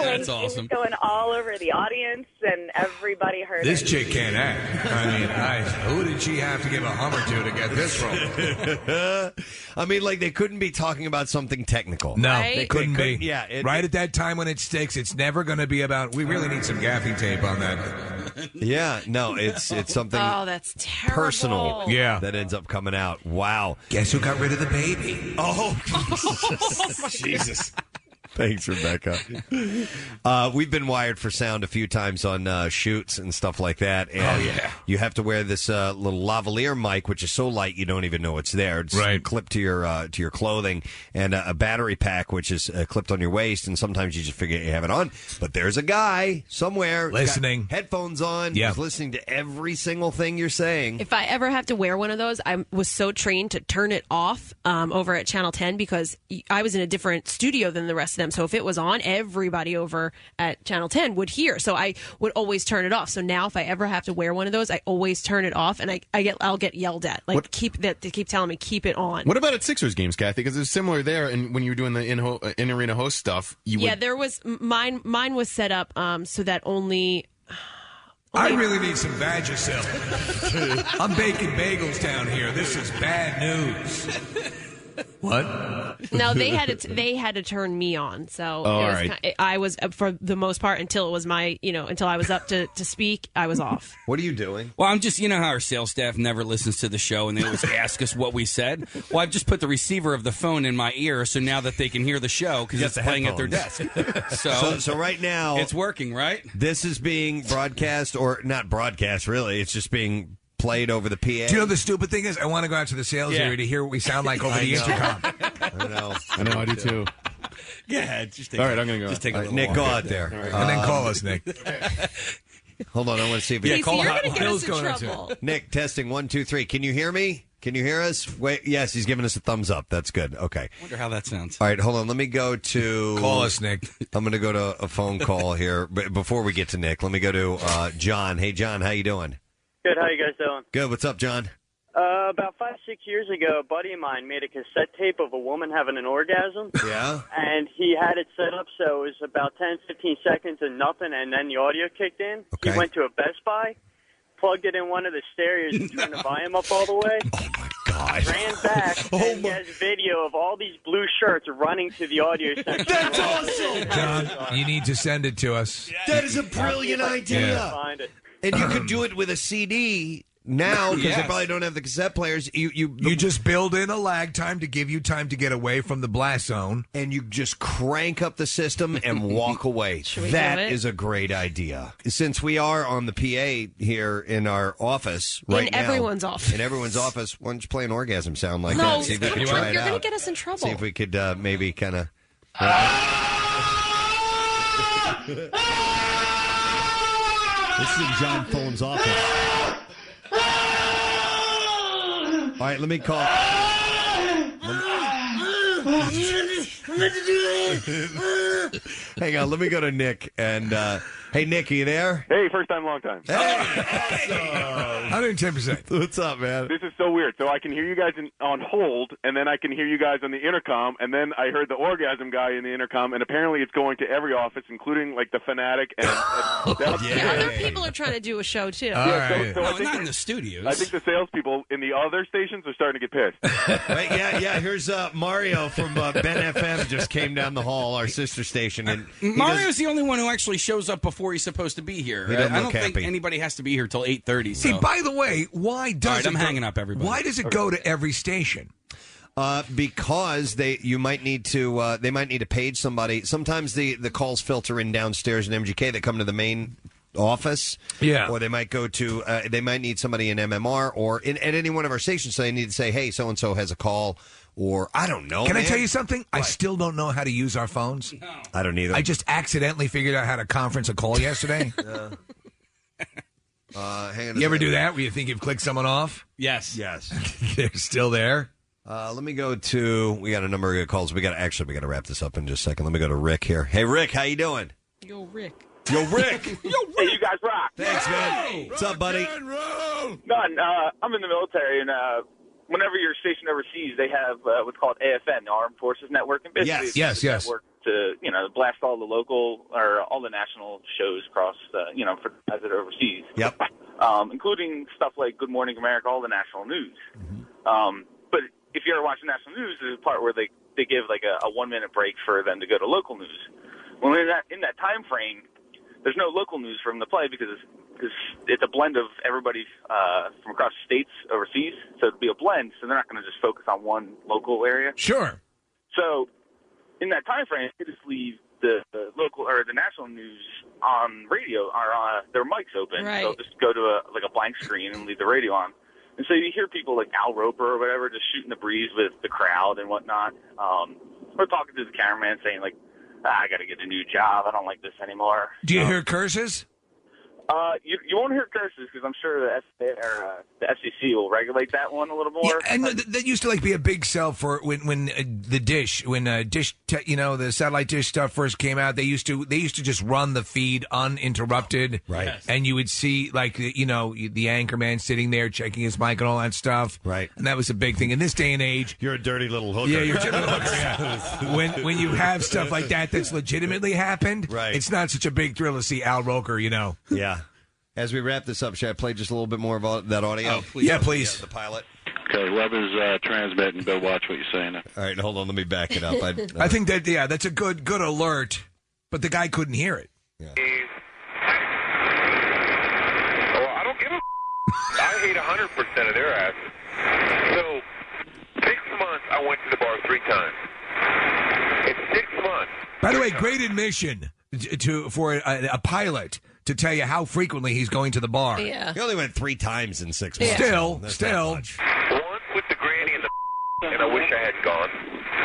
Speaker 7: That's awesome.
Speaker 21: going all over the audience, and everybody heard
Speaker 5: This
Speaker 21: it.
Speaker 5: chick can't act. I mean, I, who did she have to give a hummer to to get this role?
Speaker 1: I mean, like they couldn't be talking about something technical.
Speaker 5: No,
Speaker 1: they
Speaker 5: it couldn't be.
Speaker 1: Yeah, it,
Speaker 5: right at that time when it sticks, it's never going to be about. We really need some gaffing tape on that.
Speaker 1: yeah. No, it's it's something
Speaker 12: Oh, that's terrible.
Speaker 1: personal. Yeah, that ends up coming out. Wow.
Speaker 5: Guess who got rid of the baby?
Speaker 1: Oh,
Speaker 5: Jesus.
Speaker 1: Thanks, Rebecca. Uh, we've been wired for sound a few times on uh, shoots and stuff like that. And
Speaker 5: Oh, yeah.
Speaker 1: You have to wear this uh, little lavalier mic, which is so light you don't even know it's there. It's
Speaker 5: Right.
Speaker 1: clipped to your uh, to your clothing, and uh, a battery pack, which is uh, clipped on your waist. And sometimes you just forget you have it on. But there's a guy somewhere who's got
Speaker 5: Listening.
Speaker 1: headphones on,
Speaker 5: Yeah.
Speaker 1: who's listening to every single thing you're saying.
Speaker 12: If I ever have to wear one of those, I was so trained to turn it off um, over at Channel 10 because I was in a different studio than the rest of them. So if it was on, everybody over at Channel 10 would hear. So I would always turn it off. So now if I ever have to wear one of those, I always turn it off, and I, I get I'll get yelled at. Like keep that they keep telling me keep it on.
Speaker 6: What about at Sixers games, Kathy? Because it's similar there. And when you were doing the in, ho- uh, in arena host stuff, you
Speaker 12: yeah,
Speaker 6: would.
Speaker 12: there was m- mine. Mine was set up um, so that only
Speaker 5: I really need some badger silk. I'm baking bagels down here. This is bad news. What?
Speaker 12: No, they had to they had to turn me on. So
Speaker 5: Oh,
Speaker 12: it was
Speaker 5: all right.
Speaker 12: ki- I was uh, for the most part until it was my you know until I was up to to speak, I was off.
Speaker 1: What are you doing?
Speaker 7: Well, I'm just, you know how our sales staff never listens to the show and they always ask us what we said? Well, I've just put the receiver of the phone in my ear so now that they can hear the show because
Speaker 1: You got
Speaker 7: it's
Speaker 1: the
Speaker 7: playing at their desk.
Speaker 1: headphones.
Speaker 7: So,
Speaker 1: So- so right now-
Speaker 7: It's working, right?
Speaker 1: This is being broadcast, or not broadcast, really. It's just being played over the PA.
Speaker 5: Do you know the stupid thing is? I want to go out to the sales
Speaker 1: Yeah.
Speaker 5: area to hear what we sound like over
Speaker 1: I
Speaker 5: the
Speaker 1: know.
Speaker 5: intercom.
Speaker 1: I know.
Speaker 6: I know, I do too.
Speaker 7: Yeah, just
Speaker 6: All right, I'm going to go.
Speaker 1: Just take a Nick, go out there.
Speaker 5: And then call us, Nick.
Speaker 1: Hold on, I want to see if
Speaker 5: Casey, you're gonna get us Bill's in going out trouble. there.
Speaker 1: Nick, testing one, two, three. Can you hear me? Can you hear us? Wait, yes, he's giving us a thumbs up. That's good. Okay.
Speaker 7: wonder how that sounds.
Speaker 1: All right, hold on. Let me go to
Speaker 7: Call us,
Speaker 5: Nick.
Speaker 1: I'm going to go to a phone call here, but before we get to Nick, let me go to uh, John. Hey, John, how you doing?
Speaker 27: Good. How you guys doing?
Speaker 1: Good. What's up, John?
Speaker 9: Uh, about five, six years ago, a buddy of mine made a cassette tape of a woman having an orgasm.
Speaker 1: Yeah.
Speaker 9: And he had it set up so it was about 10, 15 seconds and nothing, and then the audio kicked in. He went to a Best Buy, plugged it in one of the stereos, and turned the volume up all the way. Oh my Oh,
Speaker 1: god!
Speaker 9: Ran back and he has video of all these blue shirts running to the audio section. That's awesome.
Speaker 5: John, you need to send it to us.
Speaker 1: That is a brilliant idea.
Speaker 9: Find it.
Speaker 1: And you could do it with a CD now because they
Speaker 5: Yes.
Speaker 1: probably don't have the cassette players. You you
Speaker 5: You just build in a lag time to give you time to get away from the blast zone,
Speaker 1: and you just crank up the system and walk away.
Speaker 5: we do
Speaker 1: That
Speaker 5: it?
Speaker 1: is a great idea. Since we are on the PA here in our office
Speaker 12: In
Speaker 1: right now,
Speaker 12: everyone's office.
Speaker 1: in everyone's office, why don't you play an orgasm sound like
Speaker 12: no,
Speaker 1: that? See if we
Speaker 12: stop
Speaker 1: can
Speaker 12: it.
Speaker 1: try
Speaker 12: you're
Speaker 1: it
Speaker 12: going to
Speaker 1: out.
Speaker 12: get us in trouble.
Speaker 1: See if we could uh, maybe uh, kind of.
Speaker 13: This is in John Fulham's office.
Speaker 1: All right, let me call. Hang on, let me go to Nick and uh, hey Nick, are you there?
Speaker 28: Hey, first time, long time.
Speaker 5: Hundred ten percent.
Speaker 1: What's up, man?
Speaker 28: This is so weird. So I can hear you guys in, on hold, and then I can hear you guys on the intercom, and then I heard the orgasm guy in the intercom, and apparently it's going to every office, including like the fanatic and. and that's-
Speaker 12: Yeah, other people are trying to do a show too.
Speaker 28: Yeah, so- so I think
Speaker 29: not in the
Speaker 28: studios. I think the salespeople in the other stations are starting to get pissed.
Speaker 1: Wait, yeah, yeah. Here's uh, Mario from uh, Ben FM just came down the hall, our sister station, and he
Speaker 7: Mario's the only one who actually shows up before he's supposed to be here.
Speaker 1: He
Speaker 7: I,
Speaker 1: doesn't
Speaker 7: I don't
Speaker 1: look
Speaker 7: think
Speaker 1: happy.
Speaker 7: anybody has to be here till eight thirty.
Speaker 5: See, by the way, why does
Speaker 7: All right,
Speaker 5: it
Speaker 7: I'm
Speaker 5: go-
Speaker 7: hanging up, everybody.
Speaker 5: Why does it
Speaker 7: Okay.
Speaker 5: go to every station?
Speaker 1: Uh, because they, you might need to. Uh, they might need to page somebody. Sometimes the the calls filter in downstairs in MGK. They come to the main office.
Speaker 5: Yeah.
Speaker 1: Or they might go to. Uh, they might need somebody in MMR or in at any one of our stations. So they need to say, hey, so and so has a call, or I don't know.
Speaker 5: Can I
Speaker 1: man.
Speaker 5: tell you something? I still don't know how to use our phones.
Speaker 1: I don't either.
Speaker 5: I just accidentally figured out how to conference a call yesterday.
Speaker 1: Uh, uh, hang on. a
Speaker 5: you ever
Speaker 1: second.
Speaker 5: do that where you think you've clicked someone off?
Speaker 7: Yes.
Speaker 1: Yes.
Speaker 5: They're still there.
Speaker 1: Uh, let me go to. We got a number of calls. We got to actually. We got to wrap this up in just a second. Let me go to Rick here. Hey, Rick, how you doing?
Speaker 28: Yo, Rick.
Speaker 1: Yo, Rick.
Speaker 28: Hey, you guys rock.
Speaker 1: Thanks, man. What's up, buddy?
Speaker 28: None. Uh, I'm in the military, and uh, whenever you're stationed overseas, they have uh, what's called AFN, the Armed Forces Network, and basically
Speaker 5: Yes.
Speaker 28: it's
Speaker 5: Yes,
Speaker 28: just a
Speaker 5: yes.
Speaker 28: network to you know blast all the local or all the national shows across uh, you know for guys that are overseas.
Speaker 1: Yep.
Speaker 28: um, including stuff like Good Morning America, all the national news.
Speaker 1: Mm-hmm.
Speaker 28: Um, but if you ever watch the national news, there's a part where they they give like a, a one minute break for them to go to local news. Well, in that in that time frame, there's no local news from the play because it's it's, it's a blend of everybody uh, from across the states, overseas. So it'd be a blend. So they're not going to just focus on one local area.
Speaker 5: Sure.
Speaker 28: So in that time frame, they just leave the, the local or the national news on radio or on their mics open.
Speaker 23: Right.
Speaker 28: They'll just go to a, like a blank screen and leave the radio on. And so you hear people like Al Roper or whatever just shooting the breeze with the crowd and whatnot. Um, or talking to the cameraman saying like, ah, "I got to get a new job. I don't like this anymore."
Speaker 5: Do you hear curses?
Speaker 28: Uh, you, you won't hear curses because I'm sure the, F- or, uh, the FCC will regulate that one a little more.
Speaker 5: And th- that used to like be a big sell for when when uh, the dish when uh, dish te- you know the satellite dish stuff first came out they used to they used to just run the feed uninterrupted
Speaker 1: Right. Yes.
Speaker 5: and you would see like the- you know the anchor man sitting there checking his mic and all that stuff right and that was a big thing in this day and age
Speaker 1: you're a dirty little hooker
Speaker 5: yeah you're a dirty little hooker yeah when when you have stuff like that that's legitimately happened right it's not such a big thrill to see Al Roker you know
Speaker 1: yeah As we wrap this up, should I play just a little bit more of all, that audio?
Speaker 5: Oh, please. Yeah, please.
Speaker 1: the pilot.
Speaker 3: Okay, Levin's uh, transmitting. Go watch what you're saying.
Speaker 1: All right, hold on. Let me back it up. I,
Speaker 5: I think that yeah that's a good good alert but the guy couldn't hear it
Speaker 28: Oh, I don't give a.
Speaker 23: I hate 100% of their ass. So, six months I went to the bar three times. It's six months.
Speaker 5: By the way, great admission t- to for a, a pilot to tell you how frequently he's going to the bar.
Speaker 1: Yeah. He only went three times in six months.
Speaker 5: Still,
Speaker 1: That's not
Speaker 5: still.
Speaker 23: Once with the granny and the and I wish I had gone.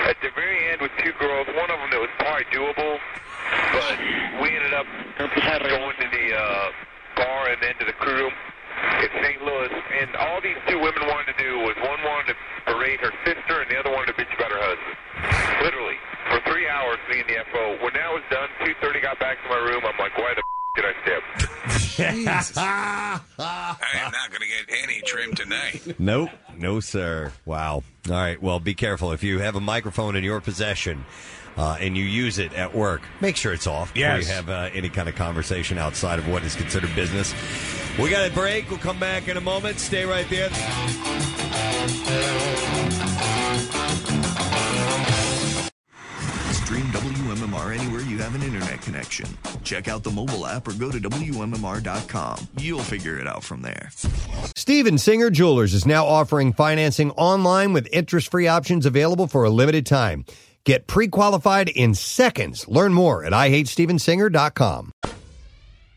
Speaker 23: At the very end with two girls, one of them that was probably doable, but we ended up going to the uh, bar and then to the crew room in St. Louis. And all these two women wanted to do was one wanted to berate her sister and the other wanted to bitch about her husband. Literally, for three hours, me and the FO. When that was done, 2.30 got back to my
Speaker 5: Oh
Speaker 23: room. I'm like, why the did I step?
Speaker 5: I am not going to get
Speaker 10: panty trim tonight.
Speaker 1: Nope. No, sir. Wow. All right. Well, be careful. If you have a microphone in your possession uh, and you use it at work, make sure it's off before
Speaker 11: Yes.
Speaker 1: you have uh, any kind of conversation outside of what is considered business. We got a break. We'll come back in a moment. Stay right there.
Speaker 18: Stream WMMR anywhere you have an internet connection. Check out the mobile app or go to WMMR.com. You'll figure it out from there.
Speaker 11: Steven Singer Jewelers is now offering financing online with interest free options available for a limited time. Get pre qualified in seconds. Learn more at IHateStevenSinger.com.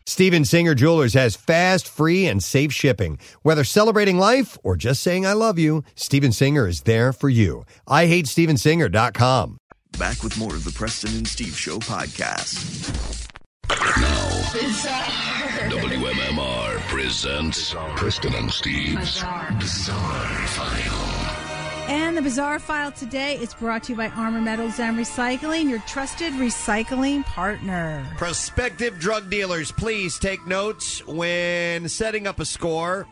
Speaker 11: Steven Singer Jewelers has fast, free, and safe shipping. Whether celebrating life or just saying I love you, Steven Singer is there for you. IHateStevenSinger.com.
Speaker 18: Back with more of the Preston and Steve Show podcast.
Speaker 15: WMMR presents Preston and Steve's Bizarre File.
Speaker 19: And the Bizarre File today is brought to you by Armor Metals and Recycling, your trusted recycling partner.
Speaker 1: Prospective drug dealers, please take notes when setting up a score.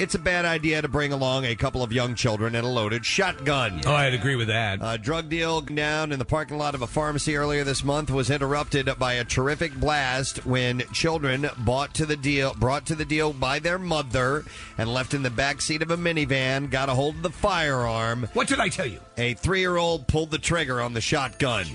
Speaker 1: It's a bad idea to bring along a couple of young children and a loaded shotgun.
Speaker 2: Oh, I'd agree with that.
Speaker 1: A drug deal down in the parking lot of a pharmacy earlier this month was interrupted by a terrific blast when children bought to the deal brought to the deal by their mother and left in the back seat of a minivan got a hold of the firearm.
Speaker 5: What did I tell you?
Speaker 1: A 3-year-old pulled the trigger on the shotgun.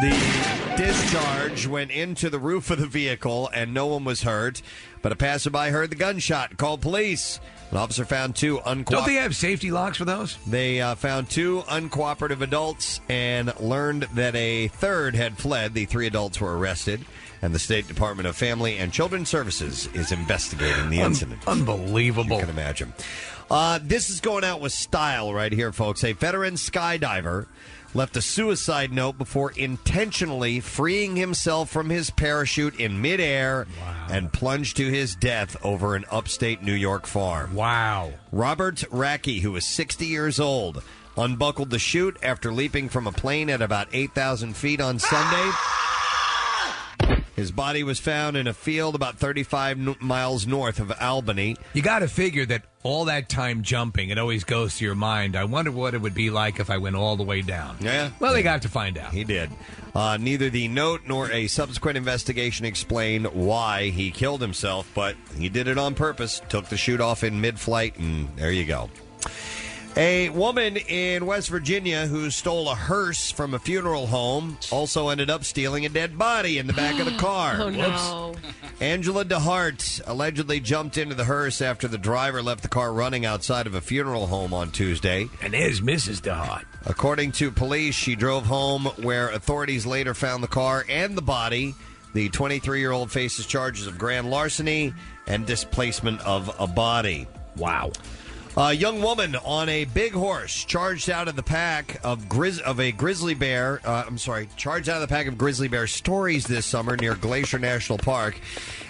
Speaker 1: The discharge went into the roof of the vehicle and no one was hurt, but a passerby heard the gunshot, called police. An officer found two uncooperative.
Speaker 5: Don't they have safety locks for those?
Speaker 1: They uh, found two uncooperative adults and learned that a third had fled. The three adults were arrested, and the State Department of Family and Children's Services is investigating the incident. unbelievable. You can imagine. Uh, this is going out with style right here, folks. A veteran skydiver left a suicide note before intentionally freeing himself from his parachute in midair and plunged to his death over an upstate New York farm.
Speaker 2: Wow.
Speaker 1: Robert Racky, who was 60 years old, unbuckled the chute after leaping from a plane at about 8,000 feet on Sunday. His body was found in a field about 35 n- miles north of Albany.
Speaker 5: You got to figure that all that time jumping, it always goes to your mind. I wonder what it would be like if I went all the way down.
Speaker 1: Yeah.
Speaker 5: Well, they got to find out.
Speaker 1: He did. Uh, neither the note nor a subsequent investigation explain why he killed himself, but he did it on purpose. Took the shoot off in mid flight, and there you go. A woman in West Virginia who stole a hearse from a funeral home also ended up stealing a dead body in the back of the car.
Speaker 25: Oh, no.
Speaker 1: Angela DeHart allegedly jumped into the hearse after the driver left the car running outside of a funeral home on Tuesday.
Speaker 5: And there's Mrs. DeHart.
Speaker 1: According to police, she drove home where authorities later found the car and the body. The 23 year old faces charges of grand larceny and displacement of a body. Wow. A young woman on a big horse charged out of the pack of grizz- of a grizzly bear. Uh, I'm sorry, charged out of the pack of grizzly bear stories this summer near Glacier National Park.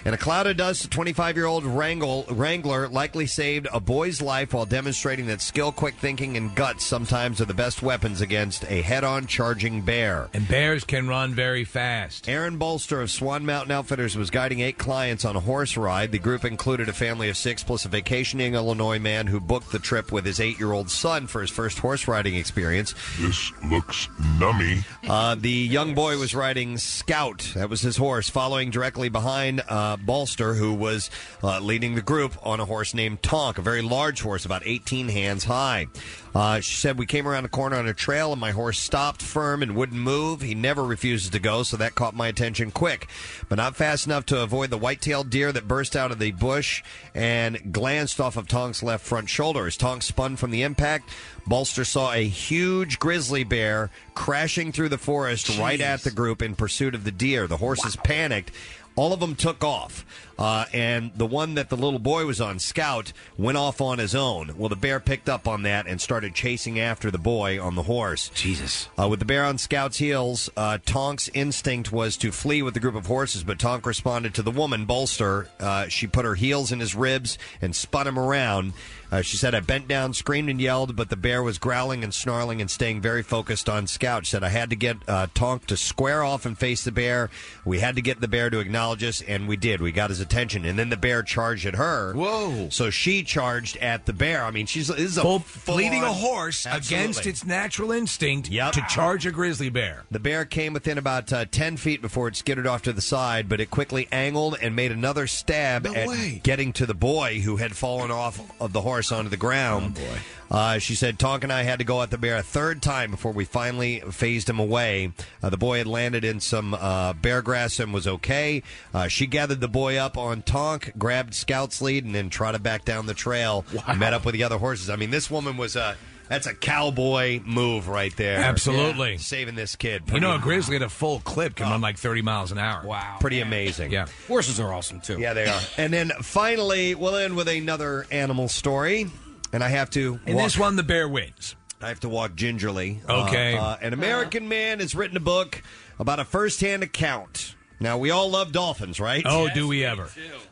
Speaker 1: In a cloud of dust, a 25 year old wrangle- wrangler likely saved a boy's life while demonstrating that skill, quick thinking, and guts sometimes are the best weapons against a head on charging bear.
Speaker 5: And bears can run very fast.
Speaker 1: Aaron Bolster of Swan Mountain Outfitters was guiding eight clients on a horse ride. The group included a family of six plus a vacationing Illinois man who booked the trip with his eight year old son for his first horse riding experience. This looks nummy. Uh, the young boy was riding Scout, that was his horse, following directly behind uh, Bolster, who was uh, leading the group on a horse named Tonk, a very large horse, about 18 hands high. Uh, she said, We came around a corner on a trail and my horse stopped firm and wouldn't move. He never refuses to go, so that caught my attention quick, but not fast enough to avoid the white tailed deer that burst out of the bush and glanced off of Tonk's left front shoulder. As Tonk spun from the impact, Bolster saw a huge grizzly bear crashing through the forest right at the group in pursuit of the deer. The horses panicked. All of them took off, uh, and the one that the little boy was on, Scout, went off on his own. Well, the bear picked up on that and started chasing after the boy on the horse. Jesus. Uh, with the bear on Scout's heels, uh, Tonk's instinct was to flee with the group of horses, but Tonk responded to the woman, Bolster. Uh, she put her heels in his ribs and spun him around. Uh, she said, I bent down, screamed, and yelled, but the bear was growling and snarling and staying very focused on Scout. She said, I had to get uh, Tonk to square off and face the bear. We had to get the bear to acknowledge psychologist, and we did. We got his attention, and then the bear charged at her. Whoa! So she charged at the bear. I mean, she's this is a
Speaker 5: Full-
Speaker 1: full
Speaker 5: leading a
Speaker 1: on-
Speaker 5: horse against
Speaker 1: Absolutely.
Speaker 5: its natural instinct to charge a grizzly bear.
Speaker 1: The bear came within about uh, 10 feet before it skittered off to the side, but it quickly angled and made another stab at
Speaker 11: way.
Speaker 1: getting to the boy who had fallen off of the horse onto the ground. Oh, boy. Uh, she said, Tonk and I had to go at the bear a third time before we finally phased him away. Uh, the boy had landed in some uh, bear grass and was okay. Uh, she gathered the boy up on Tonk, grabbed Scout's lead, and then trotted back down the trail. Met up with the other horses. I mean, this woman was a. That's a cowboy move right there.
Speaker 5: Absolutely.
Speaker 1: Yeah. Saving this kid.
Speaker 5: You
Speaker 1: Pretty- Oh.
Speaker 5: know, a grizzly at a full clip can run like 30 miles an hour.
Speaker 1: Wow. Pretty amazing. Yeah.
Speaker 7: Horses are awesome, too.
Speaker 1: Yeah, they are. and then finally, we'll end with another animal story. And I have to.
Speaker 5: In this one, the bear wins.
Speaker 1: I have to walk gingerly.
Speaker 5: Okay.
Speaker 1: Uh, uh, an American man has written a book about a firsthand account. Now, we all love dolphins, right?
Speaker 5: Oh, do we ever?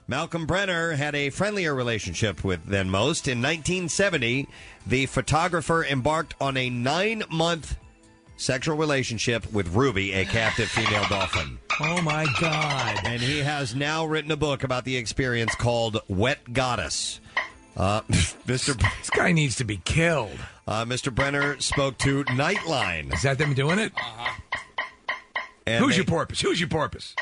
Speaker 1: Malcolm Brenner had a friendlier relationship with than most. In 1970, the photographer embarked on a nine month sexual relationship with Ruby, a captive female dolphin.
Speaker 5: Oh, my God.
Speaker 1: And he has now written a book about the experience called Wet Goddess. Uh, Mr. This
Speaker 5: guy needs to be killed.
Speaker 1: Uh, Mr. Brenner spoke to Nightline.
Speaker 5: Is that them doing it? Who's your porpoise? Who's your porpoise?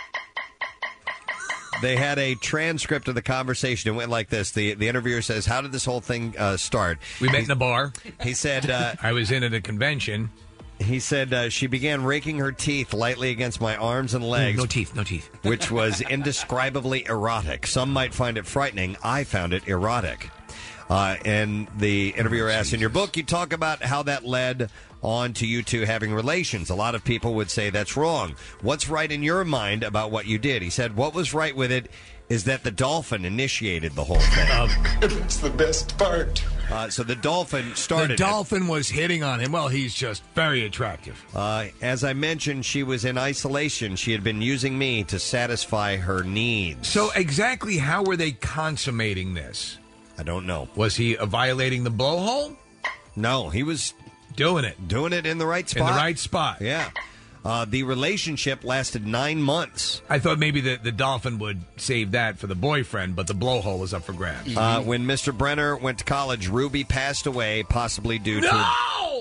Speaker 1: They had a transcript of the conversation. It went like this. The the interviewer says, "How did this whole thing uh, start?"
Speaker 5: We met in a bar.
Speaker 1: He said, uh,
Speaker 5: "I was in at a convention."
Speaker 1: He said uh, she began raking her teeth lightly against my arms and legs.
Speaker 5: Mm, No teeth, no teeth.
Speaker 1: which was indescribably erotic. Some might find it frightening. I found it erotic. Uh, and the interviewer asked, in your book, you talk about how that led on to you two having relations. A lot of people would say that's wrong. What's right in your mind about what you did? He said, what was right with it is that the dolphin initiated the whole thing.
Speaker 5: It's the best part.
Speaker 1: Uh, so the dolphin started.
Speaker 5: The
Speaker 1: it.
Speaker 5: dolphin was hitting on him. Well, he's just very attractive.
Speaker 1: Uh, as I mentioned, she was in isolation. She had been using me to satisfy her needs.
Speaker 5: So exactly how were they consummating this?
Speaker 1: I don't know.
Speaker 5: Was he uh, violating the blowhole?
Speaker 1: No, he was
Speaker 5: doing it.
Speaker 1: Doing it in the right
Speaker 5: In
Speaker 1: spot.
Speaker 5: the right spot.
Speaker 1: Yeah. Uh, the relationship lasted nine months.
Speaker 5: I thought maybe the, the dolphin would save that for the boyfriend, but the blowhole was up for grabs.
Speaker 1: Uh, when Mr. Brenner went to college, Ruby passed away, possibly due to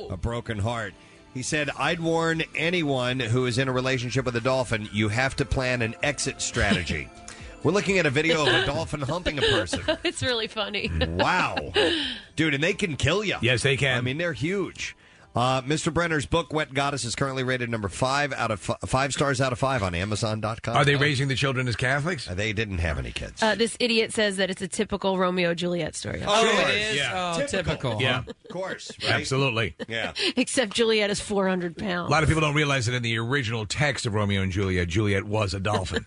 Speaker 1: a broken heart. He said, I'd warn anyone who is in a relationship with a dolphin, you have to plan an exit strategy. We're looking at a video of a dolphin humping a person.
Speaker 8: it's really funny.
Speaker 1: Wow. Dude, and they can kill you. Yes, they can. I mean, they're huge. Uh, Mr. Brenner's book, Wet Goddess, is currently rated number five out of fi- five stars out of five on Amazon.com.
Speaker 5: Are they raising the children as Catholics?
Speaker 1: uh, They didn't have any kids.
Speaker 8: Uh, this idiot says that it's a typical Romeo Juliet story.
Speaker 1: Oh,
Speaker 7: it is?
Speaker 5: Yeah.
Speaker 7: Oh, typical.
Speaker 5: Yeah.
Speaker 1: Of course.
Speaker 5: Absolutely.
Speaker 1: Yeah.
Speaker 8: Except Juliet is 400
Speaker 12: Oh.
Speaker 8: pounds.
Speaker 5: A lot of people don't realize that in the original text of Romeo and Juliet, Juliet was a dolphin.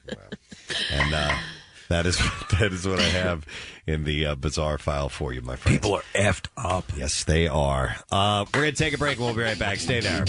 Speaker 1: And uh, that is that is what I have in the uh, bizarre file for you, my friend. People
Speaker 5: are effed up.
Speaker 1: Yes, they are. Uh, we're gonna take a break. We'll be right back. Stay there.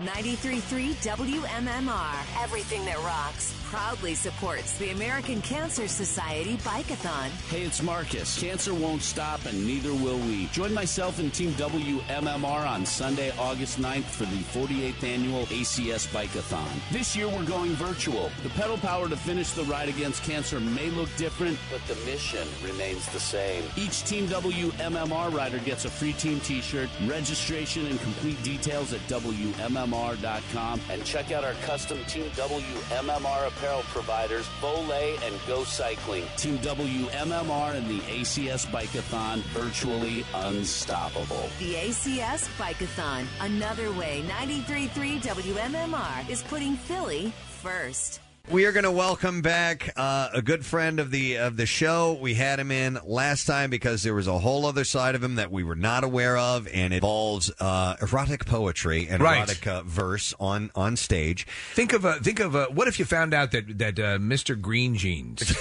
Speaker 10: 93.3 WMMR. Everything that rocks proudly supports the American Cancer Society Bikeathon.
Speaker 14: Hey, it's Marcus. Cancer won't stop, and neither will we. Join myself and Team WMMR on Sunday, August 9th for the 48th annual ACS Bikeathon. This year, we're going virtual. The pedal power to finish the ride against cancer may look different, but the mission remains the same. Each Team WMMR rider gets a free team t shirt. Registration and complete details at WMMR.com. And check out our custom Team WMMR apparel providers, Volay and Go Cycling. Team WMMR and the ACS Bikeathon, virtually unstoppable.
Speaker 10: The ACS Bikeathon. Another way 93.3 WMMR is putting Philly first.
Speaker 1: We are going to welcome back uh, a good friend of the of the show. We had him in last time because there was a whole other side of him that we were not aware of, and it involves uh, erotic poetry and
Speaker 5: Right.
Speaker 1: erotic uh, verse on on stage.
Speaker 5: Think of a, think of a, what if you found out that that uh, Mr. Green Jeans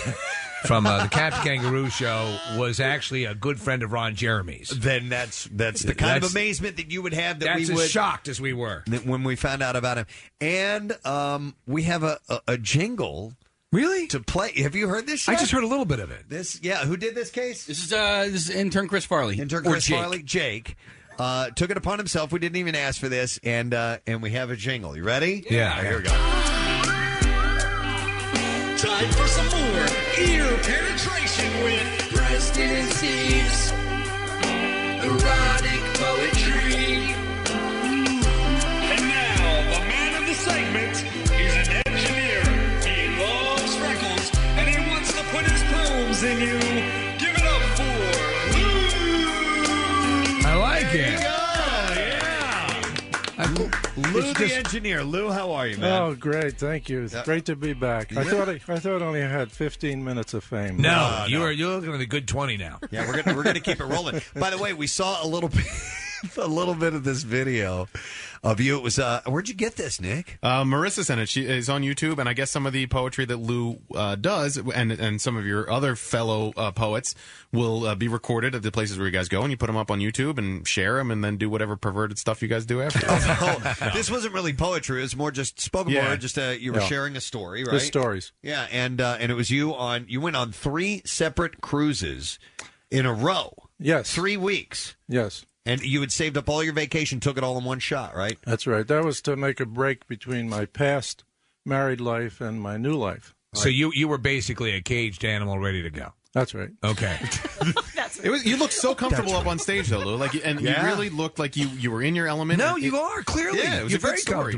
Speaker 5: from uh, the Captain Kangaroo show was actually a good friend of Ron Jeremy's?
Speaker 1: Then that's that's the kind of amazement that you would have that we
Speaker 5: that's as
Speaker 1: would-
Speaker 5: shocked as we were.
Speaker 1: that when we found out about him. And um, we have a, a, a jingle.
Speaker 5: Really?
Speaker 1: To play. Have you heard this
Speaker 7: I
Speaker 1: yet?
Speaker 7: just heard
Speaker 5: a little bit of it.
Speaker 1: This, yeah. Who did this case?
Speaker 7: This is uh, this is intern Chris Farley. Intern
Speaker 1: Chris Farley, Jake. uh, took it upon himself. We didn't even ask for this, and uh, and we have a jingle. You ready?
Speaker 5: Yeah.
Speaker 1: All right, here we go.
Speaker 17: Time for some more ear penetration with Preston and Steve's erotic poetry. And now, the man of the segment is an engineer. He loves freckles and he wants to put his poems in you. Give it up for Lou!
Speaker 5: I like
Speaker 17: There you
Speaker 5: it.
Speaker 17: go, yeah.
Speaker 1: Lou
Speaker 17: It's
Speaker 1: the
Speaker 17: just-
Speaker 1: engineer. Lou, how are you, man?
Speaker 30: Oh, great! Thank you. It's
Speaker 1: Yeah.
Speaker 30: great to be back. I
Speaker 1: Yeah.
Speaker 30: thought I, I thought I only had 15 minutes of fame.
Speaker 5: No, you are you're looking at a good twenty now.
Speaker 1: Yeah, we're gonna we're gonna keep it rolling. By the way, we saw a little bit, a little bit of this video of you. It was uh, where'd you get this, Nick?
Speaker 6: Uh, Marissa sent it. She is on YouTube, and I guess some of the poetry that Lou uh, does, and and some of your other fellow uh, poets, will uh, be recorded at the places where you guys go, and you put them up on YouTube and share them, and then do whatever perverted stuff you guys do after.
Speaker 1: This wasn't really poetry. It was more just spoken
Speaker 6: Yeah.
Speaker 1: word. Just uh, you were
Speaker 6: Yeah.
Speaker 1: sharing a story,
Speaker 30: Just
Speaker 1: right?
Speaker 30: stories.
Speaker 1: Yeah, and uh, and it was you on. You went on three separate cruises in a row.
Speaker 30: Yes,
Speaker 1: three weeks.
Speaker 30: Yes,
Speaker 1: and you had saved up all your vacation, took it all in one shot, right?
Speaker 30: That's right. That was to make a break between my past married life and my new life.
Speaker 5: So you you were basically a caged animal ready to go.
Speaker 30: That's right.
Speaker 5: Okay.
Speaker 6: It was, you looked so comfortable up on stage though, Lou. Like, and
Speaker 30: Yeah.
Speaker 6: you really looked like you you were in your element.
Speaker 30: No,
Speaker 6: It-
Speaker 30: you
Speaker 5: are clearly.
Speaker 6: Yeah, it was a good story.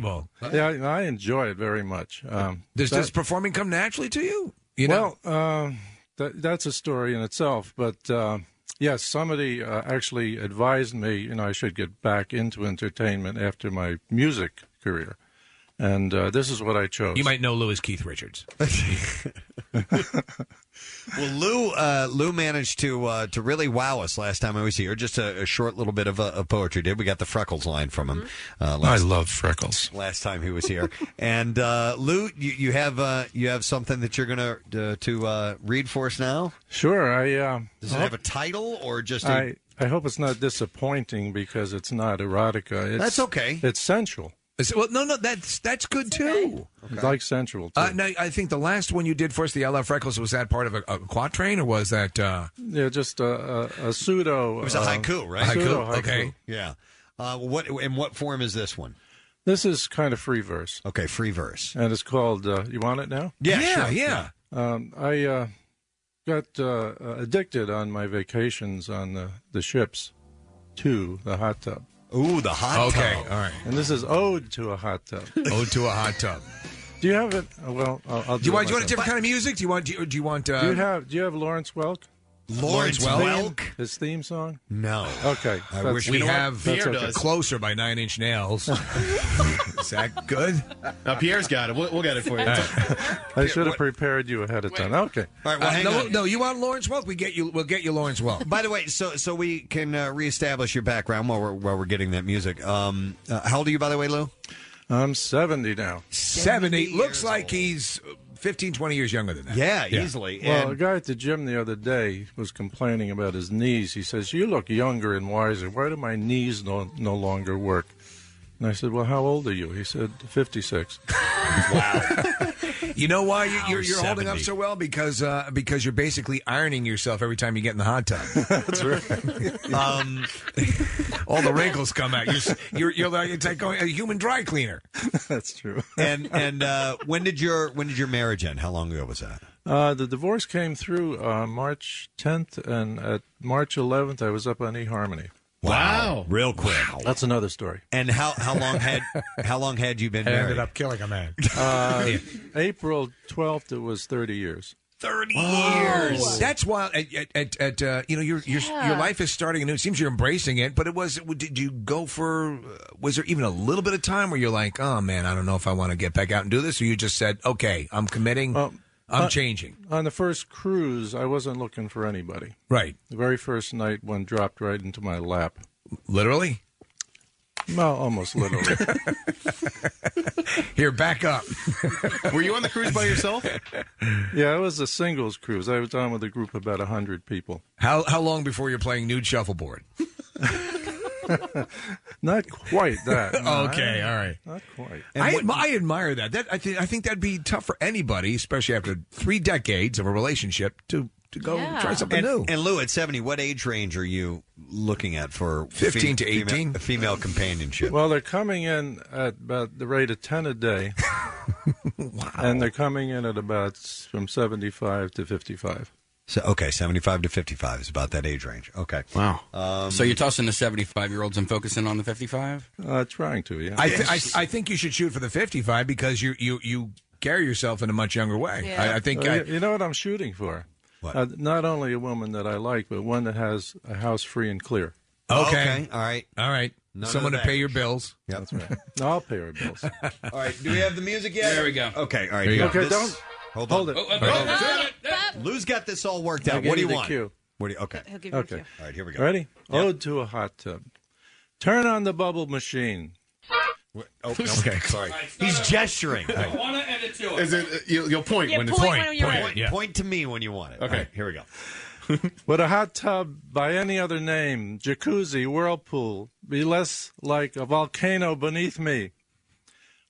Speaker 30: Yeah, I, I enjoy it very much. Um,
Speaker 5: Does
Speaker 30: that-
Speaker 5: this performing come naturally to you? You know,
Speaker 30: well, um, tha- that's a story in itself. But uh, yes, somebody uh, actually advised me, you know, I should get back into entertainment after my music career, and uh, this is what I chose.
Speaker 5: you might know Lou as Keith Richards.
Speaker 1: Well, Lou, uh, Lou managed to uh, to really wow us last time I was here. Just a, a short little bit of, uh, of poetry. Did we got the freckles line from him? Uh,
Speaker 5: I love freckles.
Speaker 1: Last time he was here, and uh, Lou, you, you have uh, you have something that you're gonna uh, to uh, read for us now.
Speaker 30: Sure, I. Um,
Speaker 1: Does it have a title or just? a-
Speaker 30: I, I hope it's not disappointing because it's not erotica. It's,
Speaker 1: That's okay.
Speaker 30: It's sensual.
Speaker 5: It's- well, no, no, that's that's good too.
Speaker 30: It's like sensual. Too.
Speaker 5: Uh, now, I think the last one you did for us, the LF Freckles, was that part of a, a quatrain or was that? Uh,
Speaker 30: yeah, just a, a, a pseudo.
Speaker 1: It was a
Speaker 30: uh,
Speaker 1: haiku, right?
Speaker 30: Pseudo haiku.
Speaker 1: yeah. Uh, what in what form is this one?
Speaker 30: This is kind of free verse.
Speaker 1: Okay, free verse.
Speaker 30: And it's called. Uh, you want it now?
Speaker 1: Yeah, Yeah, sure. yeah.
Speaker 30: Um, I uh, got uh, addicted on my vacations on the, the ships to the hot tub.
Speaker 1: Ooh, the hot
Speaker 5: Okay,
Speaker 30: all right. And this is ode to a hot tub.
Speaker 5: ode to a hot tub.
Speaker 30: Do you have it? uh, Well, I'll, I'll
Speaker 5: do you
Speaker 30: it
Speaker 5: want, do you want a
Speaker 30: myself.
Speaker 5: different kind of music? Do you want? Do you, do you want? Uh,
Speaker 30: Do you have Do you have Lawrence Welk?
Speaker 5: Lawrence Welk?
Speaker 30: Theme- His theme song.
Speaker 1: No.
Speaker 30: Okay.
Speaker 5: I
Speaker 30: that's-
Speaker 5: wish we have
Speaker 30: that's okay.
Speaker 5: closer by nine inch nails. Is that good?
Speaker 6: Now Pierre's got it. We'll, we'll get it for you.
Speaker 30: I should have prepared you ahead of time. Okay.
Speaker 1: All right, well,
Speaker 5: Uh,
Speaker 1: hang
Speaker 5: no,
Speaker 1: on.
Speaker 5: no, you want Lawrence Welk? We get you. We'll get you Lawrence Welk.
Speaker 1: By the way, so so we can uh, reestablish your background while we're while we're getting that music. Um, uh, how old are you, by the way, Lou?
Speaker 30: I'm 70 now.
Speaker 5: 70 looks like he's 15 20 years younger than that
Speaker 1: Yeah, easily.
Speaker 30: Well,
Speaker 5: And-
Speaker 30: a guy at the gym the other day was complaining about his knees. He says, "You look younger and wiser. Why do my knees no no longer work?" And I said, "Well, how old are you?" He said, "56."
Speaker 5: you know why you, you're, you're
Speaker 30: Wow,
Speaker 5: holding up
Speaker 30: 70.
Speaker 5: so well because uh, because you're basically ironing yourself every time you get in the hot tub that's right um, all the wrinkles come out you're, s- you're, you're like it's like going a human dry cleaner
Speaker 30: That's true.
Speaker 1: And and uh, when did your when did your marriage end? How long ago was that?
Speaker 30: Uh, the divorce came through uh, March 10th, and at March 11th, I was up on eHarmony.
Speaker 1: Wow. Real quick.
Speaker 30: That's another story.
Speaker 1: And how how long had how long had you been
Speaker 30: I
Speaker 1: married?
Speaker 30: ended
Speaker 5: up killing a man.
Speaker 30: Uh, April 12th, it was 30 years.
Speaker 5: 30
Speaker 30: years.
Speaker 5: that's wild at, at, at, at uh, you know your your, your
Speaker 30: Yeah.
Speaker 5: life is starting anew it seems you're embracing it but it was did you go for uh, was there even a little bit of time where you're like oh man i don't know if i want to get back out and do this or you just said okay i'm committing i'm
Speaker 30: uh,
Speaker 5: changing
Speaker 30: On the first cruise, I wasn't looking for anybody.
Speaker 5: Right.
Speaker 30: The very first night, one dropped right into my lap.
Speaker 5: Literally?
Speaker 30: Well, almost literally.
Speaker 5: Here, back up.
Speaker 6: Were you on the cruise by yourself?
Speaker 30: yeah, it was a singles cruise. I was on with a group of about 100 people.
Speaker 5: How how long before you're playing nude shuffleboard?
Speaker 30: Not quite that. no.
Speaker 5: okay, all right.
Speaker 30: Not quite.
Speaker 5: I, admi- I admire that. That I think I think that'd be tough for anybody, especially after three decades of a relationship, to to go
Speaker 1: Yeah.
Speaker 5: try Oh, something
Speaker 1: and,
Speaker 5: new.
Speaker 1: And Lou, at seventy, what age range are you looking at for
Speaker 5: 15 to
Speaker 1: female-
Speaker 5: 18?
Speaker 1: female, companionship?
Speaker 30: Well, they're coming in at about the rate of 10 a day. And they're coming in at about s- from 75 to 55.
Speaker 1: So okay, seventy-five to fifty-five is about that age range. Okay,
Speaker 6: wow.
Speaker 1: Um,
Speaker 7: so you're tossing the 75 year olds and focusing on the 55?
Speaker 30: Uh, trying to, yeah.
Speaker 5: I, th- I, I think you should shoot for the 55 because you you, you carry yourself in a much younger way. I, I think
Speaker 30: Uh,
Speaker 5: I,
Speaker 30: you- you know what I'm shooting for?
Speaker 1: What?
Speaker 30: Uh, not only a woman that I like, but one that has a house free and clear.
Speaker 5: Okay. Okay,
Speaker 1: all right,
Speaker 5: all right.
Speaker 30: None of
Speaker 5: Someone to
Speaker 30: that.
Speaker 5: pay your bills.
Speaker 1: That's
Speaker 30: right. No, I'll pay her bills.
Speaker 1: all right, do we have the music yet? There we go. Okay, all right.
Speaker 30: There you
Speaker 1: now
Speaker 30: go. Okay, don't-
Speaker 1: hold on.
Speaker 30: hold it. Oh, oh,
Speaker 1: Hold on.
Speaker 30: oh,
Speaker 1: Lou's got this all worked
Speaker 30: I'll
Speaker 1: out.
Speaker 30: give
Speaker 1: What do
Speaker 30: you
Speaker 1: you
Speaker 30: the
Speaker 1: want?
Speaker 30: cue.
Speaker 1: What do you? Okay.
Speaker 30: okay.
Speaker 1: All right, here we go.
Speaker 30: Ready? Ode to a hot tub. Turn on the bubble machine.
Speaker 1: Oh, okay, sorry. He's gesturing.
Speaker 6: Is it, uh, you- you'll point
Speaker 1: Yeah,
Speaker 6: when it's
Speaker 1: point Point, when you're point, ready.
Speaker 6: yeah.
Speaker 1: point to me when you want it.
Speaker 6: Okay.
Speaker 1: All right, here we go.
Speaker 30: Would a hot tub by any other name, jacuzzi, whirlpool, be less like a volcano beneath me?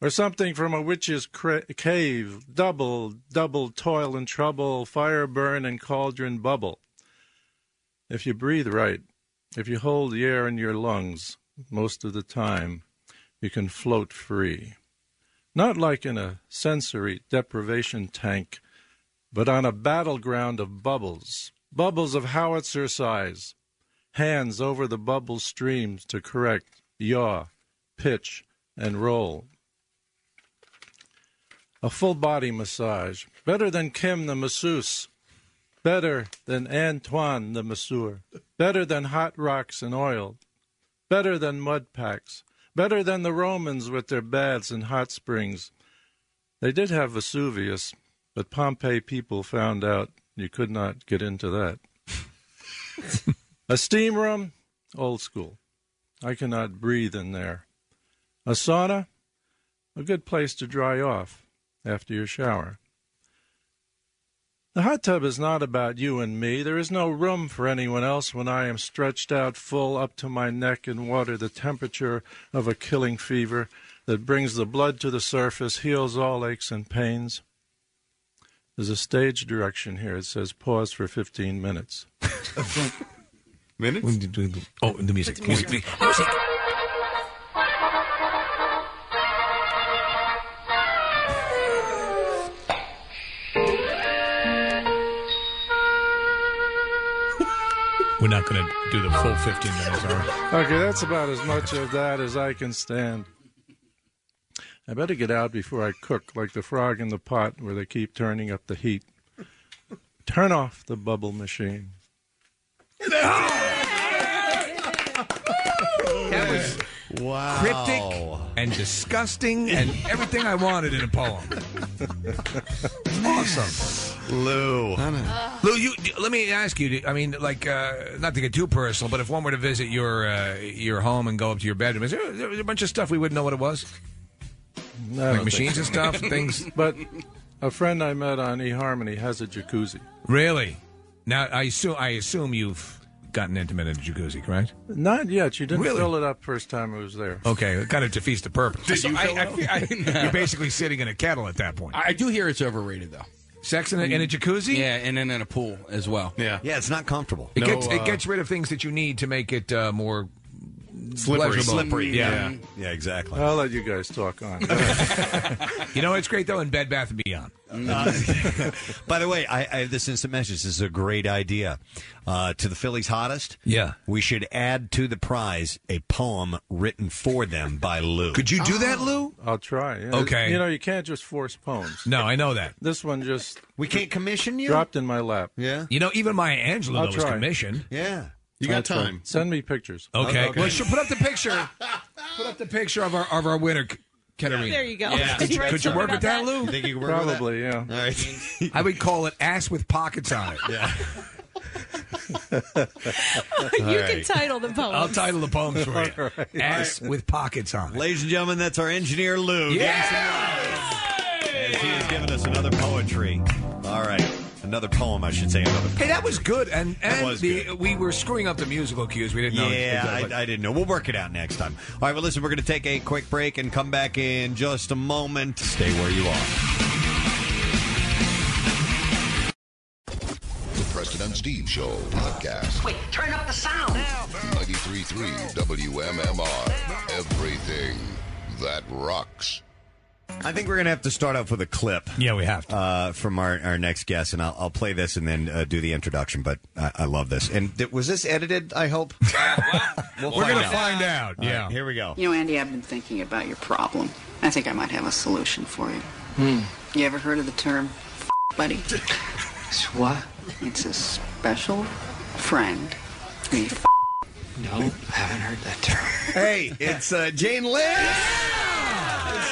Speaker 30: Or something from a witch's cra- cave, double, double toil and trouble, fire burn and cauldron bubble. If you breathe right, if you hold the air in your lungs most of the time, you can float free. Not like in a sensory deprivation tank, but on a battleground of bubbles, bubbles of howitzer size. Hands over the bubble streams to correct, yaw, pitch, and roll. A full body massage. Better than Kim the masseuse. Better than Antoine the masseur. Better than hot rocks and oil. Better than mud packs. Better than the Romans with their baths and hot springs. They did have Vesuvius, but Pompeii people found out you could not get into that. A steam room, old school. I cannot breathe in there. A sauna, a good place to dry off after your shower. The hot tub is not about you and me. There is no room for anyone else when I am stretched out full up to my neck in water, the temperature of a killing fever that brings the blood to the surface, heals all aches and pains. There's a stage direction here. It says pause for 15 minutes.
Speaker 6: minutes?
Speaker 30: Oh, the music.
Speaker 5: music.
Speaker 9: We're not going to do the full 15 minutes, are we?
Speaker 30: Okay, that's about as much of that as I can stand. I better get out before I cook, like the frog in the pot where they keep turning up the heat. Turn off the bubble machine.
Speaker 5: That was
Speaker 1: wow.
Speaker 5: cryptic and disgusting and everything I wanted in a poem. awesome.
Speaker 1: Lou.
Speaker 5: Lou, you d- let me ask you. do- I mean, like, uh, not to get too personal, but if one were to visit your uh, your home and go up to your bedroom, is there, there's a bunch of stuff we wouldn't know what it was?
Speaker 30: No, I don't
Speaker 5: like
Speaker 30: think
Speaker 5: machines and
Speaker 30: so.
Speaker 5: stuff, things.
Speaker 30: But a friend I met on eHarmony has a jacuzzi.
Speaker 5: Really? Now, I assume I assume you've gotten intimate in a jacuzzi, correct?
Speaker 30: Not yet. You didn't
Speaker 5: Really?
Speaker 30: fill it up first time I was there.
Speaker 5: Okay, it kind of defeats the purpose.
Speaker 30: Did
Speaker 5: So
Speaker 30: you
Speaker 5: I-
Speaker 30: fill it
Speaker 5: I
Speaker 30: up?
Speaker 5: fe- I- You're basically sitting in a kettle at that point.
Speaker 7: I do hear it's overrated, though.
Speaker 5: Sex in a, in a jacuzzi?
Speaker 7: Yeah, and then in a pool as well.
Speaker 6: Yeah.
Speaker 1: Yeah, it's not comfortable.
Speaker 5: It gets it gets rid of things that you need to make it uh, more pleasurable.
Speaker 1: Yeah. Yeah, exactly.
Speaker 30: I'll let you guys talk on.
Speaker 5: You know, it's great though in Bed Bath and Beyond.
Speaker 1: Uh, by the way, I, I have this instant message. This is a great idea. Uh, to the Phillies' hottest,
Speaker 5: Yeah.
Speaker 1: we should add to the prize a poem written for them by Lou.
Speaker 5: Could you do that, Lou?
Speaker 30: I'll try. yeah.
Speaker 5: Oh. Okay.
Speaker 30: You know, you can't just force poems.
Speaker 5: No, I know that.
Speaker 30: This one just.
Speaker 1: We can't commission you?
Speaker 30: Dropped in my lap.
Speaker 1: Yeah.
Speaker 5: You know, even Maya Angelou
Speaker 30: I'll
Speaker 5: though, was
Speaker 30: try.
Speaker 5: commissioned.
Speaker 1: Yeah.
Speaker 30: You got time. Send me pictures.
Speaker 5: Okay.
Speaker 30: Okay.
Speaker 5: Well, she'll put up the picture. Put up the picture of our of our winner, K- Katerina.
Speaker 30: There you go.
Speaker 5: Yeah. Could, you,
Speaker 30: Right.
Speaker 5: could you work with that, Lou?
Speaker 30: You think you could work with that? Probably, yeah.
Speaker 1: All right.
Speaker 5: I would call it ass with pockets on it.
Speaker 1: Yeah.
Speaker 12: you can title the poem.
Speaker 5: I'll title the poems for you. Ass with pockets on it.
Speaker 1: Ladies and gentlemen, that's our engineer Lou. As he has given us another poetry. All right. Another poem, I should say. Another poem.
Speaker 5: Hey, that was good, and
Speaker 1: That
Speaker 5: and
Speaker 1: was
Speaker 5: the, we were screwing up the musical cues. We didn't know.
Speaker 1: Yeah, I, I didn't know. We'll work it out next time. All right, well, listen, we're going to take a quick break and come back in just a moment. Stay where you are.
Speaker 15: The Preston Steve Show podcast.
Speaker 17: Wait, turn up the sound.
Speaker 15: 93.3 WMMR. Everything that rocks.
Speaker 1: I think we're going to have to start off with a clip.
Speaker 5: Yeah, we have
Speaker 1: to. Uh, from our, our next guest, and I'll, I'll play this and then uh, do the introduction, but I, I love this. And th- was this edited, I hope?
Speaker 5: We'll We're gonna find out,
Speaker 1: All right,
Speaker 5: yeah.
Speaker 1: here we go.
Speaker 16: You know, Andy, I've been thinking about your problem. I think I might have a solution for you.
Speaker 1: Hmm.
Speaker 16: You ever heard of the term f- buddy? It's what? It's a special friend. I mean, f- no, I haven't heard that term.
Speaker 1: Hey, it's uh, Jane Lynn.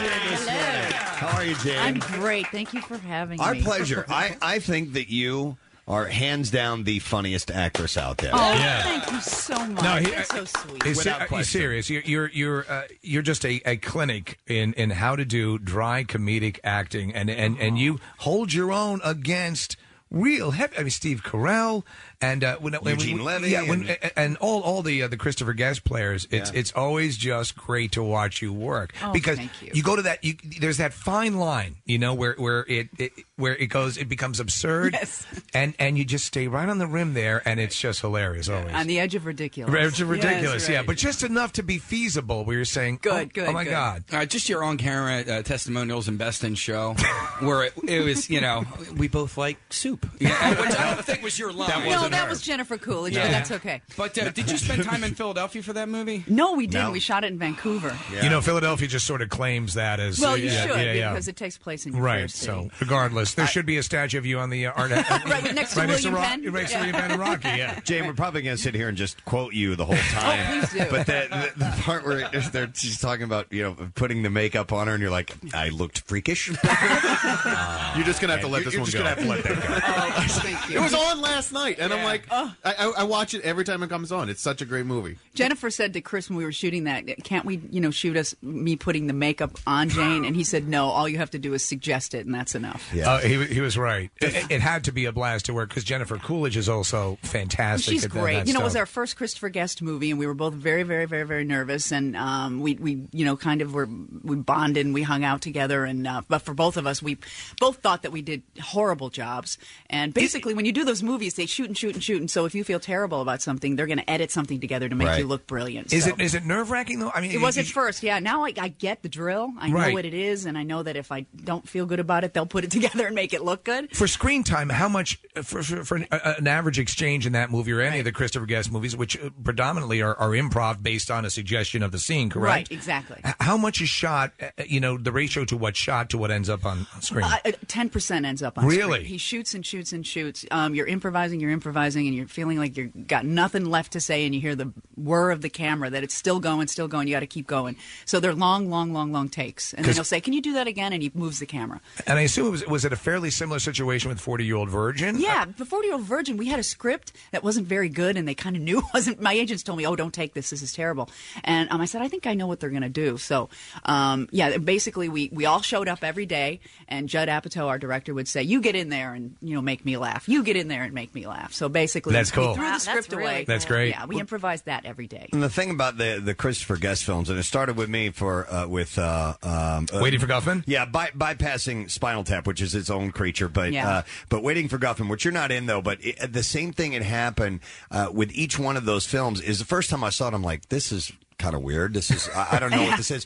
Speaker 1: How are you, Jane?
Speaker 2: I'm great. Thank you for having
Speaker 1: Our
Speaker 2: me.
Speaker 1: pleasure. I, I think that you are hands down the funniest actress out there.
Speaker 2: oh, thank you so much.
Speaker 5: No, he- uh,
Speaker 2: You're so sweet.
Speaker 5: Is, are you serious? You're you're you're, uh, you're just a, a clinic in, in how to do dry comedic acting, and and, and you hold your own against real heavy. I mean, Steve Carell and uh, when, when
Speaker 1: Eugene
Speaker 5: we,
Speaker 1: Levy
Speaker 5: yeah, when,
Speaker 1: and-
Speaker 5: and, all all the uh, the Christopher Guest players. It's
Speaker 1: Yeah.
Speaker 5: it's always just great to watch you work
Speaker 2: Oh,
Speaker 5: because
Speaker 2: thank you.
Speaker 5: go to that. You, there's that fine line, you know, where where it, it where it goes, it becomes absurd,
Speaker 2: Yes.
Speaker 5: and and you just stay right on the rim there, and it's just hilarious always.
Speaker 2: On the edge of ridiculous.
Speaker 5: It's ridiculous,
Speaker 2: Yes,
Speaker 5: yeah,
Speaker 2: right.
Speaker 5: but just enough to be feasible where you're saying,
Speaker 2: Good,
Speaker 5: oh,
Speaker 2: good,
Speaker 5: oh my
Speaker 2: good.
Speaker 5: God.
Speaker 7: Uh, just your on-camera uh, testimonials and best in show, where it, it was, you know, we both like soup. Yeah, which I don't think was your line.
Speaker 2: no, that was Jennifer Coolidge,
Speaker 7: Yeah.
Speaker 2: but that's okay.
Speaker 7: But uh, did you spend time in Philadelphia for that movie?
Speaker 2: No, we didn't.
Speaker 5: No.
Speaker 2: We shot it in Vancouver.
Speaker 5: You know, Philadelphia just sort of claims that as
Speaker 2: well, you
Speaker 5: yeah,
Speaker 2: should
Speaker 5: yeah, yeah.
Speaker 2: because it takes place in your
Speaker 5: right.
Speaker 2: first city.
Speaker 5: So, regardless, there should be a statue of you on the uh, art.
Speaker 2: right next to
Speaker 5: Right next to
Speaker 2: William
Speaker 5: Rock-
Speaker 2: Penn.
Speaker 5: right next to William Penn and Rocky, yeah.
Speaker 1: Jane, we're probably going to sit here and just quote you the whole
Speaker 6: Oh,
Speaker 1: time.
Speaker 2: please do.
Speaker 1: But the, the, the part where it- they're, she's talking about, you know, putting the makeup on her, and you're like, I looked freakish. Uh,
Speaker 6: You're just gonna have to let this
Speaker 1: you're
Speaker 6: one
Speaker 1: just
Speaker 6: go.
Speaker 1: gonna have to let that go.
Speaker 2: Thank you.
Speaker 6: It was on last night, and I'm
Speaker 2: Yeah.
Speaker 6: like, I, I, I watch it every time it comes on. It's such a great movie.
Speaker 2: Jennifer said to Chris when we were shooting that, "Can't we, you know, shoot us me putting the makeup on Jane?" And he said, "No, all you have to do is suggest it, and that's enough."
Speaker 5: Uh, he, he was right. It, it had to be a blast to work because Jennifer Coolidge is also fantastic.
Speaker 2: She's
Speaker 5: at that-
Speaker 2: great.
Speaker 5: that
Speaker 2: you know, it was
Speaker 5: stuff.
Speaker 2: our first Christopher Guest movie, and we were both very, very, very, very nervous. And um, we, we, you know, kind of were we bonded, and we hung out together. And uh, but for both of us, we both thought that we did horrible jobs. And basically, when you do those movies, they shoot and shoot and shoot. And so, if you feel terrible about something, they're going to edit something together to make
Speaker 5: Right.
Speaker 2: you look brilliant.
Speaker 5: Is
Speaker 2: So-
Speaker 5: it is it nerve wracking though? I mean,
Speaker 2: it was
Speaker 5: you-
Speaker 2: at first, yeah. Now I, I get the drill. I
Speaker 5: Right.
Speaker 2: know what it is, and I know that if I don't feel good about it, they'll put it together and make it look good.
Speaker 5: for screen time, how much for, for, for an, uh, an average exchange in that movie or any of the Christopher Guest movies, which uh, predominantly are, are improv based on a suggestion of the scene, correct?
Speaker 2: Right, exactly.
Speaker 5: H- How much is shot? uh, You know, the ratio to what's shot to what ends up on on
Speaker 2: Uh,
Speaker 5: screen.
Speaker 2: Ten percent ends up on
Speaker 5: Really?
Speaker 2: Screen. He shoots and shoots and shoots. Um, you're improvising, you're improvising, and you're feeling like you've got nothing left to say, and you hear the whir of the camera that it's still going, still going. You got to keep going. So they're long, long, long, long takes, and then
Speaker 5: 'Cause-
Speaker 2: he'll say, "Can you do that again?" And he moves the camera.
Speaker 5: and I assume it was was it a fairly similar situation with Forty Year Old Virgin?
Speaker 2: Yeah, the 40 year old virgin, we had a script that wasn't very good, and they kind of knew it wasn't. My agents told me, oh, don't take this. This is terrible. And um, I said, I think I know what they're going to do. So, um, yeah, basically, we, we all showed up every day, and Judd Apatow, our director, would say, you get in there and, you know, make me laugh. You get in there and make me laugh. So basically,
Speaker 5: That's cool.
Speaker 2: we threw
Speaker 5: Wow,
Speaker 2: the
Speaker 5: Ah, that's
Speaker 2: script
Speaker 5: really
Speaker 2: away.
Speaker 5: cool. That's great.
Speaker 2: Yeah, we improvised that every day.
Speaker 1: And the thing about the the Christopher Guest films, and it started with me for uh, with uh, um, uh,
Speaker 5: Waiting for Guffman.
Speaker 1: Yeah, by, bypassing Spinal Tap, which is its own creature, but
Speaker 5: Yeah.
Speaker 1: uh, but Waiting for Guffman, which you're not in though. But it, the same thing had happened uh, with each one of those films. Is the first time I saw it, I'm like, this is kind of weird. This is I, I don't know what this is.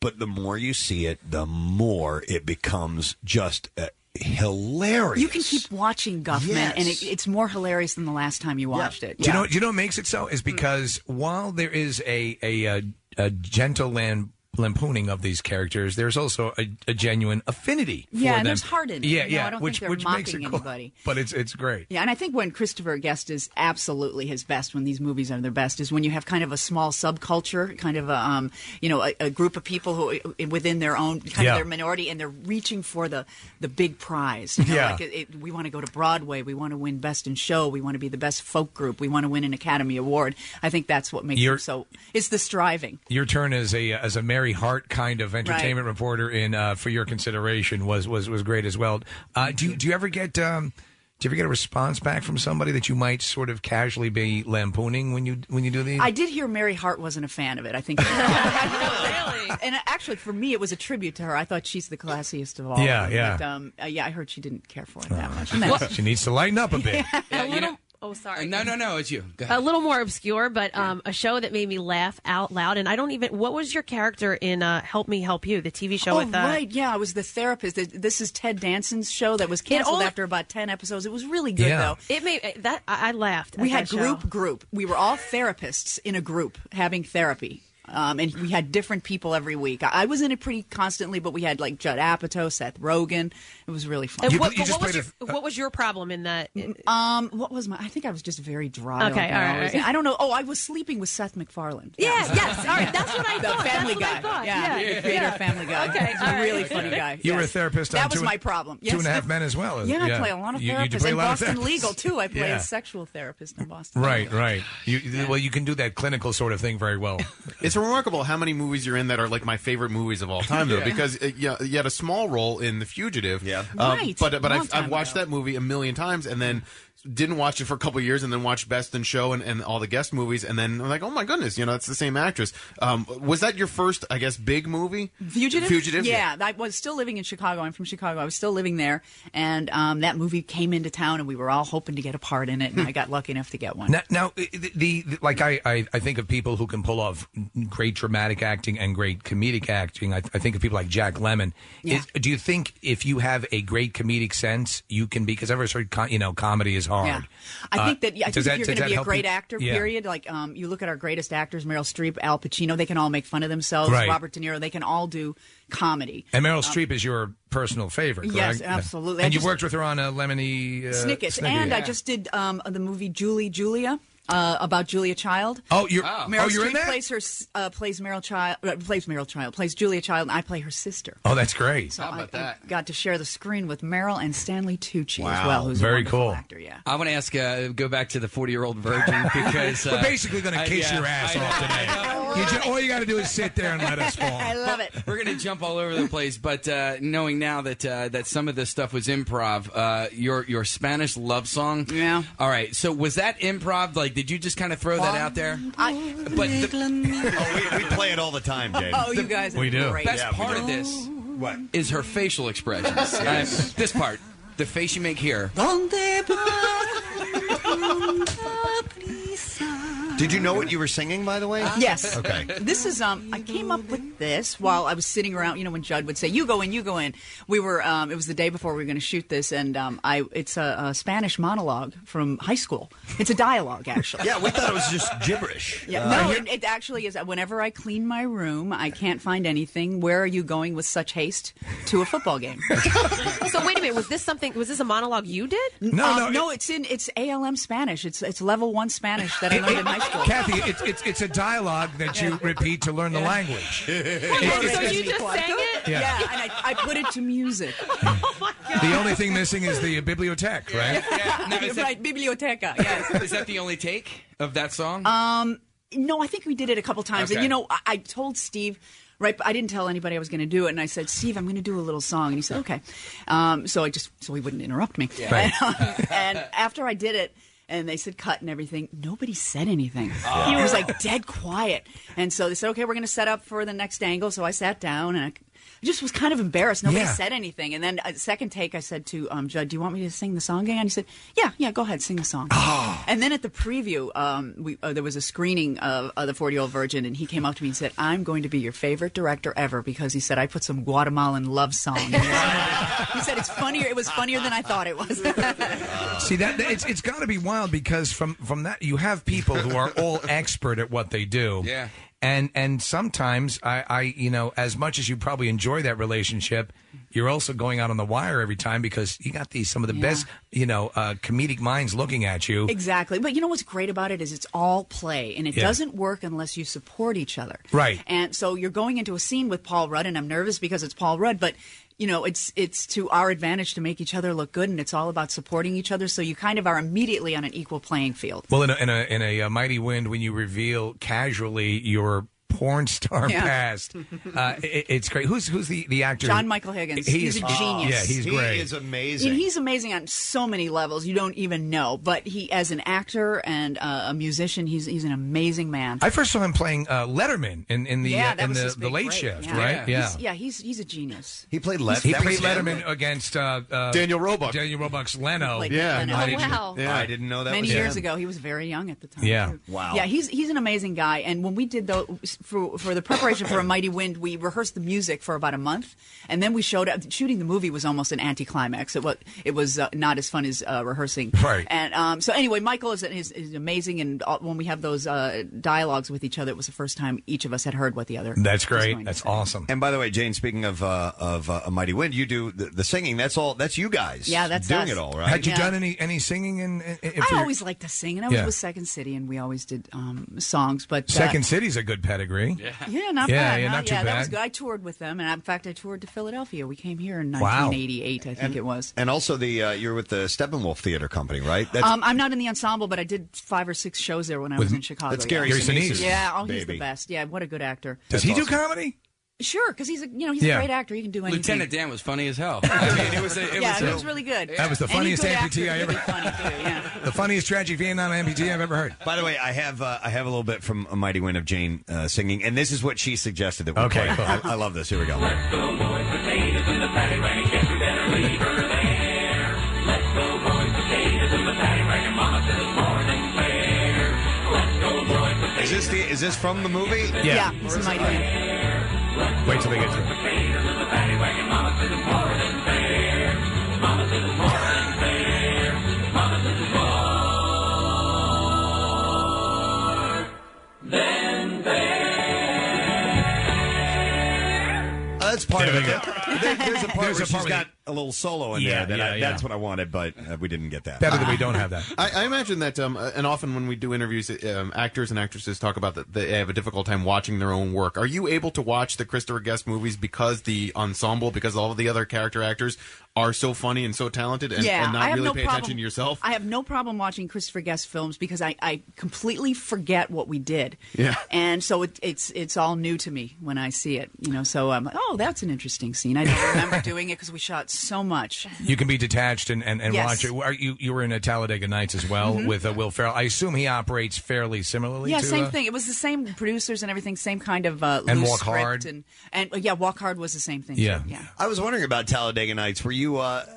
Speaker 1: But the more you see it, the more it becomes just uh, hilarious.
Speaker 2: You can keep watching Guffman,
Speaker 1: Yes.
Speaker 2: and it, it's more hilarious than the last time you watched it.
Speaker 5: Do you know? Do you know what makes it so?
Speaker 2: Mm.
Speaker 5: Is because while there is a a, uh a gentle lam- lampooning of these characters, there's also a, a genuine affinity. for
Speaker 2: Yeah,
Speaker 5: them.
Speaker 2: and there's heart in it.
Speaker 5: Yeah,
Speaker 2: You know,
Speaker 5: yeah.
Speaker 2: I don't
Speaker 5: which
Speaker 2: think they're
Speaker 5: which makes it
Speaker 2: mocking
Speaker 5: cool.
Speaker 2: anybody.
Speaker 5: But it's it's great.
Speaker 2: Yeah, and I think when Christopher Guest is absolutely his best, when these movies are their best, is when you have kind of a small subculture, kind of a um, you know a, a group of people who within their own kind
Speaker 5: Yeah.
Speaker 2: of their minority, and they're reaching for the the big prize. You know,
Speaker 5: Yeah.
Speaker 2: like it, it- we want to go to Broadway, we want to win Best in Show, we want to be the best folk group, we want to win an Academy Award. I think that's what makes
Speaker 5: You're-
Speaker 2: them so. It's the striving.
Speaker 5: Your turn as a as a Mary Hart kind of entertainment reporter in uh, for your consideration was was was great as well. Uh, do you, do you ever get um, do you ever get a response back from somebody that you might sort of casually be lampooning when you when you do these?
Speaker 2: I did hear Mary Hart wasn't a fan of it. I think. really? And actually, for me, it was a tribute to her. I thought she's the classiest of all.
Speaker 5: Yeah,
Speaker 2: But,
Speaker 5: yeah. Oh.
Speaker 2: um, uh, yeah, I heard she didn't care for it that much.
Speaker 5: she needs to lighten up a bit.
Speaker 2: Yeah,
Speaker 7: you know,
Speaker 12: oh, sorry.
Speaker 7: No, no, no. It's you. Go ahead.
Speaker 12: A little more obscure, but um, a show that made me laugh out loud. And I don't even. What was your character in uh, Help Me Help You, the TV show
Speaker 2: oh,
Speaker 12: with uh,
Speaker 2: right. Yeah, I was the therapist. Th- This is Ted Danson's show that was canceled
Speaker 12: only-
Speaker 2: after about 10 episodes. It was really good, though.
Speaker 12: It may Eh, that I, I laughed.
Speaker 2: We
Speaker 12: at
Speaker 2: had
Speaker 12: that show.
Speaker 2: group group. We were all therapists in a group having therapy. Um, and we had different people every week. I I was in it pretty constantly, but we had like Judd Apatow, Seth Rogen. It was really fun.
Speaker 12: And what, but what was your what was your problem in that?
Speaker 2: Um, what was my? I think I was just very dry.
Speaker 12: Okay,
Speaker 2: like
Speaker 12: all
Speaker 2: I
Speaker 12: right,
Speaker 2: always-
Speaker 12: all right.
Speaker 2: I don't know. Oh, I was sleeping with Seth MacFarlane.
Speaker 12: Yeah,
Speaker 2: That was-
Speaker 12: yes, all right, that's what I
Speaker 2: the
Speaker 12: thought, that's
Speaker 2: Family
Speaker 12: what I
Speaker 2: Guy.
Speaker 12: thought,
Speaker 2: Yeah,
Speaker 12: yeah,
Speaker 2: the creator
Speaker 12: yeah.
Speaker 2: of Family Guy.
Speaker 12: Okay,
Speaker 2: He's
Speaker 12: all
Speaker 2: a
Speaker 12: right.
Speaker 2: really funny guy.
Speaker 5: You were a
Speaker 2: yes.
Speaker 5: therapist on
Speaker 2: That
Speaker 5: Two
Speaker 2: was
Speaker 5: and-
Speaker 2: my problem.
Speaker 5: Two and a
Speaker 2: Yes.
Speaker 5: Half Men as well, is-
Speaker 2: Yeah, I
Speaker 5: yeah.
Speaker 2: play a lot of
Speaker 5: You- you do
Speaker 2: therapists.
Speaker 5: play a
Speaker 2: And
Speaker 5: lot of
Speaker 2: Boston
Speaker 5: therapists.
Speaker 2: Legal too. I play
Speaker 5: Yeah.
Speaker 2: a sexual therapist in Boston.
Speaker 5: Right, right. You, Well, you can do that clinical sort of thing very well.
Speaker 6: It's remarkable how many movies you're in that are like my favorite movies of all time, though,
Speaker 5: Yeah.
Speaker 6: because uh, yeah, you had a small role in The Fugitive. Yeah,
Speaker 5: Right,
Speaker 6: But but
Speaker 5: long
Speaker 6: I've,
Speaker 5: time
Speaker 6: I've watched that movie a million times, and then didn't watch it for a couple of years, and then watched Best in Show and, and all the guest movies, and then I'm like, oh my goodness, you know, that's the same actress. Um, was that your first, I guess, big movie?
Speaker 2: Fugitive?
Speaker 6: Fugitive.
Speaker 2: Yeah, I was still living in Chicago. I'm from Chicago. I was still living there, and um, that movie came into town, and we were all hoping to get a part in it, and I got lucky enough to get one.
Speaker 5: Now, now i- the, the, the like I, I, I think of people who can pull off great dramatic acting and great comedic acting. I, I think of people like Jack Lemmon.
Speaker 2: Yeah.
Speaker 5: Is, do you think if you have a great comedic sense, you can be? Because I've always heard co- you know comedy is hard.
Speaker 2: Yeah. I
Speaker 5: Uh,
Speaker 2: think that yeah, I
Speaker 5: does
Speaker 2: think
Speaker 5: does
Speaker 2: if you're going
Speaker 5: that
Speaker 2: to be a
Speaker 5: help
Speaker 2: great
Speaker 5: you-
Speaker 2: actor.
Speaker 5: Yeah.
Speaker 2: Period. Like um, you look at our greatest actors: Meryl Streep, Al Pacino. They can all make fun of themselves.
Speaker 5: Right.
Speaker 2: Robert De Niro. They can all do comedy.
Speaker 5: And Meryl
Speaker 2: Um,
Speaker 5: Streep is your personal favorite.
Speaker 2: Yes,
Speaker 5: correct?
Speaker 2: absolutely. I
Speaker 5: And you
Speaker 2: just-
Speaker 5: worked with her on a Lemony uh,
Speaker 2: Snickets.
Speaker 5: Snicket.
Speaker 2: And I just did um, the movie Julie Julia uh, about Julia Child.
Speaker 5: Oh, you're- Oh.
Speaker 2: Meryl
Speaker 5: oh, you're in
Speaker 2: Streep
Speaker 5: that?
Speaker 2: plays her s- uh, plays Meryl Child uh, plays Meryl Child plays Julia Child, and I play her sister.
Speaker 5: Oh, that's great.
Speaker 2: So I, I got to share the screen with Meryl and Stanley Tucci
Speaker 5: Wow.
Speaker 2: as well, who's
Speaker 5: Very
Speaker 2: a wonderful
Speaker 5: cool.
Speaker 2: actor. Yeah.
Speaker 31: I want to ask, uh, go back to the 40 year old virgin because. Uh,
Speaker 5: We're basically going to
Speaker 31: I-
Speaker 5: kiss
Speaker 31: yeah,
Speaker 5: your ass
Speaker 31: I know,
Speaker 5: off today. You ju- all you got to do is sit there and let us fall.
Speaker 2: love it.
Speaker 7: We're going to jump all over the place, but uh, knowing now that uh, that some of this stuff was improv, uh, your your Spanish love song. Yeah. All right. So was that improv? Like, did you just kind of throw that out there?
Speaker 2: I,
Speaker 7: But the,
Speaker 1: oh, we, we play it all the time, Dave.
Speaker 2: Oh, you guys are We do. great.
Speaker 7: Best
Speaker 2: Yeah, we
Speaker 7: part
Speaker 2: do.
Speaker 7: of this
Speaker 1: what
Speaker 7: is her facial expressions. Uh,
Speaker 1: Yes.
Speaker 7: this part, the face you make here.
Speaker 1: Did you know what you were singing, by the way?
Speaker 2: Yes.
Speaker 1: Okay.
Speaker 2: This is um. I came up with this while I was sitting around. You know, when Judd would say, "You go in, you go in." We were. Um, it was the day before we were going to shoot this, and um, I. It's a, a Spanish monologue from high school. It's a dialogue, actually.
Speaker 1: Yeah, we thought it was just gibberish.
Speaker 2: Yeah, no, it, it actually is. Whenever I clean my room, I can't find anything. Where are you going with such haste to a football game?
Speaker 12: So wait a minute. Was this something? Was this a monologue you did?
Speaker 2: Uh, no, it's in it's ALM Spanish. It's it's level one Spanish that I learned in high school.
Speaker 5: Kathy, it's, it's, it's a dialogue that you repeat to learn the language. It's- it's-
Speaker 2: it?
Speaker 5: Yeah.
Speaker 2: Yeah, and I, I put it to music.
Speaker 5: the only thing missing is the bibliothèque, right?
Speaker 2: right, biblioteca. Yes.
Speaker 7: Is that the only take of that song?
Speaker 2: Um, no, I think we did it a couple times.
Speaker 7: Okay.
Speaker 2: And you know, I, I told Steve. Right, I didn't tell anybody I was going to do it, and I said, "Steve, I'm going to do a little song," and he said, "Okay." Um, so I just so he wouldn't interrupt me.
Speaker 25: Yeah. Right.
Speaker 2: And, and after I did it, and they said cut and everything, nobody said anything.
Speaker 25: Oh.
Speaker 2: It was like dead quiet. And so they said, "Okay, we're going to set up for the next angle." So I sat down and I I just was kind of embarrassed. Nobody
Speaker 25: Yeah.
Speaker 2: said anything. And then uh, second take, I said to um, Judd, "Do you want me to sing the song again?" And he said, "Yeah, yeah, go ahead, sing the song." And then at the preview, um, we, uh, there was a screening of, of the Forty Year Old Virgin, and he came up to me and said, "I'm going to be your favorite director ever," because he said I put some Guatemalan love song. in your song." he said it's funnier. It was funnier than I thought it was.
Speaker 5: See that that- it's it's got to be wild because from from that you have people who are all expert at what they do.
Speaker 7: Yeah.
Speaker 5: And and sometimes I I you know as much as you probably enjoy that relationship, you're also going out on the wire every time because you got these some of the best you know uh, comedic minds looking at you.
Speaker 2: Exactly. But you know what's great about it is it's all play, and it
Speaker 5: Yeah.
Speaker 2: doesn't work unless you support each other.
Speaker 5: Right.
Speaker 2: And so you're going into a scene with Paul Rudd, and I'm nervous because it's Paul Rudd, but you know it's it's to our advantage to make each other look good, and it's all about supporting each other. So you kind of are immediately on an equal playing field.
Speaker 5: Well, in a, in a in a uh, mighty wind, when you reveal casually your porn star
Speaker 2: Yeah.
Speaker 5: past. Uh, it, it's great. Who's who's the, the actor?
Speaker 2: John Michael Higgins.
Speaker 5: He
Speaker 2: He's
Speaker 5: is-
Speaker 2: a genius.
Speaker 5: Yeah, he's
Speaker 2: He
Speaker 5: great.
Speaker 2: is
Speaker 1: amazing.
Speaker 2: And he's amazing on so many levels you don't even know. But he, as an actor and uh, a musician, he's he's an amazing man.
Speaker 5: I first saw him playing uh, Letterman in, in the
Speaker 2: yeah,
Speaker 5: uh,
Speaker 2: that
Speaker 5: in
Speaker 2: was
Speaker 5: the,
Speaker 2: his
Speaker 5: the
Speaker 2: big
Speaker 5: late
Speaker 2: break.
Speaker 5: shift,
Speaker 2: yeah.
Speaker 5: right?
Speaker 2: He's, yeah, he's he's a genius.
Speaker 1: He played
Speaker 5: Let- he
Speaker 1: that
Speaker 5: played
Speaker 1: was him?
Speaker 5: Letterman against uh, uh,
Speaker 1: Daniel Roebuck.
Speaker 5: Daniel Roebuck's Leno.
Speaker 2: Played Yeah. Leno.
Speaker 5: I
Speaker 2: Oh,
Speaker 5: didn't-
Speaker 2: wow.
Speaker 1: I didn't know that
Speaker 2: Many
Speaker 1: was
Speaker 2: years
Speaker 1: him.
Speaker 2: ago, he was very young at the time.
Speaker 1: Yeah.
Speaker 2: too.
Speaker 1: Wow.
Speaker 2: Yeah, he's he's an amazing guy. And when we did those for for the preparation for a mighty wind, we rehearsed the music for about a month, and then we showed up. Shooting the movie was almost an anticlimax. It was it was uh, not as fun as uh, rehearsing.
Speaker 25: Right.
Speaker 2: And um, so anyway, Michael is is, is amazing, and all, when we have those uh, dialogues with each other, it was the first time each of us had heard what the other. was going to say.
Speaker 5: awesome.
Speaker 1: And by the way, Jane, speaking of uh, of uh, a mighty wind, you do the, the singing. That's all. That's you guys.
Speaker 2: Yeah, that's
Speaker 1: doing
Speaker 2: us.
Speaker 1: it all right.
Speaker 2: Had you Yeah. done
Speaker 5: any any singing in? in, in
Speaker 2: I always liked to sing, and I was
Speaker 5: Yeah.
Speaker 2: with Second City, and we always did um, songs. But uh,
Speaker 5: Second City's a good pedigree.
Speaker 2: Yeah, not
Speaker 5: yeah,
Speaker 2: bad.
Speaker 5: Yeah,
Speaker 2: not,
Speaker 5: not too
Speaker 2: yeah, that was
Speaker 5: bad.
Speaker 2: good. I toured with them, and in fact, I toured to Philadelphia. We came here in
Speaker 1: Wow.
Speaker 2: 1988, I think
Speaker 1: And-
Speaker 2: it was.
Speaker 1: And also the uh, you're with the Steppenwolf Theater Company, right? That's
Speaker 2: um, I'm not in the ensemble, but I did five or six shows there when I
Speaker 1: With-
Speaker 2: was in Chicago.
Speaker 1: that's
Speaker 2: yeah.
Speaker 1: Gary Gary Sinise. Sinise.
Speaker 2: Yeah, oh, he's
Speaker 1: Baby.
Speaker 2: the best. Yeah, what a good actor.
Speaker 5: Does he do comedy?
Speaker 2: Sure, because he's a you know he's
Speaker 7: Yeah.
Speaker 2: a great actor. He can do anything.
Speaker 7: Lieutenant Dan was funny as hell. I mean, it was a, it
Speaker 2: yeah,
Speaker 7: was
Speaker 2: he
Speaker 7: a-
Speaker 2: was really good.
Speaker 5: That was the
Speaker 2: Any
Speaker 5: funniest
Speaker 2: good
Speaker 5: amputee
Speaker 2: actor
Speaker 5: I
Speaker 2: can
Speaker 5: ever.
Speaker 2: be funny, too, yeah.
Speaker 5: The funniest tragic Vietnam amputee I've ever heard.
Speaker 1: By the way, I have uh, I have a little bit from A Mighty Wind of Jane uh, singing, and this is what she suggested that we
Speaker 5: Okay,
Speaker 1: play.
Speaker 5: cool.
Speaker 1: I, I love this. Here we go. Is this the is this from the movie?
Speaker 2: Yeah, he's a mighty man.
Speaker 5: Wait till they get through.
Speaker 1: Uh, that's part of it. There- there's a part
Speaker 5: There's
Speaker 1: where
Speaker 5: a part
Speaker 1: she's
Speaker 5: with
Speaker 1: got a little solo in
Speaker 5: Yeah,
Speaker 1: there. That I,
Speaker 5: yeah, yeah.
Speaker 1: That's what I wanted, but uh, we didn't get that.
Speaker 6: I, I imagine that, um, uh, and often when we do interviews, um, actors and actresses talk about that they have a difficult time watching their own work. Are you able to watch the Christopher Guest movies because the ensemble, because all of the other character actors are so funny and so talented, and,
Speaker 2: yeah,
Speaker 6: and not
Speaker 2: I have
Speaker 6: really
Speaker 2: no
Speaker 6: pay
Speaker 2: problem.
Speaker 6: attention to yourself?
Speaker 2: I have no problem watching Christopher Guest films because I, I completely forget what we did.
Speaker 6: Yeah.
Speaker 2: and so it, it's it's all new to me when I see it. You know, so I'm like, oh, that's an interesting scene. I don't remember doing it because we shot so much.
Speaker 5: You can be detached and, and, and
Speaker 2: Yes.
Speaker 5: watch it. Are you you were in a Talladega Nights as well
Speaker 2: Mhm.
Speaker 5: with uh, Will Ferrell. I assume he operates fairly similarly.
Speaker 2: Yeah,
Speaker 5: to,
Speaker 2: same
Speaker 5: uh,
Speaker 2: thing. It was the same producers and everything, same kind of uh,
Speaker 5: And
Speaker 2: loose
Speaker 5: Walk
Speaker 2: script
Speaker 5: Hard.
Speaker 2: and and uh, yeah, Walk Hard was the same thing. too. yeah.
Speaker 1: I was wondering about Talladega Nights. Were you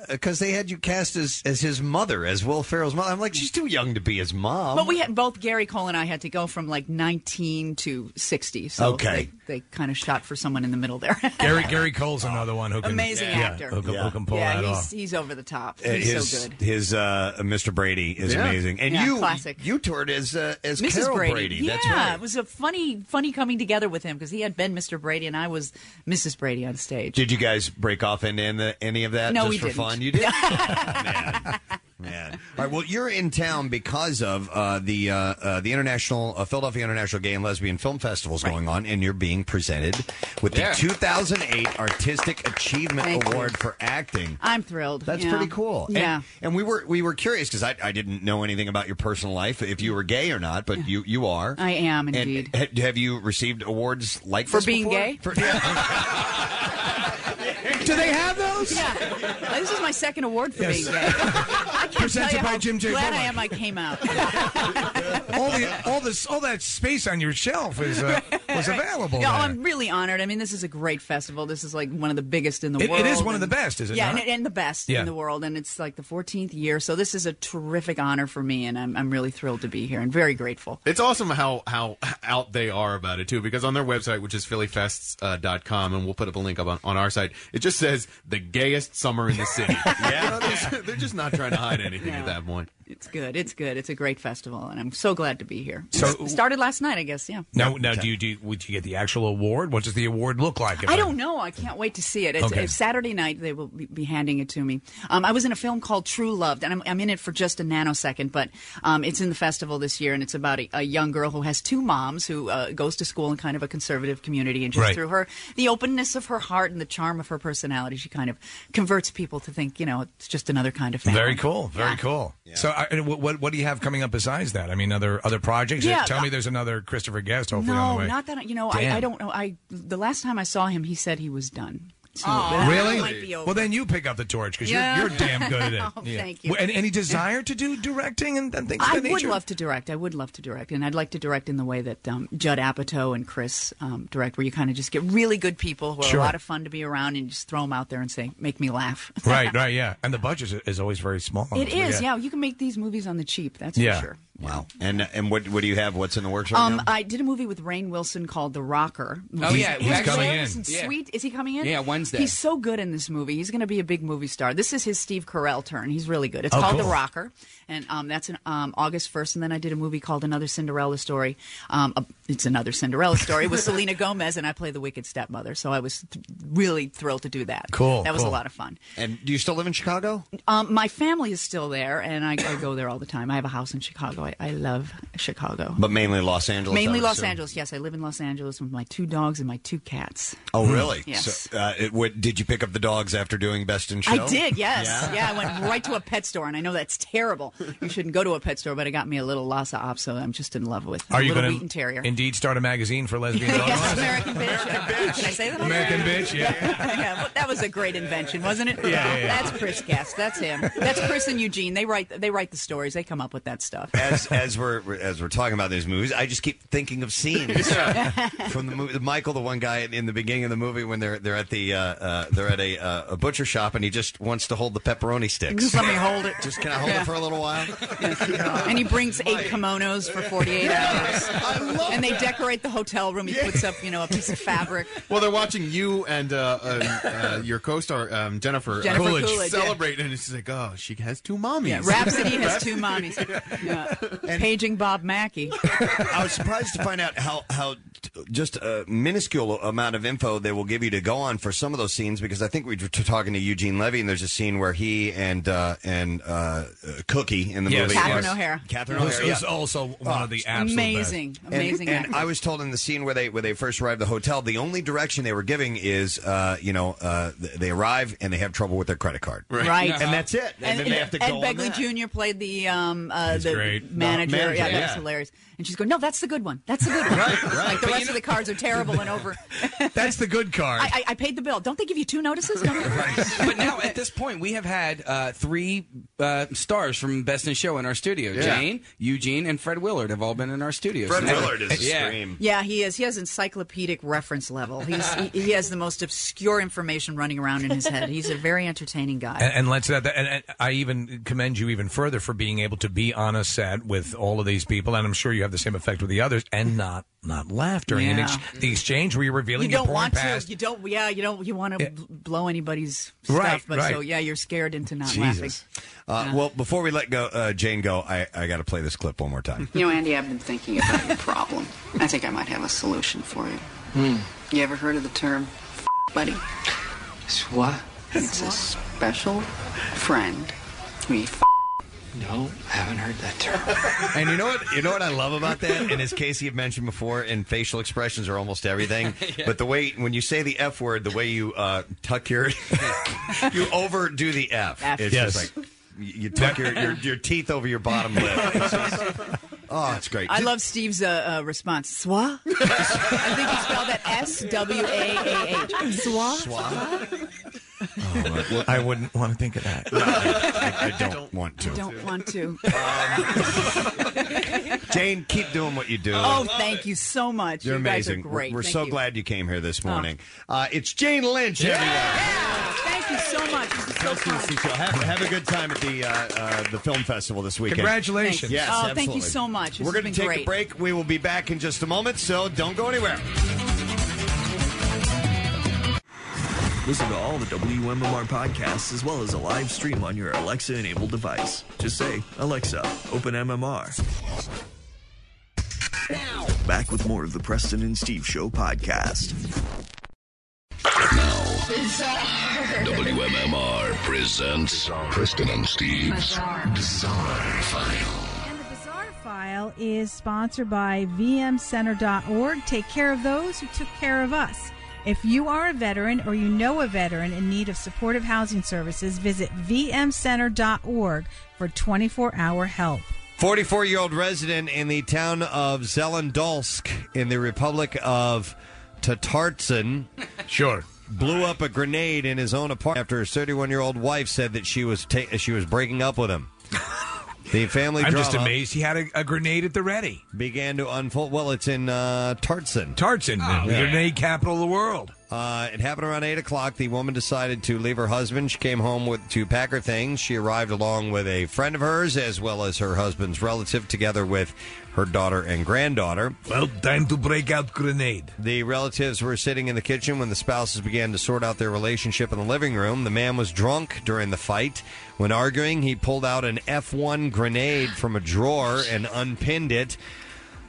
Speaker 1: because they had you cast as as his mother, as Will Ferrell's mother? I'm like, she's too young to be his
Speaker 6: Um,
Speaker 1: mom.
Speaker 2: But we had both Gary Cole and I had to go from like 19 to 60. So
Speaker 1: Okay.
Speaker 2: they, they kind of shot for someone in the middle there.
Speaker 5: Gary Gary Cole's another one who can
Speaker 2: Amazing
Speaker 5: yeah,
Speaker 2: actor.
Speaker 5: Who, can- who can pull
Speaker 2: yeah,
Speaker 5: that
Speaker 2: he's,
Speaker 5: off.
Speaker 2: he's over the top.
Speaker 1: Uh,
Speaker 2: He's
Speaker 1: his,
Speaker 2: so good.
Speaker 1: His uh, Mr. Brady is
Speaker 2: Yeah.
Speaker 1: amazing, and
Speaker 2: Yeah,
Speaker 1: you
Speaker 2: classic.
Speaker 1: you toured as uh, as
Speaker 2: Mrs.
Speaker 1: Carol
Speaker 2: Brady.
Speaker 1: Brady.
Speaker 2: Yeah,
Speaker 1: That's right.
Speaker 2: it was a funny, funny coming together with him because he had been Mr. Brady and I was Mrs. Brady on stage.
Speaker 1: Did you guys break off into any- any of that
Speaker 2: No,
Speaker 1: just
Speaker 2: we
Speaker 1: for
Speaker 2: didn't.
Speaker 1: fun? You did, man, man. All right. Well, you're in town because of uh, the uh, uh, the international uh, Philadelphia International Gay and Lesbian Film Festival is going on, and you're being presented with
Speaker 2: Yeah.
Speaker 1: the 2008 Artistic Achievement
Speaker 2: Thank you.
Speaker 1: Award for acting.
Speaker 2: I'm thrilled.
Speaker 1: That's
Speaker 2: yeah.
Speaker 1: pretty cool. And-
Speaker 2: Yeah.
Speaker 1: And, we were we were curious because I, I didn't know anything about your personal life, if you were gay or not, but you you are.
Speaker 2: I am
Speaker 1: And
Speaker 2: indeed.
Speaker 1: ha- have you received awards like
Speaker 2: For
Speaker 1: this
Speaker 2: being
Speaker 1: before?
Speaker 2: gay?
Speaker 1: For-
Speaker 2: Do
Speaker 5: they have those?
Speaker 2: Yeah. This is my second award for
Speaker 5: Yes.
Speaker 2: being gay. I can't
Speaker 5: Presented
Speaker 2: tell you
Speaker 5: by
Speaker 2: how
Speaker 5: Jim J.
Speaker 2: glad I
Speaker 5: Bullock.
Speaker 2: am I came out.
Speaker 5: all the all this all that space on your shelf is uh, was available.
Speaker 2: No,
Speaker 5: there.
Speaker 2: I'm really honored. I mean, this is a great festival. This is like one of the biggest in the
Speaker 5: It- it
Speaker 2: world.
Speaker 5: is one of
Speaker 2: and-
Speaker 5: the best, is it
Speaker 2: Yeah,
Speaker 5: not?
Speaker 2: And, and the best
Speaker 5: Yeah.
Speaker 2: in the world. And it's like the 14th year. So this is a terrific honor for me, and I'm, I'm really thrilled to be here and very grateful.
Speaker 6: It's awesome how how out they are about it too, because on their website, which is phillyfests.com, uh, .com, and we'll put up a link up on, on our site. It just says the gayest summer in the city. yeah, they're, they're just not trying to hide anything at
Speaker 2: No.
Speaker 6: that point.
Speaker 2: It's good. It's good. It's a great festival, and I'm so glad to be here.
Speaker 5: So-
Speaker 2: started last night, I guess. Yeah.
Speaker 5: now, now do you do? Would you get the actual award? What does the award look like? if
Speaker 2: I don't know. I can't wait to see it. It's,
Speaker 5: Okay.
Speaker 2: it's Saturday night. They will be, be handing it to me. Um, I was in a film called True Loved, and I'm, I'm in it for just a nanosecond, but um, it's in the festival this year, and it's about a, a young girl who has two moms who uh, goes to school in kind of a conservative community, and just
Speaker 10: Right.
Speaker 2: through her the openness of her heart and the charm of her personality, she kind of converts people to think, you know, it's just another kind of family.
Speaker 5: Very cool. Very cool. So, uh, and what, what what do you have coming up besides that? I mean, other other projects.
Speaker 2: Yeah,
Speaker 5: Tell me,
Speaker 2: uh,
Speaker 5: there's another Christopher Guest. Hopefully, on the
Speaker 2: No,
Speaker 5: way.
Speaker 2: not that. I- You know, I, I
Speaker 5: Damn.
Speaker 2: don't know. I the last time I saw him, he said he was done. So that
Speaker 5: Really?
Speaker 2: might be over.
Speaker 5: Well, then you pick up the torch because
Speaker 2: Yeah.
Speaker 5: you're, you're damn good at it.
Speaker 2: Oh, thank you.
Speaker 5: Well, And any desire to do directing and, and things
Speaker 2: I
Speaker 5: of that
Speaker 2: would
Speaker 5: nature?
Speaker 2: love to direct. I would love to direct, and I'd like to direct in the way that um, Judd Apatow and Chris um, direct, where you kind of just get really good people who are
Speaker 5: Sure.
Speaker 2: a lot of fun to be around, and you just throw them out there and say, "Make me laugh."
Speaker 5: right, right, yeah. And the budget is- is always very small.
Speaker 2: it is, yeah. You can make these movies on the cheap. That's for sure.
Speaker 1: Wow. And and what what do you have? What's in the works right
Speaker 2: Um,
Speaker 1: now?
Speaker 2: I did a movie with Rain Wilson called The Rocker.
Speaker 1: Oh, He's- yeah, he's
Speaker 2: Hilarious
Speaker 1: coming in.
Speaker 2: and
Speaker 1: Yeah.
Speaker 2: Sweet, is he coming in?
Speaker 1: Yeah, Wednesday.
Speaker 2: He's so good in this movie. He's going to be a big movie star. This is his Steve Carell turn. He's really good. It's
Speaker 16: Oh,
Speaker 2: called
Speaker 16: cool.
Speaker 2: The Rocker, and um, that's in, um, August first. And then I did a movie called Another Cinderella Story. Um, a- it's another Cinderella Story with Selena Gomez, and I play the wicked stepmother. So I was th- really thrilled to do that.
Speaker 1: Cool,
Speaker 2: That was
Speaker 1: cool.
Speaker 2: a lot of fun.
Speaker 1: and do you still live in Chicago?
Speaker 2: Um, my family is still there, and I, I go there all the time. I have a house in Chicago. I, I love Chicago.
Speaker 1: But mainly Los Angeles. I
Speaker 2: Mainly
Speaker 1: would
Speaker 2: Los
Speaker 1: assume.
Speaker 2: Angeles. Yes, I live in Los Angeles with my two dogs and my two cats. Mm.
Speaker 1: Oh, really?
Speaker 2: Mm-hmm. Yes.
Speaker 1: So, uh, it, what, did you pick up the dogs after doing Best in Show?
Speaker 2: I did, yes.
Speaker 1: Yeah?
Speaker 2: Yeah? I went right to a pet store, and I know that's terrible. You shouldn't go to a pet store, but I got me a little Lhasa Apso that I'm just in love with.
Speaker 5: Are
Speaker 2: a
Speaker 5: you
Speaker 2: little
Speaker 5: going
Speaker 2: Wheaton Terrier.
Speaker 5: indeed start a magazine for lesbian dogs?
Speaker 2: American bitch. Uh, Can I say that? on
Speaker 5: American
Speaker 2: there?
Speaker 5: bitch, yeah.
Speaker 2: yeah, but that was a great invention, wasn't it?
Speaker 5: Yeah, yeah, yeah.
Speaker 2: That's Chris Guest. That's him. That's Chris and Eugene. They write. They write the stories. They come up with that stuff.
Speaker 1: As as we're as we're talking about these movies, I just keep thinking of scenes from the movie. Michael, the one guy in, in the beginning of the movie when they're they're at the uh, uh, they're at a, uh, a butcher shop and he just wants to hold the pepperoni sticks.
Speaker 2: Just let me hold it.
Speaker 1: Just can I hold it for a little while?
Speaker 2: And he brings eight kimonos for 48 hours. and they
Speaker 6: that.
Speaker 2: decorate the hotel room. He puts up, you know, a piece of fabric.
Speaker 6: Well, they're watching you and uh, um, uh, your co-star um, Jennifer,
Speaker 2: Jennifer
Speaker 6: uh,
Speaker 2: Coolidge, yeah.
Speaker 6: celebrate, and it's like, oh, she has two mommies.
Speaker 2: Yeah, Rhapsody has two mommies. Yeah. Paging Bob Mackey.
Speaker 1: I was surprised to find out how how t- just a minuscule amount of info they will give you to go on for some of those scenes because I think we were t- talking to Eugene Levy and there's a scene where he and uh, and uh, uh, Cookie in the
Speaker 2: Yes,
Speaker 1: movie
Speaker 2: Catherine yes. O'Hara.
Speaker 1: Catherine
Speaker 2: Who's-
Speaker 1: O'Hara
Speaker 2: who's
Speaker 1: yeah.
Speaker 2: also
Speaker 5: one of the
Speaker 1: it's
Speaker 5: absolute Amazing,
Speaker 2: best. amazing
Speaker 1: And, and
Speaker 2: actor.
Speaker 1: I was told in the scene where they where they first arrived at the hotel, the only direction they were giving is uh, you know uh, th- they arrive and they have trouble with their credit card,
Speaker 2: Right. Uh-huh.
Speaker 1: And that's it. And, then they have to
Speaker 2: Ed
Speaker 1: go on that.
Speaker 2: Begley Jr. played the um, uh, the
Speaker 1: great.
Speaker 2: manager.
Speaker 1: The manager,
Speaker 2: Yeah, that was
Speaker 1: yeah.
Speaker 2: hilarious. And she's going, "No, that's the good one. That's the good one. Like the rest of the cards are terrible and over.
Speaker 5: That's the good card.
Speaker 2: I, I, I paid the bill. Don't they give you two notices? Don't they?
Speaker 7: but now at this point, we have had uh, three uh, stars from Best in Show in our studio.
Speaker 2: Yeah.
Speaker 7: Jane, Eugene, and Fred Willard have all been in our studio.
Speaker 1: Fred
Speaker 7: So-
Speaker 1: Willard is a
Speaker 7: yeah.
Speaker 1: scream.
Speaker 2: Yeah, he is. He has encyclopedic reference level. He's, he, he has the most obscure information running around in his head. He's a very entertaining guy.
Speaker 5: And, and let's that. And, and I even commend you even further for being able to be on a set with all of these people, and I'm sure you have the same effect with the others, and not not laugh during an
Speaker 2: Yeah.
Speaker 5: ex- the exchange where you're revealing
Speaker 2: you
Speaker 5: your
Speaker 2: don't
Speaker 5: porn
Speaker 2: want
Speaker 5: past.
Speaker 2: to. You don't. Yeah, you don't. You want to bl- blow anybody's stuff,
Speaker 1: Right,
Speaker 2: but
Speaker 1: right.
Speaker 2: so yeah, you're scared into not laughing. Uh-huh.
Speaker 1: Jesus. Uh, Well, before we let go, uh, Jane go, I, I got to play this clip one more time.
Speaker 32: You know, Andy, I've been thinking about your problem. I think I might have a solution for you. You ever heard of the term f- buddy?
Speaker 16: What?
Speaker 32: It's a special friend. We f-
Speaker 16: No, haven't heard that term.
Speaker 1: And you know what? You know what I love about that. And as Casey had mentioned before, and facial expressions are almost everything.
Speaker 16: Yeah.
Speaker 1: But the way when you say the F word, the way you uh, tuck your, you overdo the F.
Speaker 16: F.
Speaker 1: It's
Speaker 16: Yes.
Speaker 1: just like you you tuck your, your your teeth over your bottom lip. It's just- oh, it's great.
Speaker 2: I love Steve's uh, uh, response. Swa? I think he spelled that S W A A H. Swa?
Speaker 5: Oh, I wouldn't want to think of that.
Speaker 1: I, I don't want
Speaker 2: I
Speaker 1: to.
Speaker 2: don't want to.
Speaker 1: Jane, keep doing what you do.
Speaker 2: oh, thank you so much.
Speaker 1: You're
Speaker 2: you guys
Speaker 1: amazing.
Speaker 2: are great.
Speaker 1: We're, we're
Speaker 2: Thank
Speaker 1: so
Speaker 2: you. Oh.
Speaker 1: glad you came here this morning. Uh, it's Jane Lynch. everyone.
Speaker 2: Thank you so much. This is so fun.
Speaker 1: See, so have, have a good time at the uh, uh, the film festival this weekend.
Speaker 2: Congratulations.
Speaker 1: Yes,
Speaker 2: Oh, thank
Speaker 1: absolutely.
Speaker 2: you so much. This
Speaker 1: We're
Speaker 2: has
Speaker 1: gonna
Speaker 2: been
Speaker 1: take a
Speaker 2: great.
Speaker 1: break. We will be back in just a moment, so don't go anywhere.
Speaker 18: Listen to all the WMMR podcasts as well as a live stream on your Alexa enabled device. Just say, Alexa, open MMR. Back with more of the Preston and Steve Show podcast.
Speaker 15: WMMR presents Kristen and Steve's Bizarre, File.
Speaker 19: And the Bizarre File is sponsored by VMCenter.org. Take care of those who took care of us. If you are a veteran or you know a veteran in need of supportive housing services, visit vmcenter.org for 24 hour help.
Speaker 1: 44 year old resident in the town of Zelendolsk in the Republic of Tatartsin.
Speaker 2: Sure.
Speaker 1: Blew up a grenade in his own apartment after his 31 year old wife said that she was ta- she was breaking up with him. The family
Speaker 2: I'm
Speaker 1: drama
Speaker 2: just amazed he had a, a grenade at the ready.
Speaker 1: began to unfold. Well, it's in uh, Tartsin.
Speaker 2: Tartsin, the grenade capital of the world.
Speaker 1: Uh, it happened around eight o'clock. The woman decided to leave her husband. She came home with to pack her things. She arrived along with a friend of hers, as well as her husband's relative, together with her daughter and granddaughter.
Speaker 2: Well, time to break out grenade.
Speaker 1: The relatives were sitting in the kitchen when the spouses began to sort out their relationship in the living room. The man was drunk during the fight. When arguing, he pulled out an F1 grenade from a drawer and unpinned it.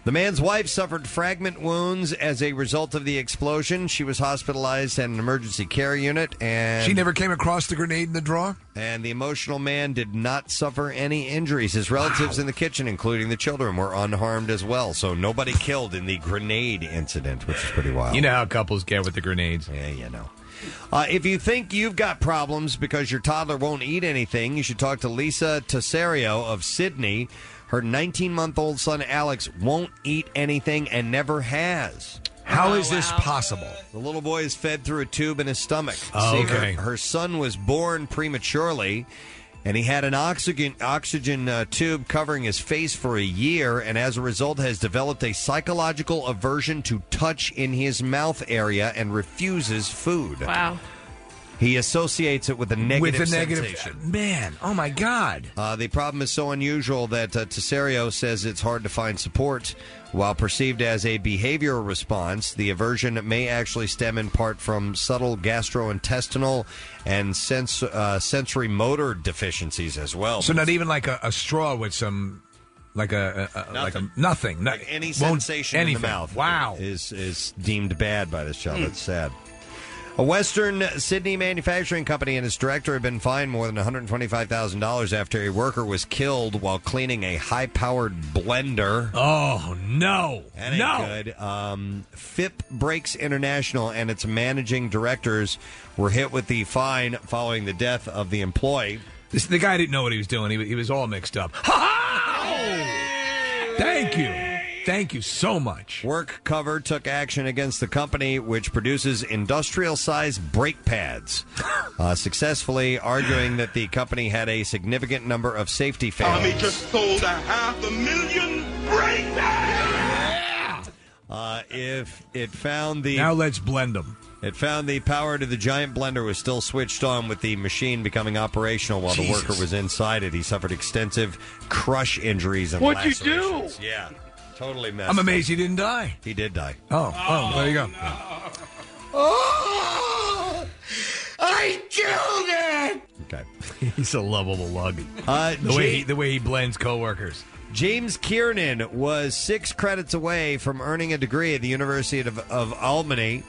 Speaker 1: The man's wife suffered fragment wounds as a result of the explosion. She was hospitalized at an emergency care unit, and
Speaker 2: She never came across the grenade in the drawer?
Speaker 1: and the emotional man did not suffer any injuries. His relatives in the kitchen, including the children, were unharmed as well. So nobody killed in the grenade incident, which is pretty wild.
Speaker 9: You know how couples get with the grenades.
Speaker 1: Yeah, you know. Uh, if you think you've got problems because your toddler won't eat anything, you should talk to Lisa Tesserio of Sydney. Her 19 month old son Alex won't eat anything and never has.
Speaker 2: How is this possible?
Speaker 1: The little boy is fed through a tube in his stomach.
Speaker 2: Oh,
Speaker 1: See, her-
Speaker 2: okay.
Speaker 1: Her, son was born prematurely, and he had an oxygen oxygen uh, tube covering his face for a year, and as a result, has developed a psychological aversion to touch in his mouth area and refuses food. Wow. He associates it with a negative
Speaker 2: with a negative.
Speaker 1: sensation.
Speaker 2: Man, oh my God.
Speaker 1: Uh, the problem is so unusual that uh, Tesserio says it's hard to find support. While perceived as a behavioral response, the aversion may actually stem in part from subtle gastrointestinal and sens- uh, sensory motor deficiencies as well.
Speaker 2: So not even like a, a straw with some, like a, a, a like a nothing, no-
Speaker 1: any
Speaker 2: won't-
Speaker 1: sensation in
Speaker 2: anything.
Speaker 1: the mouth
Speaker 2: Wow.
Speaker 1: is is deemed bad by this child. That's sad. A Western Sydney manufacturing company and its director have been fined more than $125,000 after a worker was killed while cleaning a high powered blender.
Speaker 2: Oh, no.
Speaker 1: That ain't
Speaker 2: No.
Speaker 1: good. Um, FIP Breaks International and its managing directors were hit with the fine following the death of the employee.
Speaker 2: This, the guy didn't know what he was doing. He, wa- he was all mixed up. Thank you. Thank you so much.
Speaker 1: Work Cover took action against the company, which produces industrial sized brake pads, uh, successfully arguing that the company had a significant number of safety
Speaker 13: Tommy
Speaker 1: failures.
Speaker 13: just sold a half a million break
Speaker 1: Uh, if it found the
Speaker 2: now let's blend them.
Speaker 1: It found the power to the giant blender was still switched on with the machine becoming operational while
Speaker 13: Jesus.
Speaker 1: the worker was inside it. He suffered extensive crush injuries and
Speaker 13: What'd you do?
Speaker 1: lacerations. Yeah, totally messed.
Speaker 2: I'm
Speaker 1: up.
Speaker 2: amazed he didn't die.
Speaker 1: He did die.
Speaker 2: Oh, oh, there you go.
Speaker 13: Oh, I killed it.
Speaker 1: Okay.
Speaker 9: He's a lovable lug.
Speaker 1: Uh,
Speaker 9: the way
Speaker 1: Jay-
Speaker 9: he, the way he blends coworkers.
Speaker 1: James Kiernan was six credits away from earning a degree at the University of, of Albany.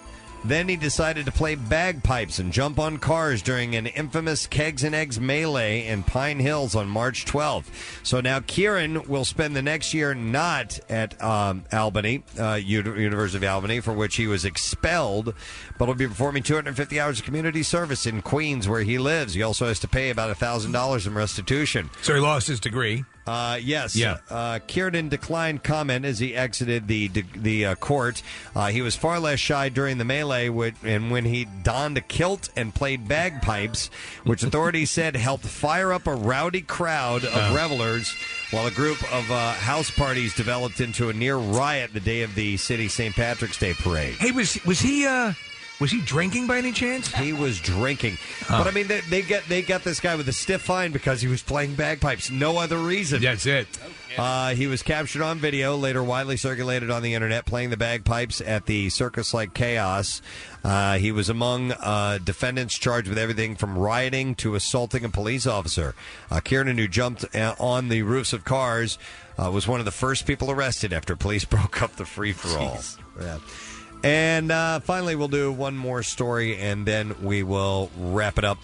Speaker 1: Then he decided to play bagpipes and jump on cars during an infamous Kegs and Eggs melee in Pine Hills on March 12th. So now Kieran will spend the next year not at um, Albany, uh, Uni- University of Albany, for which he was expelled, but will be performing 250 hours of community service in Queens, where he lives. He also has to pay about $1,000 in restitution.
Speaker 2: So he lost his degree.
Speaker 1: Uh, yes.
Speaker 2: Yeah.
Speaker 1: Uh, Kiernan declined comment as he exited the the uh, court. Uh, he was far less shy during the melee, which, and when he donned a kilt and played bagpipes, which authorities said helped fire up a rowdy crowd of
Speaker 2: Uh.
Speaker 1: revelers, while a group of uh, house parties developed into a near riot the day of the city St. Patrick's Day parade.
Speaker 2: Hey, was was he uh was he drinking by any chance?
Speaker 1: He was drinking, But I mean, they, they get they got this guy with a stiff fine because he was playing bagpipes. No other reason.
Speaker 2: That's it.
Speaker 1: Uh, he was captured on video, later widely circulated on the internet, playing the bagpipes at the circus like chaos. Uh, he was among uh, defendants charged with everything from rioting to assaulting a police officer. Uh, Kiernan, who jumped uh, on the roofs of cars, uh, was one of the first people arrested after police broke up the free for all. Yeah. And uh, finally, we'll do one more story and then we will wrap it up.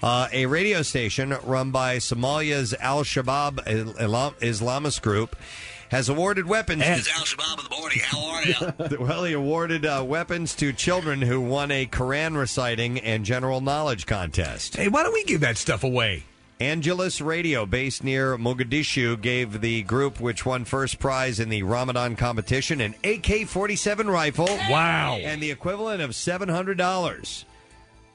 Speaker 1: Uh, a radio station run by Somalia's Al Shabaab Islamist group has awarded weapons.
Speaker 5: Hey, it's
Speaker 1: to-
Speaker 5: Alex Bob in the morning. How are you?
Speaker 1: well, he awarded uh, weapons to children who won a Koran reciting and general knowledge contest.
Speaker 8: Hey, why don't we give that stuff away?
Speaker 1: Angelus Radio, based near Mogadishu, gave the group which won first prize in the Ramadan competition an AK 47 rifle. Wow. And the equivalent of $700.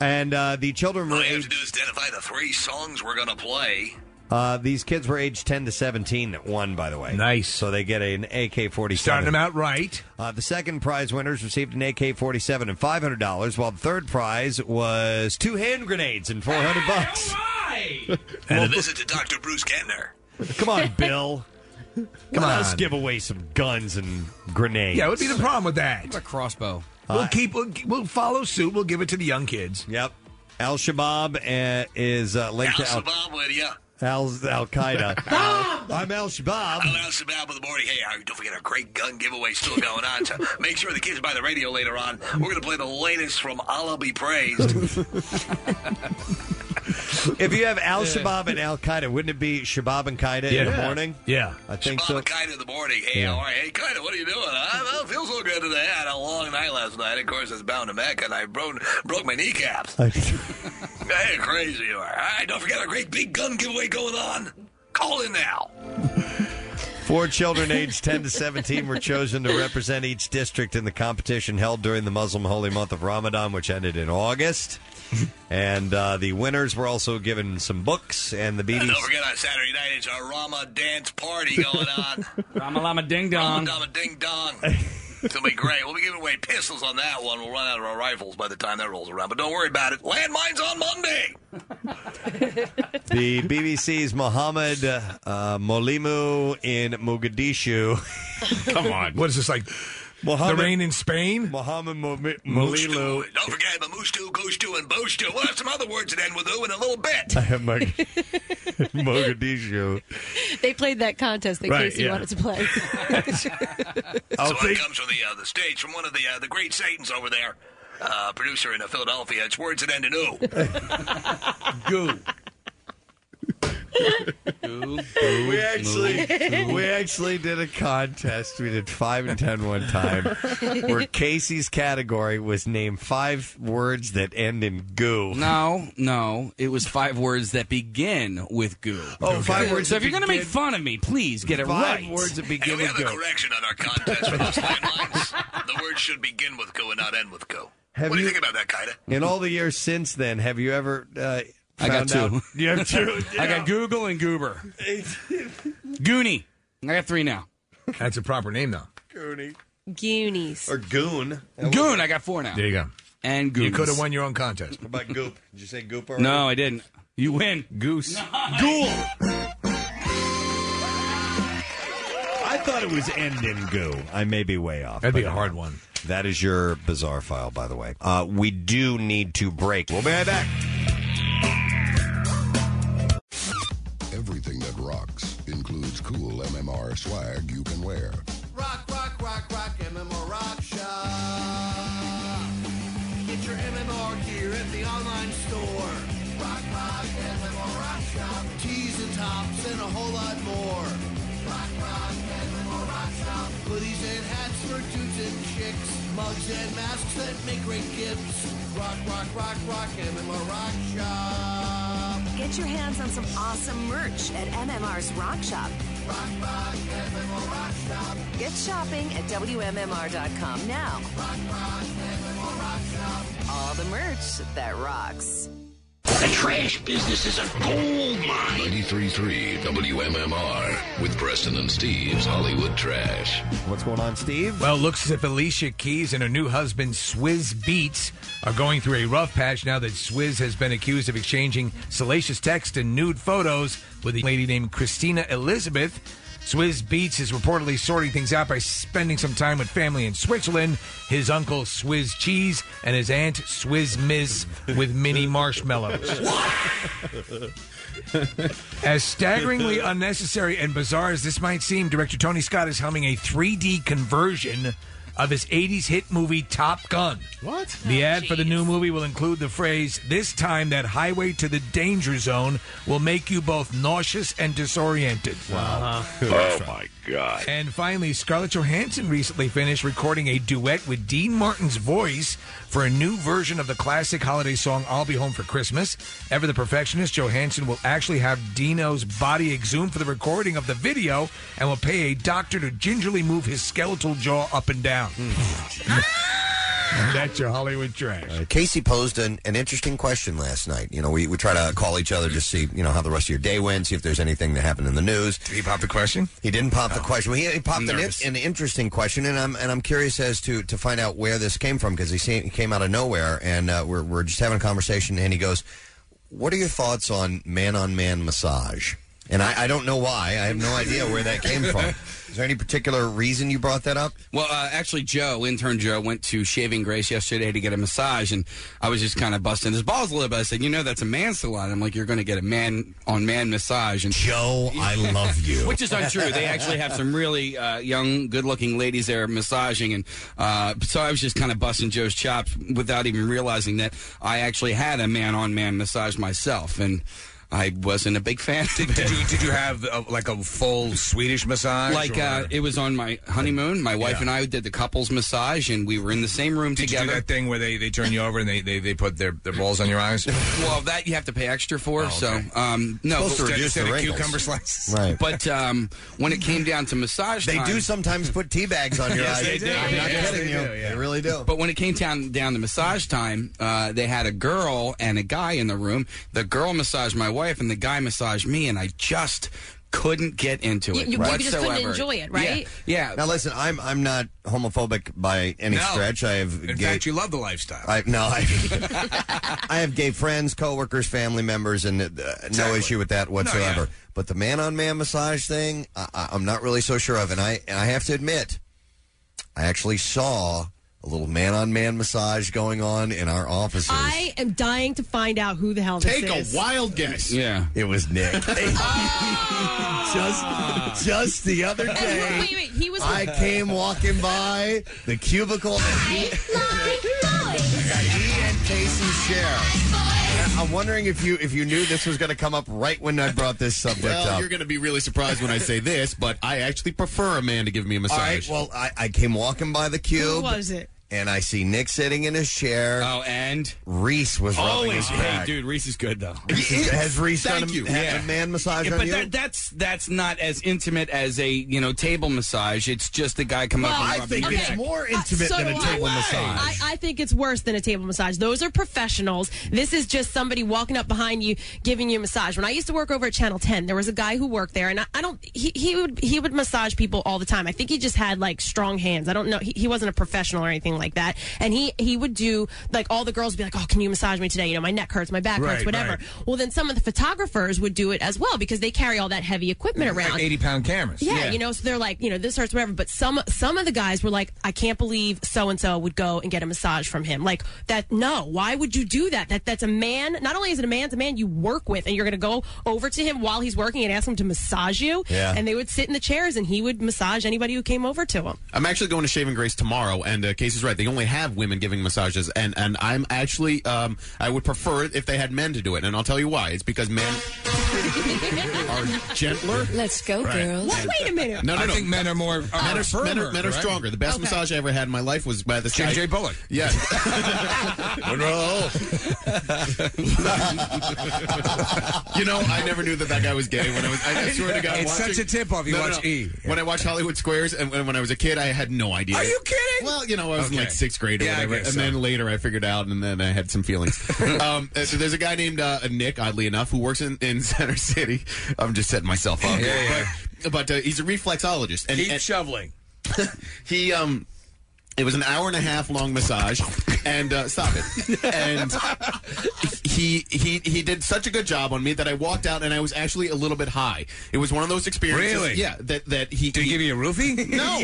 Speaker 1: And uh, the children were.
Speaker 5: All you have
Speaker 1: age-
Speaker 5: to do is identify the three songs we're going to play.
Speaker 1: uh, these kids were aged 10 to 17 that won, by the way. Nice. So they get an AK 47.
Speaker 8: Starting them out right.
Speaker 1: Uh, the second prize winners received an AK 47 and $500, while the third prize was two hand grenades and 400 bucks.
Speaker 5: And a visit to Dr. Bruce Kentner.
Speaker 1: Come on, Bill. Come
Speaker 5: Come
Speaker 1: on. Let's
Speaker 5: on.
Speaker 1: give away some guns and grenades.
Speaker 8: Yeah, what would be the problem with that?
Speaker 1: A
Speaker 8: crossbow. We'll keep. We'll, we'll follow suit. We'll give it to the young kids.
Speaker 1: Yep. Al Shabaab uh, is uh, linked to Al
Speaker 5: Bob with you.
Speaker 1: Al Al Qaeda. I'm Al Shabaab.
Speaker 5: I'm Al Shabaab with the morning. Hey, uh, don't forget our great gun giveaway still going on. So make sure the kids buy the radio later on. We're going to play the latest from Allah Be Praised.
Speaker 1: if you have Al Shabaab and Al Qaeda, wouldn't it be Shabab and Qaeda in the
Speaker 5: Yeah.
Speaker 1: morning?
Speaker 8: Yeah,
Speaker 1: I think
Speaker 5: Shabaab
Speaker 1: so.
Speaker 5: and Kaida in the morning. Hey,
Speaker 1: Yeah.
Speaker 5: how are you? Hey, Kaida, what are you doing? I, I don't feel so good today. I had a long night last night. Of course, it's bound to Mecca, and I broke, broke my kneecaps. hey, crazy you are. All right, don't forget our great big gun giveaway going on. Call in now.
Speaker 1: Four children aged 10 to 17 were chosen to represent each district in the competition held during the Muslim holy month of Ramadan, which ended in August. And uh, the winners were also given some books, and the
Speaker 5: And
Speaker 1: BDC.
Speaker 5: don't forget on Saturday night, it's our Rama dance party going on.
Speaker 7: Rama Lama Ding Dong.
Speaker 5: Rama Dama Ding Dong. It's going to be great. We'll be giving away pistols on that one. We'll run out of our rifles by the time that rolls around. But don't worry about it. Landmines on Monday.
Speaker 1: The BBC's Mohammed uh, Molimu in Mogadishu.
Speaker 8: Come on. What is this like?
Speaker 1: Mohammed,
Speaker 8: the rain in Spain?
Speaker 1: Mohammed Mo- Molilu.
Speaker 5: Don't forget Mamushtu, Goshtu, and Boshtu. We'll have some other words that end with ooh in a little bit.
Speaker 1: I have Mog- Mogadishu.
Speaker 12: They played that contest that
Speaker 1: Right,
Speaker 12: Casey
Speaker 1: yeah.
Speaker 12: wanted to play.
Speaker 1: I'll
Speaker 5: so it comes from the uh, the stage from one of the uh, the great satans over there, uh, producer in uh, Philadelphia. It's words that end in ooh.
Speaker 1: Goo. We actually we actually did a contest. We did five and ten one time, where Casey's category was name five words that end in goo.
Speaker 7: No, no. It was five words that begin with goo.
Speaker 1: Oh, five words
Speaker 7: So
Speaker 1: that
Speaker 7: if you're going to make
Speaker 1: begin-
Speaker 7: fun of me, please get it
Speaker 1: Five
Speaker 7: right.
Speaker 1: words that
Speaker 5: and
Speaker 1: begin
Speaker 5: we
Speaker 1: with
Speaker 5: have a
Speaker 1: goo.
Speaker 5: correction on our contest for those landmines. the word should begin with go and not end with go.
Speaker 1: Have
Speaker 5: what do you
Speaker 1: you-
Speaker 5: think about that, Kaida?
Speaker 1: In all the years since then, have you ever? Uh,
Speaker 7: I got
Speaker 1: found
Speaker 7: two.
Speaker 1: out- You have two.
Speaker 7: I got Google and Goober. Goonie. I got three now.
Speaker 8: That's a proper name, though.
Speaker 1: Goonie.
Speaker 12: Goonies.
Speaker 1: Or goon.
Speaker 7: Goon. I got four now.
Speaker 8: There you go.
Speaker 7: And goons.
Speaker 8: You could have won your own contest.
Speaker 1: What about goop? Did you say goop? Already?
Speaker 7: No, I didn't. You win.
Speaker 8: Goose.
Speaker 7: Ghoul.
Speaker 1: I thought it was end in goo. I may be way off.
Speaker 8: That'd be
Speaker 1: but
Speaker 8: a
Speaker 1: I
Speaker 8: hard
Speaker 1: don't know.
Speaker 8: one.
Speaker 1: That is your bizarre file, by the way. Uh, we do need to break. We'll be right back.
Speaker 15: Everything that rocks includes cool MMR swag you can wear.
Speaker 17: Rock, rock, rock, rock, MMR Rock Shop. Get your MMR gear at the online store. Rock, rock, MMR Rock Shop. Tees and tops and a whole lot more. Rock, rock, MMR Rock Shop. Hoodies and hats for dudes and chicks. Mugs and masks that make great gifts. Rock, rock, rock, rock, MMR Rock Shop.
Speaker 10: Get your hands on some awesome merch at MMR's Rock Shop. Get shopping at WMMR.com now. All the merch that rocks.
Speaker 15: The trash business is a gold mine. 93.3 WMMR with Preston and Steve's Hollywood Trash.
Speaker 1: What's going on, Steve?
Speaker 8: Well, looks as if Alicia Keys and her new husband, Swizz Beats, are going through a rough patch now that Swizz has been accused of exchanging salacious text and nude photos with a lady named Christina Elizabeth. Swizz Beats is reportedly sorting things out by spending some time with family in Switzerland, his uncle Swizz Cheese, and his aunt Swizz Miz with mini marshmallows. As staggeringly unnecessary and bizarre as this might seem, director Tony Scott is helming a 3D conversion
Speaker 5: of his 80s hit movie Top Gun.
Speaker 6: What?
Speaker 5: The ad for the new movie will include the phrase, This time that highway to the danger zone will make you both nauseous and disoriented.
Speaker 17: Wow. Oh, my
Speaker 5: God. And finally, Scarlett Johansson recently finished recording a duet with Dean Martin's voice for a new version of the classic holiday song I'll Be Home for Christmas. Ever the perfectionist, Johansson will actually have Dino's body exhumed for the recording of the video and will pay a doctor to gingerly move his skeletal jaw up and down. That's your Hollywood trash.
Speaker 1: Uh, Casey posed an, an interesting question last night. You know, we, we try to call each other to see, you know, how the rest of your day went, see if there's anything that happened in the news. Did
Speaker 5: he pop the question?
Speaker 1: He didn't pop the question. He, he popped
Speaker 5: I'm
Speaker 1: an, in-
Speaker 5: nervous.
Speaker 1: an interesting question, and I'm and I'm curious as to, to find out where this came from because he, se- he came out of nowhere, and uh, we're, we're just having a conversation, and he goes, what are your thoughts on man-on-man massage? And I, I don't know why. I have no idea where that came from. Is there any particular reason you brought that up?
Speaker 7: Well, uh, actually, Joe, intern Joe, went to Shaving Grace yesterday to get a massage, and I was just kind of busting his balls a little bit. I said, "You know, that's a man salon." I'm like, "You're going to get a man on man massage." And
Speaker 1: Joe, I love you.
Speaker 7: Which is untrue. They actually have some really uh, young, good-looking ladies there massaging, and uh, so I was just kind of busting Joe's chops without even realizing that I actually had a man on man massage myself, and I wasn't a big fan. Did,
Speaker 5: did you did you have uh, like a full Swedish massage?
Speaker 7: Like
Speaker 5: or-
Speaker 7: uh, it was on my honeymoon. My wife
Speaker 5: Yeah.
Speaker 7: and I did the couples massage, and we were in the same room
Speaker 5: Did
Speaker 7: together.
Speaker 5: you do that thing where they, they turn you over and they, they, they put their, their balls on your eyes? Oh,
Speaker 7: well, that you have to pay extra for. So, um, no,
Speaker 5: Supposed to
Speaker 7: but-
Speaker 5: reduce Instead the of wrinkles. cucumber slices. Right.
Speaker 7: But um, when it came down to massage,
Speaker 1: They
Speaker 7: time-
Speaker 1: do sometimes put tea bags on your
Speaker 7: Yes,
Speaker 1: eyes.
Speaker 7: they do.
Speaker 1: I'm not
Speaker 7: Yes,
Speaker 1: kidding
Speaker 7: they
Speaker 1: you.
Speaker 7: do, yeah.
Speaker 1: They really do.
Speaker 7: But when it came down down to massage time, uh, they had a girl and a guy in the room. The girl massaged my wife, and the guy massaged me, and I just couldn't get into
Speaker 12: You-
Speaker 7: it
Speaker 12: you- you just couldn't
Speaker 7: whatsoever.
Speaker 12: enjoy it, right?
Speaker 7: Yeah.
Speaker 1: Now listen, I'm I'm not homophobic by any
Speaker 5: No.
Speaker 1: stretch. I have
Speaker 5: In
Speaker 1: gay,
Speaker 5: fact, you love the lifestyle.
Speaker 1: I no, I, I have gay friends, coworkers, family members, and uh, no issue with that whatsoever.
Speaker 5: No, yeah.
Speaker 1: But the man-on-man massage thing, I, I, I'm not really so sure of, and I and I have to admit, I actually saw a little man-on-man massage going on in our offices.
Speaker 12: I am dying to find out who the hell Ah, this is.
Speaker 1: guess.
Speaker 7: Yeah,
Speaker 1: it was Nick.
Speaker 17: Ah!
Speaker 1: just just the other
Speaker 12: And
Speaker 1: day.
Speaker 12: who- wait, wait, he was.
Speaker 1: I came walking by the cubicle. I He and Casey share. And I'm wondering if you if you knew this was going to come up right when I brought this subject
Speaker 6: Well,
Speaker 1: up.
Speaker 6: you're going to be really surprised when I say this, but I actually prefer a man to give me a
Speaker 1: All
Speaker 6: massage.
Speaker 1: right. Well, I, I came walking by the cube.
Speaker 12: was it?
Speaker 1: And I see Nick sitting in his chair.
Speaker 7: Oh, and
Speaker 1: Reese was rubbing
Speaker 7: Always,
Speaker 1: his
Speaker 7: hey,
Speaker 1: back.
Speaker 7: dude, Reese is good though.
Speaker 1: Reese is- has Reese done a- had a man massage
Speaker 7: Yeah,
Speaker 1: on
Speaker 7: but
Speaker 1: you?
Speaker 7: That, that's that's not as intimate as a you know table massage. It's just a guy come up. And rub your back.
Speaker 12: Uh, so do I. I, I think it's worse than a table massage. Those are professionals. This is just somebody walking up behind you, giving you a massage. When I used to work over at Channel 10, there was a guy who worked there, and I, I don't. He, he would he would massage people all the time. I think he just had like strong hands. I don't know. He, he wasn't a professional or anything like that. And he he would do like all the girls would be like, oh, can you massage me today? You know, my neck hurts, my back
Speaker 5: Right,
Speaker 12: hurts, whatever.
Speaker 5: right.
Speaker 12: Well, then some of the photographers would do it as well because they carry all that heavy equipment around.
Speaker 5: Like 80 pound cameras.
Speaker 12: Yeah, you know, so they're like, you know, this hurts, whatever. But some some of the guys were like, I can't believe so and so would go and get a massage from him. Like that. No, why would you do that? That that's a man. Not only is it a man, it's a man you work with, and you're going to go over to him while he's working and ask him to massage you.
Speaker 6: Yeah.
Speaker 12: And they would sit in the chairs, and he would massage anybody who came over to him.
Speaker 6: I'm actually going to Shaving Grace tomorrow, and uh, Casey's right. They only have women giving massages, and, and I'm actually, um, I would prefer it if they had men to do it, and I'll tell you why. It's because men are gentler.
Speaker 33: Let's go,
Speaker 6: Right. girls.
Speaker 12: What? Wait a minute.
Speaker 6: No, no,
Speaker 5: I
Speaker 6: no.
Speaker 5: think men are more.
Speaker 6: men are, men are, men are
Speaker 5: right?
Speaker 6: stronger. The best massage I ever had in my life was by this
Speaker 5: J.J.
Speaker 6: guy-
Speaker 5: Bullock.
Speaker 6: Yeah. Monroe. you know, I never knew that that guy was gay when I was. I swear to God,
Speaker 5: It's
Speaker 6: watching-
Speaker 5: such a tip-off. You watch E.
Speaker 6: When I watched Hollywood Squares, and when, when I was a kid, I had no idea.
Speaker 5: Are you kidding?
Speaker 6: Well, you know, I was in
Speaker 5: Okay.
Speaker 6: like sixth grade or
Speaker 5: Yeah, I
Speaker 6: whatever, and
Speaker 5: guess so.
Speaker 6: then later I figured out, and then I had some feelings. um, uh, so there's a guy named uh, Nick, oddly enough, who works in, in Center City. I'm just setting myself up.
Speaker 5: Yeah, yeah.
Speaker 6: But, but uh, he's a reflexologist, and
Speaker 5: Keep
Speaker 6: and-
Speaker 5: shoveling.
Speaker 6: he um it was an hour and a half long massage and uh, stop it and he he he he did such a good job on me that I walked out and I was actually a little bit high. It was one of those experiences.
Speaker 5: Really?
Speaker 6: Yeah. That that he did he give
Speaker 5: you a roofie?
Speaker 6: no.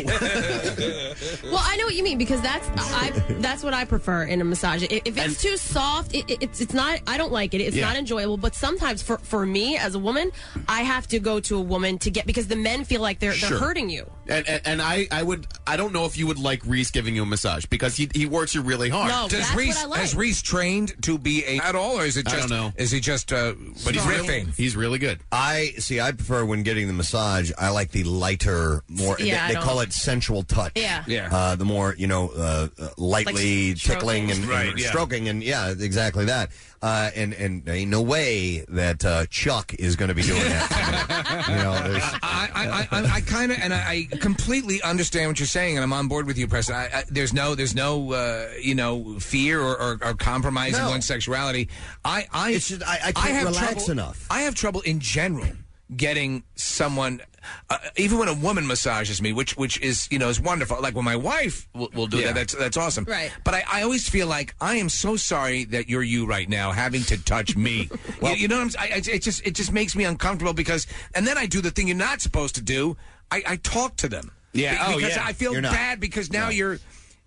Speaker 12: Well, I know what you mean because that's I that's what I prefer in a massage. If, if it's
Speaker 6: And-
Speaker 12: too soft, it, it- it's it's not. I don't like it. It's
Speaker 11: Yeah.
Speaker 12: not enjoyable. But sometimes for for me as a woman, I have to go to a woman to get because the men feel like they're
Speaker 6: Sure.
Speaker 12: they're hurting you.
Speaker 6: And, and and I I would I don't know if you would like Reese giving you a massage because he he works you really hard.
Speaker 5: Does Reese, Has Reese trained to be a at all, or is it
Speaker 6: I
Speaker 5: just?
Speaker 6: don't know.
Speaker 5: Is he just? Uh,
Speaker 6: But he's
Speaker 5: riffing.
Speaker 6: really, he's really good.
Speaker 1: I see. I prefer when getting the massage. I like the lighter, more.
Speaker 12: Yeah, I
Speaker 1: they, they
Speaker 12: don't-
Speaker 1: call it sensual touch.
Speaker 12: Yeah.
Speaker 1: yeah. Uh, the more you know, uh, uh, lightly
Speaker 12: Like s-
Speaker 1: tickling
Speaker 12: stroking.
Speaker 1: and,
Speaker 12: Right,
Speaker 1: and
Speaker 12: yeah.
Speaker 1: stroking, and yeah, exactly that. Uh, and and there ain't no way that uh, Chuck is going to be doing that. you know, there's,
Speaker 5: I, I, I, I kind of and I, I completely understand what you're saying, and I'm on board with you, Preston. I, I, there's no, there's no, uh, you know, fear or, or, or compromise in
Speaker 1: No.
Speaker 5: one's sexuality. I, I,
Speaker 1: I, can't
Speaker 5: have
Speaker 1: relax
Speaker 5: trouble,
Speaker 1: enough.
Speaker 5: I have trouble in general getting someone, uh, even when a woman massages me, which which is you know is wonderful. Like when my wife will, will do that, that's that's awesome.
Speaker 17: Right.
Speaker 5: But I, I always feel like I am so sorry that you're you right now having to touch me. you, you know what I'm s- I- I- It just it just makes me uncomfortable because and then I do the thing you're not supposed to do. I, I talk to them.
Speaker 17: Yeah. Oh,
Speaker 5: because
Speaker 17: yeah.
Speaker 5: I feel
Speaker 17: You're not.
Speaker 5: bad because now you're.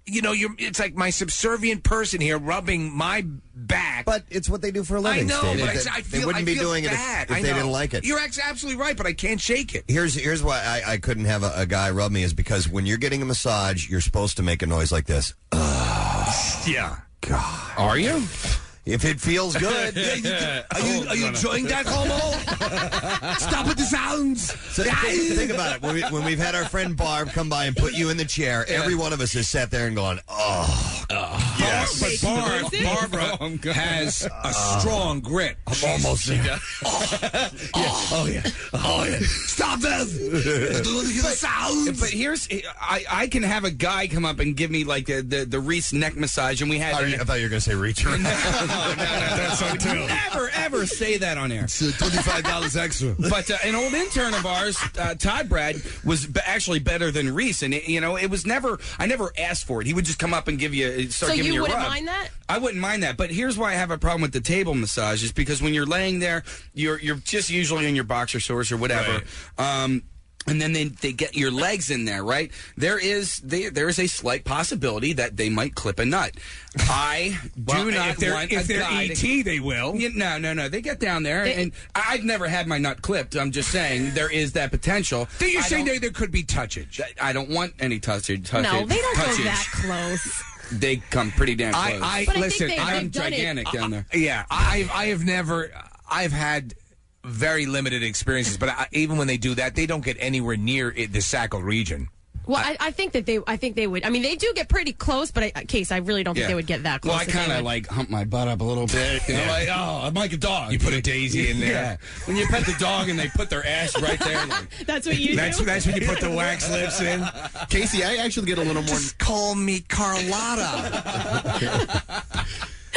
Speaker 5: You know, you're. It's like my subservient person here rubbing my back.
Speaker 1: But it's what they do for a living.
Speaker 5: I know,
Speaker 1: Steve.
Speaker 5: but
Speaker 1: They-
Speaker 5: I, I
Speaker 1: they
Speaker 5: feel
Speaker 1: wouldn't
Speaker 5: I
Speaker 1: be
Speaker 5: feel
Speaker 1: doing it if-
Speaker 5: bad.
Speaker 1: if
Speaker 5: I
Speaker 1: they
Speaker 5: know.
Speaker 1: didn't like it.
Speaker 5: You're ex- absolutely right, but I can't shake it.
Speaker 1: Here's here's why I, I couldn't have a, a guy rub me is because when you're getting a massage, you're supposed to make a noise like this.
Speaker 5: yeah.
Speaker 1: God. Are you? If it feels good.
Speaker 17: Yeah, Oh, you-
Speaker 1: are
Speaker 17: you- are you enjoying that,
Speaker 5: homo? Stop with the sounds.
Speaker 1: So think, think about it. When, we, when we've had our friend Barb come by and put you in the chair, every one of us has sat there and gone, oh.
Speaker 5: Uh, Yes. But Barb, Barbara has a strong grip. I'm almost there.
Speaker 1: Oh, yeah. Oh, yeah.
Speaker 5: Stop this.
Speaker 7: but, but here's I, I can have a guy come up and give me like the the, the Reese neck massage, and we had. I
Speaker 1: thought you were going to say reach. no, no,
Speaker 7: no, that's so too. Never ever say that on air.
Speaker 5: uh,
Speaker 1: Twenty-five dollars extra.
Speaker 7: But uh, an old intern of ours, uh, Todd Brad, was b- actually better than Reese, and it, you know it was never. I never asked for it. He would just come up and give you uh, start
Speaker 12: so
Speaker 7: giving
Speaker 12: you
Speaker 7: a
Speaker 12: wouldn't
Speaker 7: rub.
Speaker 12: mind that?
Speaker 7: I wouldn't mind that, but here's why I have a problem with the table massage is because when you're laying there, you're you're just usually in your boxer shorts or whatever. Um, and then they, they get your legs in there, right? There is they, there is a slight possibility that they might clip a nut. I
Speaker 5: Well,
Speaker 7: do not
Speaker 5: if they're-
Speaker 7: want
Speaker 5: if
Speaker 7: a
Speaker 5: they're
Speaker 7: guy to-
Speaker 5: ET, they will.
Speaker 7: Yeah, no, no, no. They get down there,
Speaker 5: They-
Speaker 7: and I- I've never had my nut clipped. I'm just saying there is that potential.
Speaker 5: Then you're
Speaker 7: I
Speaker 5: saying
Speaker 7: don't-
Speaker 5: there, there could be touchage.
Speaker 7: I don't want any touchage. touchage
Speaker 12: No, they don't
Speaker 7: touchage.
Speaker 12: go that close.
Speaker 7: They come pretty damn close.
Speaker 12: But I think
Speaker 5: listen.
Speaker 12: they-
Speaker 5: I'm
Speaker 12: they've done it-
Speaker 7: gigantic down there.
Speaker 5: Uh, Yeah, I, I have never. I've had very limited experiences, but I, even when they do that, they don't get anywhere near it, the sacral region.
Speaker 12: Well, I, I think that they I think they would. I mean, they do get pretty close, but I, case I really don't think
Speaker 7: Yeah.
Speaker 12: they would get that close.
Speaker 7: Well, I
Speaker 12: if they
Speaker 7: kind of
Speaker 12: would.
Speaker 7: like hump my butt up a little bit. You know,
Speaker 17: Yeah.
Speaker 7: like, oh, I'm like a dog.
Speaker 5: You put a daisy in there.
Speaker 7: Yeah. When you pet the dog and they put their ass right there. Like,
Speaker 12: That's what you
Speaker 5: That's
Speaker 12: do.
Speaker 5: that's when you put the wax lips in.
Speaker 6: Casey, I actually get a little more.
Speaker 5: call me Carlotta.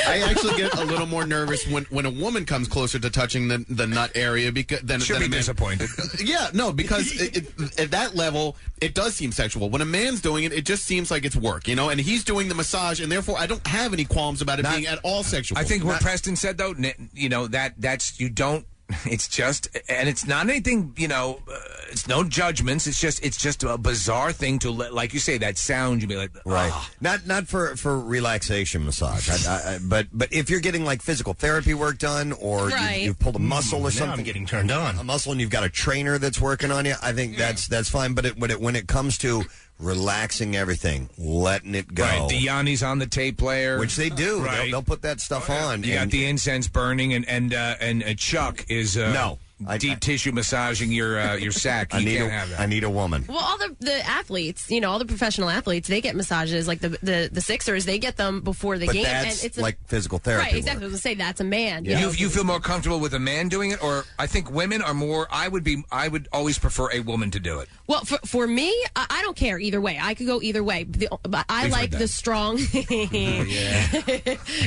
Speaker 6: I actually get a little more nervous when, when a woman comes closer to touching the, the nut area because then
Speaker 5: She'll
Speaker 6: than
Speaker 5: be
Speaker 6: a man.
Speaker 5: disappointed.
Speaker 6: Yeah, no, because it, it, at that level, it does seem sexual. When a man's doing it, it just seems like it's work, you know. And he's doing the massage, and therefore, I don't have any qualms about it
Speaker 5: Not-
Speaker 6: being at all sexual.
Speaker 5: I think what
Speaker 6: Not-
Speaker 5: Preston said though, n- you know that that's you don't. It's just, and it's not anything. You know, uh, it's no judgments. It's just, it's just a bizarre thing to let, like you say, that sound. You'd be like, "Oh,
Speaker 1: Right. Not not for for relaxation massage, I, I, I- but but if you're getting like physical therapy work done, or
Speaker 12: Right.
Speaker 1: you, have pulled a muscle
Speaker 12: Mm, now
Speaker 1: or
Speaker 12: I'm
Speaker 1: something,
Speaker 12: getting
Speaker 1: turned on a muscle, and you've got a trainer that's working on you. I think that's that's fine. But it, when it when it comes to relaxing everything, letting it go,
Speaker 5: Right, the Yanni's on the tape player, Oh,
Speaker 1: which they do, They'll- they'll, put that stuff on.
Speaker 5: You got
Speaker 1: and-
Speaker 5: the incense burning, and and uh, and uh, Chuck is uh,
Speaker 1: No.
Speaker 5: deep tissue massaging your uh, your sack.
Speaker 1: I
Speaker 5: you
Speaker 1: need
Speaker 5: can't
Speaker 1: a-
Speaker 5: have that.
Speaker 1: I need a woman.
Speaker 12: Well, all the the athletes, you know, all the professional athletes, they get massages. Like the the, the Sixers, they get them before the
Speaker 1: but
Speaker 12: game.
Speaker 1: that's
Speaker 12: and it's a-
Speaker 1: like physical therapy.
Speaker 12: right, exactly. I was gonna say that's a man. you know.
Speaker 5: You, you feel more comfortable with a man doing it, or I think women are more. I would be. I would always prefer a woman to do it.
Speaker 12: Well, for, for me, I, I don't care either way. I could go either way. The- but I
Speaker 5: We've
Speaker 12: like
Speaker 5: heard that.
Speaker 12: the strong.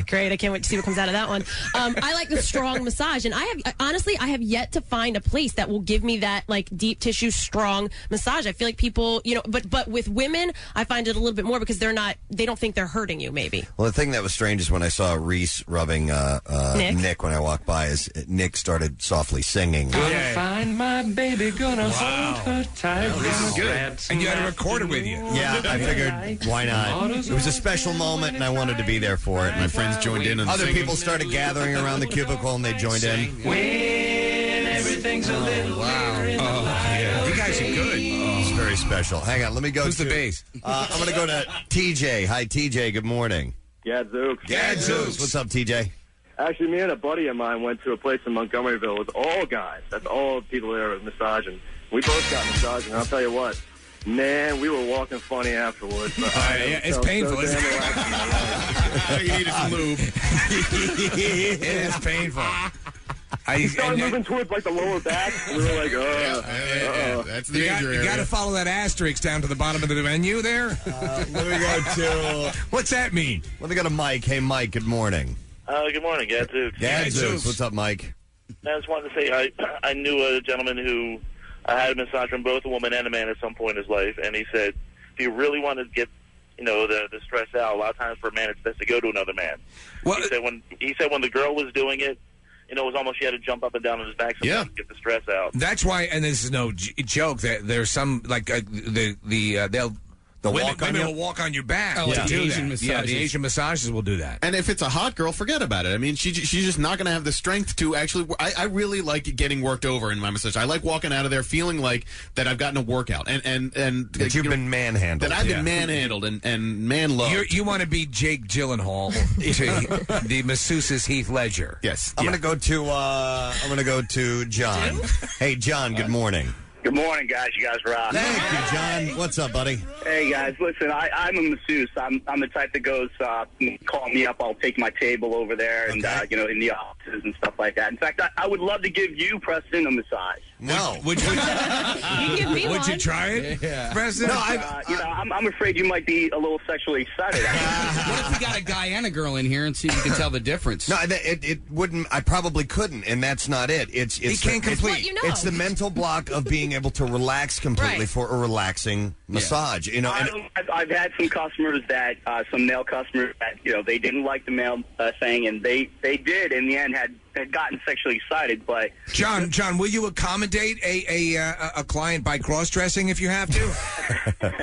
Speaker 12: Great! I can't wait to see what comes out of that one. Um, I like the strong massage, and I have honestly, I have yet to to find a place that will give me that like deep tissue, strong massage. I feel like people, you know, but but with women, I find it a little bit more because they're not, they don't think they're hurting you. Maybe.
Speaker 1: Well, the thing that was strange is when I saw Reese rubbing uh, uh,
Speaker 12: Nick?
Speaker 1: Nick. when I walked by, is Nick started softly singing.
Speaker 30: Gonna find my baby, gonna hold her tight.
Speaker 1: this is
Speaker 30: gonna
Speaker 1: good.
Speaker 30: grab
Speaker 1: And you had
Speaker 30: some
Speaker 1: a recorder
Speaker 30: afternoon.
Speaker 1: Yeah, I figured why not? It was a special moment, and I wanted to be there for it. My friends joined in.
Speaker 6: and
Speaker 1: Other
Speaker 6: singing.
Speaker 1: people started gathering around the cubicle, and they joined in.
Speaker 30: When everything's a little wow.
Speaker 1: Oh, yeah. You guys are good. It's very special. Hang on, let me go. Who's the bass? Uh, I'm going to go to TJ. Hi, TJ. Good morning.
Speaker 8: Gadzooks.
Speaker 1: Gadzooks. What's up, TJ?
Speaker 8: Actually, me and a buddy of mine went to a place in Montgomeryville with all guys. That's all people there with massaging. We both got massaging. and I'll tell you what, man, we were walking funny afterwards. But I
Speaker 5: yeah, it's
Speaker 8: felt
Speaker 5: painful,
Speaker 8: So
Speaker 5: isn't
Speaker 8: damn
Speaker 5: it?
Speaker 8: relaxed.
Speaker 5: you needed some lube. it is painful.
Speaker 8: He started moving towards like the lower back. and We were like, uh-uh. oh,
Speaker 5: That's you got, You got to follow that asterisk down to the bottom of the menu there.
Speaker 6: Uh,
Speaker 1: let me go to.
Speaker 5: What's that mean?
Speaker 1: Let me go to Mike. Hey, Mike. Good morning.
Speaker 8: Uh, good morning, Gadzooks.
Speaker 1: Gadzooks. What's up, Mike?
Speaker 8: I just wanted to say I I knew a gentleman who I had a massage from both a woman and a man at some point in his life, and he said if you really want to get you know the the stress out, a lot of times for a man it's best to go to another man. he said when he said when the girl was doing it, you know it was almost she had to jump up and down on his back sometimes to get the stress out.
Speaker 5: That's why, and this is no j- joke. That there's some like uh, the the uh, they'll
Speaker 6: They'll
Speaker 5: women,
Speaker 6: walk on
Speaker 5: women
Speaker 6: you?
Speaker 5: will walk on your back.
Speaker 6: Oh,
Speaker 5: to
Speaker 6: the
Speaker 5: do
Speaker 6: Asian
Speaker 5: that. Yeah, the
Speaker 6: massages.
Speaker 5: Asian massages will do that.
Speaker 6: And if it's a hot girl, forget about it. I mean, she she's just not going to have the strength to actually. I, I really like getting worked over in my massage. I like walking out of there feeling like that I've gotten a workout and and and
Speaker 1: That you've been manhandled.
Speaker 6: That I've
Speaker 5: Yeah.
Speaker 6: been manhandled and and man loved.
Speaker 5: You're, you want to be Jake Gyllenhaal to the masseuses Heath Ledger.
Speaker 1: Yes. I'm going to go to. Uh, I'm going to go to John. hey, John. Good morning.
Speaker 16: Good morning, guys. You guys rock.
Speaker 1: Thank you, John. What's up, buddy?
Speaker 16: Hey, guys. Listen, I, I'm a masseuse. I'm, I'm the type that goes, uh, call me up. I'll take my table over there and, uh, you know, in the offices and stuff like that. In fact, I, I would love to give you, Preston, a massage.
Speaker 1: No.
Speaker 5: Would, would,
Speaker 16: you
Speaker 5: give me Would one. you try it, Preston?
Speaker 16: No, I, uh, you know, I'm, I'm afraid you might be a little sexually excited.
Speaker 7: What if we got a guy and a girl in here and see if we can tell the difference?
Speaker 1: No, it, it, it wouldn't. I probably couldn't, and that's not it. It's it's
Speaker 7: can't complete.
Speaker 1: the, It's,
Speaker 7: What you know.
Speaker 1: it's the mental block of being able to relax completely
Speaker 16: Right.
Speaker 1: for a relaxing massage. You know, and
Speaker 16: I- I've, I've had some customers that, uh, some male customers that, you know, they didn't like the male uh, thing, and they, they did in the end had, had gotten sexually excited, but
Speaker 5: John, John, will you accommodate a a uh, a client by cross dressing if you have to?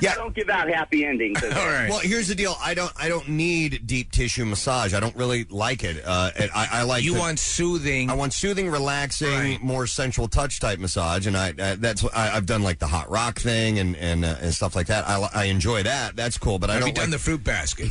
Speaker 1: yeah,
Speaker 16: don't give out happy endings.
Speaker 1: Well, here's the deal. I don't. I don't need deep tissue massage. I don't really like it. Uh, and I, I like.
Speaker 5: You
Speaker 1: the-
Speaker 5: want soothing.
Speaker 1: I want soothing, relaxing, more sensual touch type massage. And I, I that's what I, I've done like the hot rock thing and and, uh, and stuff like that. I, li- I enjoy that. That's cool. But I
Speaker 5: have
Speaker 1: don't
Speaker 5: you done
Speaker 1: like-
Speaker 5: the fruit basket?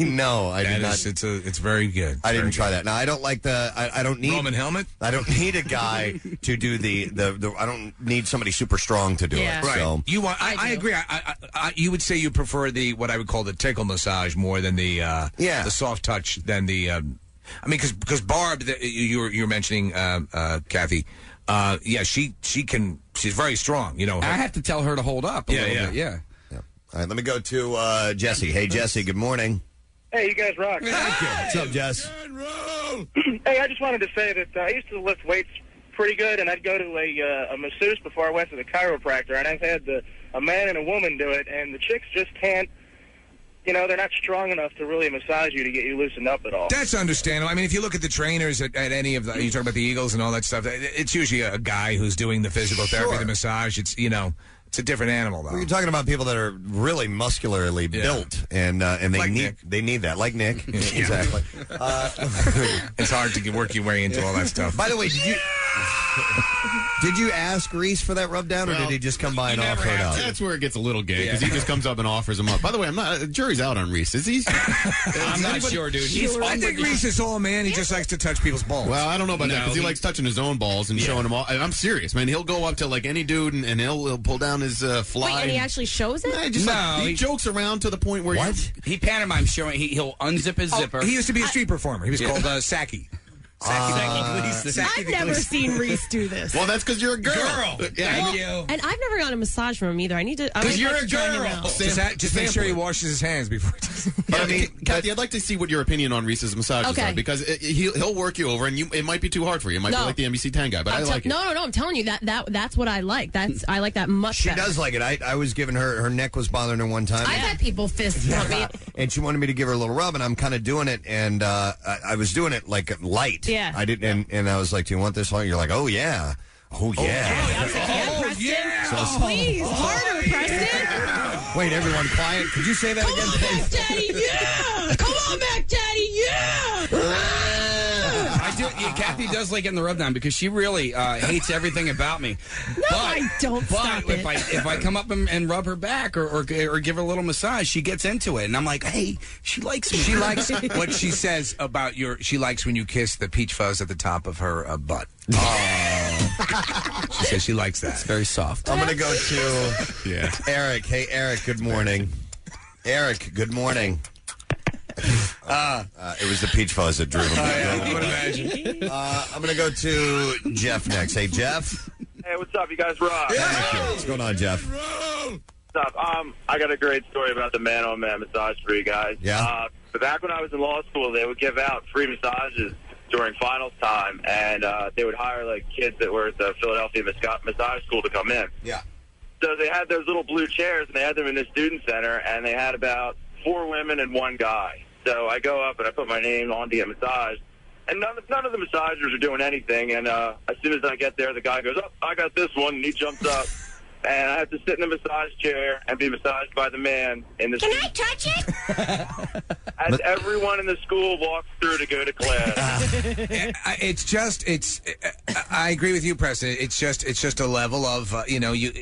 Speaker 1: no, I
Speaker 5: That
Speaker 1: did
Speaker 5: is-
Speaker 1: not.
Speaker 5: It's a, it's very good.
Speaker 1: I didn't try that. Now I don't like the. I, I don't need
Speaker 5: Roman helmet.
Speaker 1: I don't need a guy to do the, the the. I don't need somebody super strong to do it.
Speaker 5: Right.
Speaker 1: So
Speaker 5: You want? I, I, agree. I, I, I, you would say you prefer the what I would call the tickle massage more than the uh, yeah. the soft touch than the. Um, I mean, because Barb, the, you- you were you were mentioning uh, uh, Kathy. Uh, yeah, she she can. She's very strong. You know.
Speaker 7: I have to tell her to hold up a
Speaker 5: Yeah,
Speaker 7: little
Speaker 5: yeah.
Speaker 7: bit. Yeah.
Speaker 1: All right, let me go to uh, Jesse. Hey, Jesse. Good morning.
Speaker 16: Hey, you guys rock.
Speaker 1: What's up, Jess?
Speaker 16: hey, I just wanted to say that uh, I used to lift weights pretty good, and I'd go to a, uh, a masseuse before I went to the chiropractor, and I've had the, a man and a woman do it, and the chicks just can't. You know, they're not strong enough to really massage you to get you loosened up at all.
Speaker 5: That's understandable. I mean, if you look at the trainers at, at any of the, you talk about the Eagles and all that stuff. it- It's usually a guy who's doing the physical therapy,
Speaker 1: Sure.
Speaker 5: the massage. It's you know, it's a different animal though.
Speaker 1: You're talking about people that are really muscularly built, and uh, and they need they need that, like Nick. Exactly.
Speaker 5: it's hard to get- work your way into all that stuff.
Speaker 1: By the way, did you did you ask Reese for that rub down, or did he just come by and
Speaker 6: never
Speaker 1: offer it
Speaker 6: have
Speaker 1: up?
Speaker 6: to. That's where it gets a little gay because
Speaker 1: Yeah.
Speaker 6: he just comes up and offers him up. By the way, I'm not. Uh, jury's out on Reese. Is he?
Speaker 5: I'm
Speaker 6: not sure, dude. He's
Speaker 5: I think
Speaker 6: awkward.
Speaker 5: Reese is all man. He just likes to touch people's balls.
Speaker 6: Well, I don't know about that because he, likes touching his own balls and showing them all. I- I'm serious, man. He'll go up to like any dude and, and he'll, he'll pull down his uh, fly.
Speaker 12: Wait, and he actually shows it?
Speaker 6: Just like, he, jokes around to the point where
Speaker 7: What? He pantomimes showing he, he'll unzip his
Speaker 5: Oh,
Speaker 7: zipper.
Speaker 5: he used to be a street performer. He was called, uh, Saki.
Speaker 12: I've never seen Reese do this.
Speaker 6: Well, that's because you're a girl.
Speaker 5: Uh,
Speaker 6: Yeah, I
Speaker 12: Well,
Speaker 6: know.
Speaker 12: And I've never gotten a massage from him either. I need to. I
Speaker 6: Because
Speaker 12: would
Speaker 6: you're
Speaker 12: like
Speaker 6: a
Speaker 12: to join him
Speaker 6: girl.
Speaker 12: now.
Speaker 5: Just, ha- just make sure he washes his hands before.
Speaker 6: But I mean, Kathy, I'd like to see what your opinion on Reese's massages
Speaker 12: Okay.
Speaker 6: are because it, it- he'll, he'll work you over, and you it might be too hard for you. It might
Speaker 12: No.
Speaker 6: be like the NBC Ten guy, but i
Speaker 12: I'm tell-
Speaker 6: like it.
Speaker 12: No, no, no. I'm telling you that that that's what I like. That's I like that much.
Speaker 1: She
Speaker 12: better.
Speaker 1: does like it. I, I was giving her her neck was bothering her one time.
Speaker 12: I've had people fist bump me.
Speaker 1: and she wanted me to give her a little rub, and I'm kind of doing it, and uh, I, I was doing it like light.
Speaker 12: Yeah.
Speaker 1: I didn't, and, and I was like, "Do you want this?" long?" You're like, "Oh yeah, oh yeah." So I
Speaker 5: Oh,
Speaker 1: was-
Speaker 12: Please,
Speaker 6: Oh.
Speaker 12: harder, Preston.
Speaker 1: Wait, everyone, quiet. Could you say that again? please?
Speaker 12: Daddy, yeah! Come on back, Daddy, yeah!
Speaker 7: I do. Yeah, Kathy does like getting the rub down because she really uh, hates everything about me. No,
Speaker 12: I don't.
Speaker 7: But
Speaker 12: Stop
Speaker 7: if
Speaker 12: it.
Speaker 7: I if I come up and, and rub her back or, or or give her a little massage, she gets into it, and I'm like, hey, she likes me.
Speaker 5: She likes what she says about your. She likes when you kiss the peach fuzz at the top of her uh, butt. she says she likes that. It's
Speaker 7: very soft.
Speaker 1: I'm gonna go to Eric. Hey, Eric. Good morning, Eric. Good morning. Uh, uh, it was the peach fuzz that drew him. Uh, I'm gonna go to Jeff next. Hey, Jeff.
Speaker 14: Hey, what's up? You guys rock.
Speaker 1: What's going on, Jeff?
Speaker 14: What's up? Um, I got a great story about the man on man massage for you guys.
Speaker 1: Yeah.
Speaker 14: Uh, but back when I was in law school, they would give out free massages during finals time, and uh, they would hire like kids that were at the Philadelphia Masca- Massage School to come in.
Speaker 1: Yeah.
Speaker 14: So they had those little blue chairs, and they had them in the student center, and they had about four women and one guy. So I go up and I put my name on to get massaged, and none of, none of the massagers are doing anything. And uh, as soon as I get there, the guy goes, "Oh, I got this one," and he jumps up, and I have to sit in the massage chair and be massaged by the man in the. Can I touch it? As everyone in the school walks through to go to class.
Speaker 5: I- it's just it's i agree with you preston it's just it's just a level of uh, you know you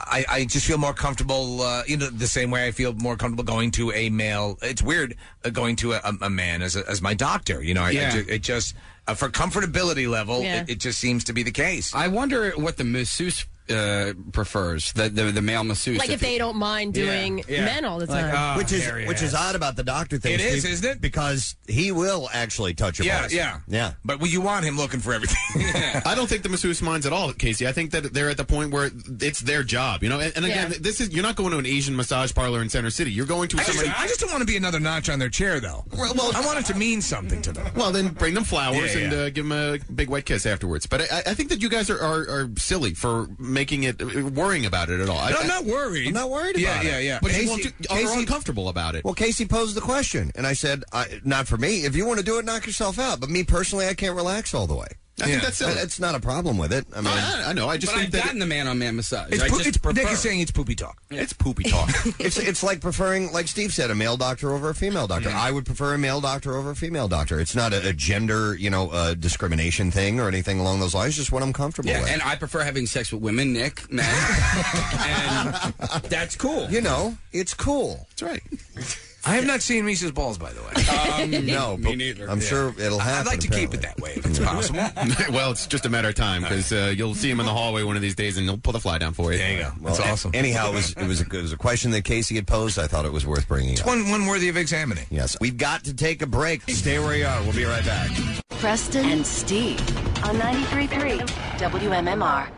Speaker 5: I, I just feel more comfortable, uh, you know, the same way I feel more comfortable going to a male. It's weird uh, going to a, a man as a, as my doctor. You know, I, I
Speaker 7: Yeah.
Speaker 5: ju- it just uh, for comfortability level,
Speaker 7: Yeah.
Speaker 5: it, it just seems to be the case.
Speaker 7: I wonder what the masseuse uh, prefers the, the the male masseuse.
Speaker 12: Like if they don't mind doing men all the time.
Speaker 1: which is which is odd about the doctor thing.
Speaker 5: It is,
Speaker 1: Steve,
Speaker 5: isn't it?
Speaker 1: Because he will actually touch your
Speaker 5: Yeah,
Speaker 1: breast.
Speaker 5: yeah.
Speaker 1: yeah.
Speaker 5: But you want him looking for everything.
Speaker 6: I don't think the masseuse minds at all, Casey. I think that they're at the point where it's their job, you know. And, and again,
Speaker 5: Yeah.
Speaker 6: this is you're not going to an Asian massage parlor in Center City. You're going to
Speaker 5: I just,
Speaker 6: somebody.
Speaker 5: I just don't want to be another notch on their chair, though. Well, I want it to mean something to them.
Speaker 6: Well, then bring them flowers
Speaker 5: Yeah,
Speaker 6: and
Speaker 5: yeah.
Speaker 6: Uh, give them a big wet kiss afterwards. But I, I think that you guys are, are, are silly for making it worrying about it at all. I-
Speaker 5: No,
Speaker 6: I,
Speaker 5: I'm not worried.
Speaker 1: I'm not worried
Speaker 6: Yeah,
Speaker 1: about it.
Speaker 6: yeah, yeah. But you won't do- are uncomfortable about it.
Speaker 1: Well, Casey posed the question, and I said, I, "Not for me. If you want to do it, knock yourself out. But me personally, I can't relax all the way.
Speaker 6: I think that's silly.
Speaker 1: That's not a problem with it. I mean,
Speaker 6: I, know. I just
Speaker 7: but
Speaker 6: think
Speaker 7: I've
Speaker 6: that
Speaker 7: gotten the man on man massage.
Speaker 1: It's
Speaker 7: I
Speaker 1: pu-
Speaker 7: just
Speaker 1: it's- Nick
Speaker 7: prefer.
Speaker 1: is
Speaker 5: saying it's poopy talk.
Speaker 6: It's poopy talk.
Speaker 1: it's it's like preferring, like Steve said, a male doctor over a female doctor. I would prefer a male doctor over a female doctor. It's not a, a gender, you know, uh, discrimination thing or anything along those lines. Just what I'm comfortable
Speaker 7: Yeah,
Speaker 1: with.
Speaker 7: and I prefer having sex with women, Nick, men, and that's cool.
Speaker 1: You know, it's cool.
Speaker 6: That's right.
Speaker 5: I have not seen Reese's balls, by the way.
Speaker 6: Um,
Speaker 1: no,
Speaker 6: me
Speaker 1: but
Speaker 6: neither.
Speaker 1: I'm
Speaker 6: Yeah.
Speaker 1: sure it'll
Speaker 6: I'd
Speaker 1: happen.
Speaker 6: like to keep it
Speaker 5: that way
Speaker 6: if it's possible. well, it's just a matter of time because uh, you'll see him in the hallway one of these days, and he'll pull the fly down for you. There you go.
Speaker 1: Well, a- Anyhow, it was it was, a, it was a question that Casey had posed. I thought it was worth bringing
Speaker 5: It's
Speaker 1: up.
Speaker 5: one, one worthy of examining.
Speaker 1: Yes, we've got to take a break. Stay where you are. We'll be right back.
Speaker 10: Preston and Steve on 93.3 WMMR.